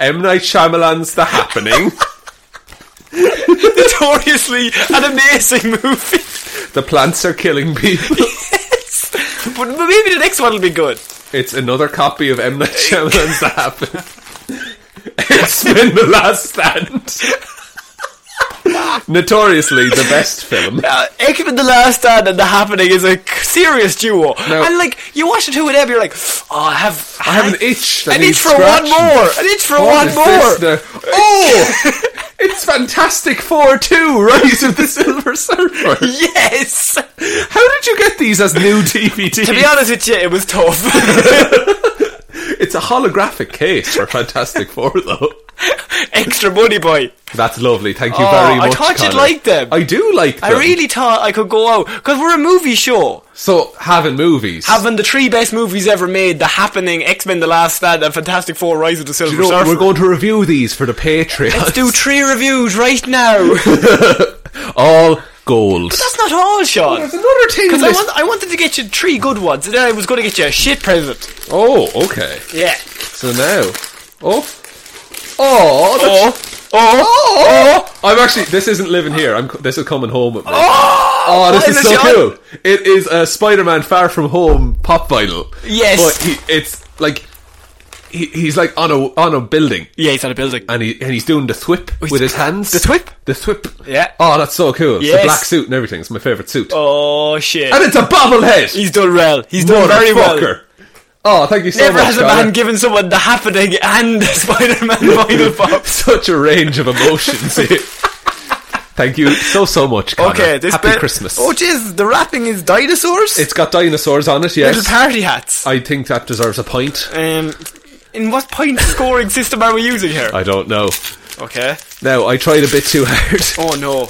S2: M Night Shyamalan's The Happening.
S1: Notoriously an amazing movie.
S2: the plants are killing people.
S1: But maybe the next one will be good.
S2: It's another copy of M Night Shyamalan's The Happening. It's been the last stand. Notoriously, the best film.
S1: Uh, Ekman the Last Stand and The Happening is a c- serious duo.
S2: No.
S1: And like, you watch the two of them, you're like, oh, I have.
S2: I have an itch that
S1: An itch
S2: needs
S1: for one
S2: scratching.
S1: more. An itch for
S2: What
S1: one
S2: is
S1: more.
S2: this now? Oh, it's Fantastic Four 2, Rise of the Silver Surfer.
S1: Yes!
S2: How did you get these as new DVDs?
S1: to be honest with you, it was tough.
S2: it's a holographic case for Fantastic Four, though.
S1: Extra money, boy.
S2: That's lovely. Thank you
S1: Oh,
S2: very
S1: I
S2: much.
S1: thought you'd
S2: Connor.
S1: like them.
S2: I do like them.
S1: I really thought I could go out because we're a movie show.
S2: so having movies.
S1: Having the three best movies ever made: The Happening, X Men: The Last Stand, and Fantastic Four: Rise of the
S2: Do
S1: Silver
S2: you know,
S1: Surfer.
S2: we're going to review these for the Patreon.
S1: Let's do three reviews right now.
S2: all gold.
S1: That's not all, Sean.
S2: There's another thing.
S1: Because I,
S2: list-
S1: want, I wanted to get you three good ones, and then I was going to get you a shit present.
S2: oh, okay.
S1: Yeah.
S2: So now, oh, oh, that's-
S1: Oh, oh, oh,
S2: Oh, I'm actually. This isn't living here. I'm. c- This is coming home with me.
S1: oh,
S2: Oh, this
S1: Why
S2: is
S1: is
S2: so
S1: it on?
S2: cool! It is a Spider-Man Far From Home pop vinyl.
S1: Yes.
S2: but he, it's like he, he's like on a on a building,
S1: Yeah, he's on a building.
S2: and he and he's doing the thwip with his hands.
S1: the thwip?
S2: the thwip.
S1: Yeah.
S2: Oh, that's so cool! It's
S1: Yes.
S2: a black suit and everything. It's my favorite suit,
S1: Oh shit.
S2: and it's a bobblehead.
S1: He's done well. He's done very well.
S2: Motherfucker. Oh, thank you so
S1: Never
S2: much.
S1: has a
S2: Connor.
S1: man given someone the happening and Spider-Man vinyl box.
S2: such a range of emotions. here. Thank you so so much. Connor.
S1: Okay, this
S2: happy
S1: bit-
S2: Christmas.
S1: Oh, jeez, the wrapping is dinosaurs.
S2: it's got dinosaurs on it. Yes,
S1: little party hats.
S2: I think that deserves a point.
S1: um, in what point scoring system are we using here?
S2: I don't know.
S1: okay.
S2: Now I tried a bit too hard.
S1: Oh no.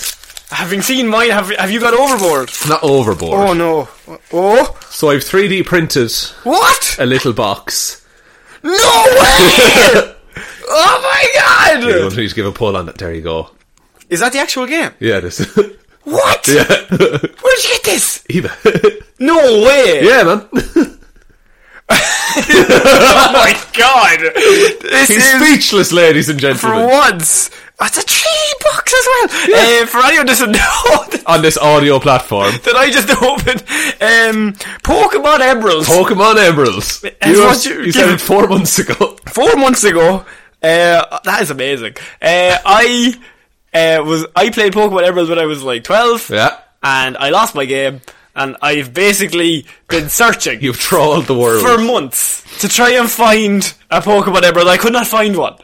S1: Having seen mine, have have you got overboard?
S2: Not overboard.
S1: Oh no. Oh.
S2: So I've 3D printed
S1: What?
S2: a little box.
S1: No way! oh my
S2: You
S1: god!
S2: want me to give a pull on it? There you go.
S1: Is that the actual game?
S2: Yeah, this.
S1: What? Where did you get this?
S2: Eva.
S1: No way!
S2: yeah, man.
S1: Oh my god! This
S2: He's
S1: is
S2: speechless, ladies and
S1: for
S2: gentlemen.
S1: once. That's a tree box as well.
S2: Yeah.
S1: Uh, for anyone who doesn't know,
S2: On this audio platform,
S1: that I just opened. Um, Pokemon Emeralds.
S2: Pokemon Emeralds. You,
S1: what
S2: have-
S1: you-
S2: you said
S1: give-
S2: it four months ago.
S1: Four months ago, uh, that is amazing. Uh, I uh, was I played Pokemon Emeralds when I was like twelve.
S2: Yeah.
S1: and I lost my game, and I've basically been searching
S2: You've trawled the world.
S1: for months to try and find a Pokemon Emerald. I could not find one.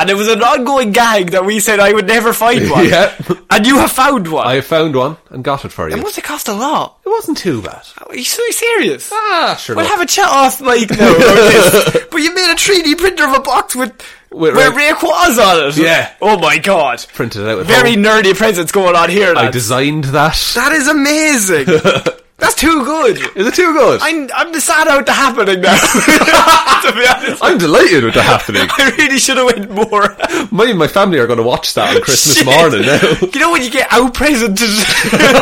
S1: And it was an ongoing gag that we said I would never find one.
S2: Yeah.
S1: And you have found one.
S2: I found one and got it for you.
S1: it must have cost a lot.
S2: It wasn't too bad.
S1: Oh, Are you so serious?
S2: Ah, sure.
S1: We'll
S2: enough.
S1: have a chat off mic now about this. But you made a 3D printer of a box with,
S2: With
S1: where
S2: Ray-
S1: Rayqua's on it.
S2: Yeah.
S1: Oh my god.
S2: Printed it out. At
S1: Very
S2: home.
S1: nerdy presents going on here.
S2: I
S1: lads.
S2: designed that.
S1: that is amazing. That's too good.
S2: Is it too good?
S1: I'm, I'm sad how it's happening now. to be honest.
S2: I'm delighted with the happening.
S1: I really should have went more.
S2: Me and my family are going to watch that on Christmas
S1: Shit.
S2: morning now.
S1: You know when you get out presented?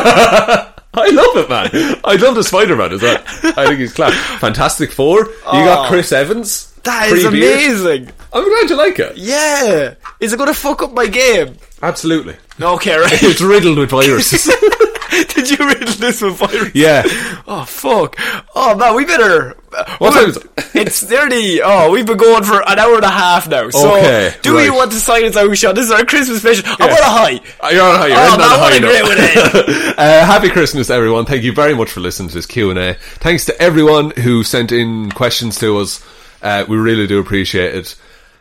S2: I love it, man. I love the Spider Man as well. I think he's class. Fantastic Four. You got Chris Evans.
S1: Oh. that is
S2: Free beer.
S1: amazing.
S2: I'm glad you like it.
S1: Yeah. Is it going to fuck up my game?
S2: Absolutely.
S1: Okay, right.
S2: It's riddled with viruses.
S1: Did you read this with virus?
S2: yeah.
S1: Oh fuck! Oh man, we better.
S2: What
S1: Well,
S2: time is it?
S1: It's nearly. Oh, we've been going for an hour and a half now. So,
S2: Okay,
S1: do we
S2: right.
S1: want to sign us out, Sean? This is our Christmas special. I'm on a high.
S2: Uh, You're on a high. You're
S1: Oh,
S2: ending on
S1: man,
S2: a high
S1: what a
S2: note.
S1: great one, eh?
S2: uh, happy Christmas, everyone! Thank you very much for listening to this Q and A. Thanks to everyone who sent in questions to us. Uh, we really do appreciate it,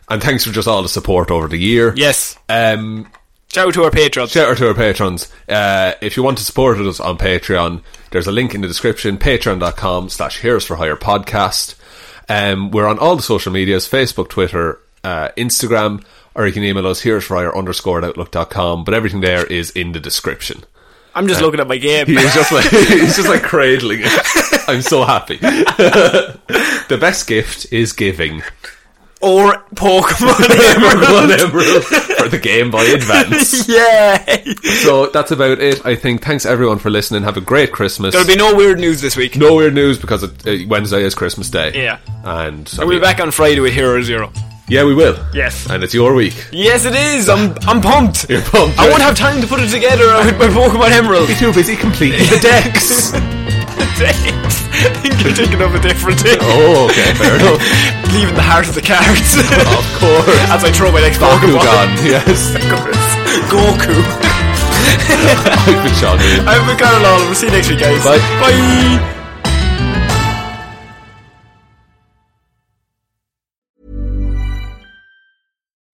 S2: and thanks for just all the support over the year.
S1: Yes.
S2: Um,
S1: Shout out to our patrons.
S2: Shout out to our patrons. Uh, if you want to support us on Patreon, there's a link in the description, patreon.com slash heroes for hire podcast. Um, we're on all the social medias, Facebook, Twitter, uh, Instagram, or you can email us here at fryer underscore at outlook.com. But everything there is in the description.
S1: I'm just looking at my game.
S2: He was just like he's just like cradling it. I'm so happy. the best gift is giving
S1: or Pokemon.
S2: everyone emerald for the Game Boy Advance.
S1: Yay!
S2: So that's about it. I think. Thanks everyone for listening. Have a great Christmas.
S1: There'll be no weird news this week.
S2: no weird news because it, uh, Wednesday is Christmas Day.
S1: Yeah.
S2: and
S1: And we'll be back on Friday with Hero Zero.
S2: Yeah, we will.
S1: Yes.
S2: and it's your week.
S1: Yes, it is. I'm I'm pumped.
S2: You're pumped,
S1: I
S2: right?
S1: won't have time to put it together with my Pokemon Emerald.
S2: too busy completing
S1: the decks. the decks. I think you're thinking of a different thing.
S2: Oh, okay, fair enough.
S1: Leaving the heart of the cards.
S2: Of course,
S1: As I throw my next Pokemon.
S2: Bakugan. Yes,
S1: Of course. Goku.
S2: I've been Sean. Reid.
S1: I've been Carol Oliver. See you next week, guys.
S2: Bye.
S1: Bye.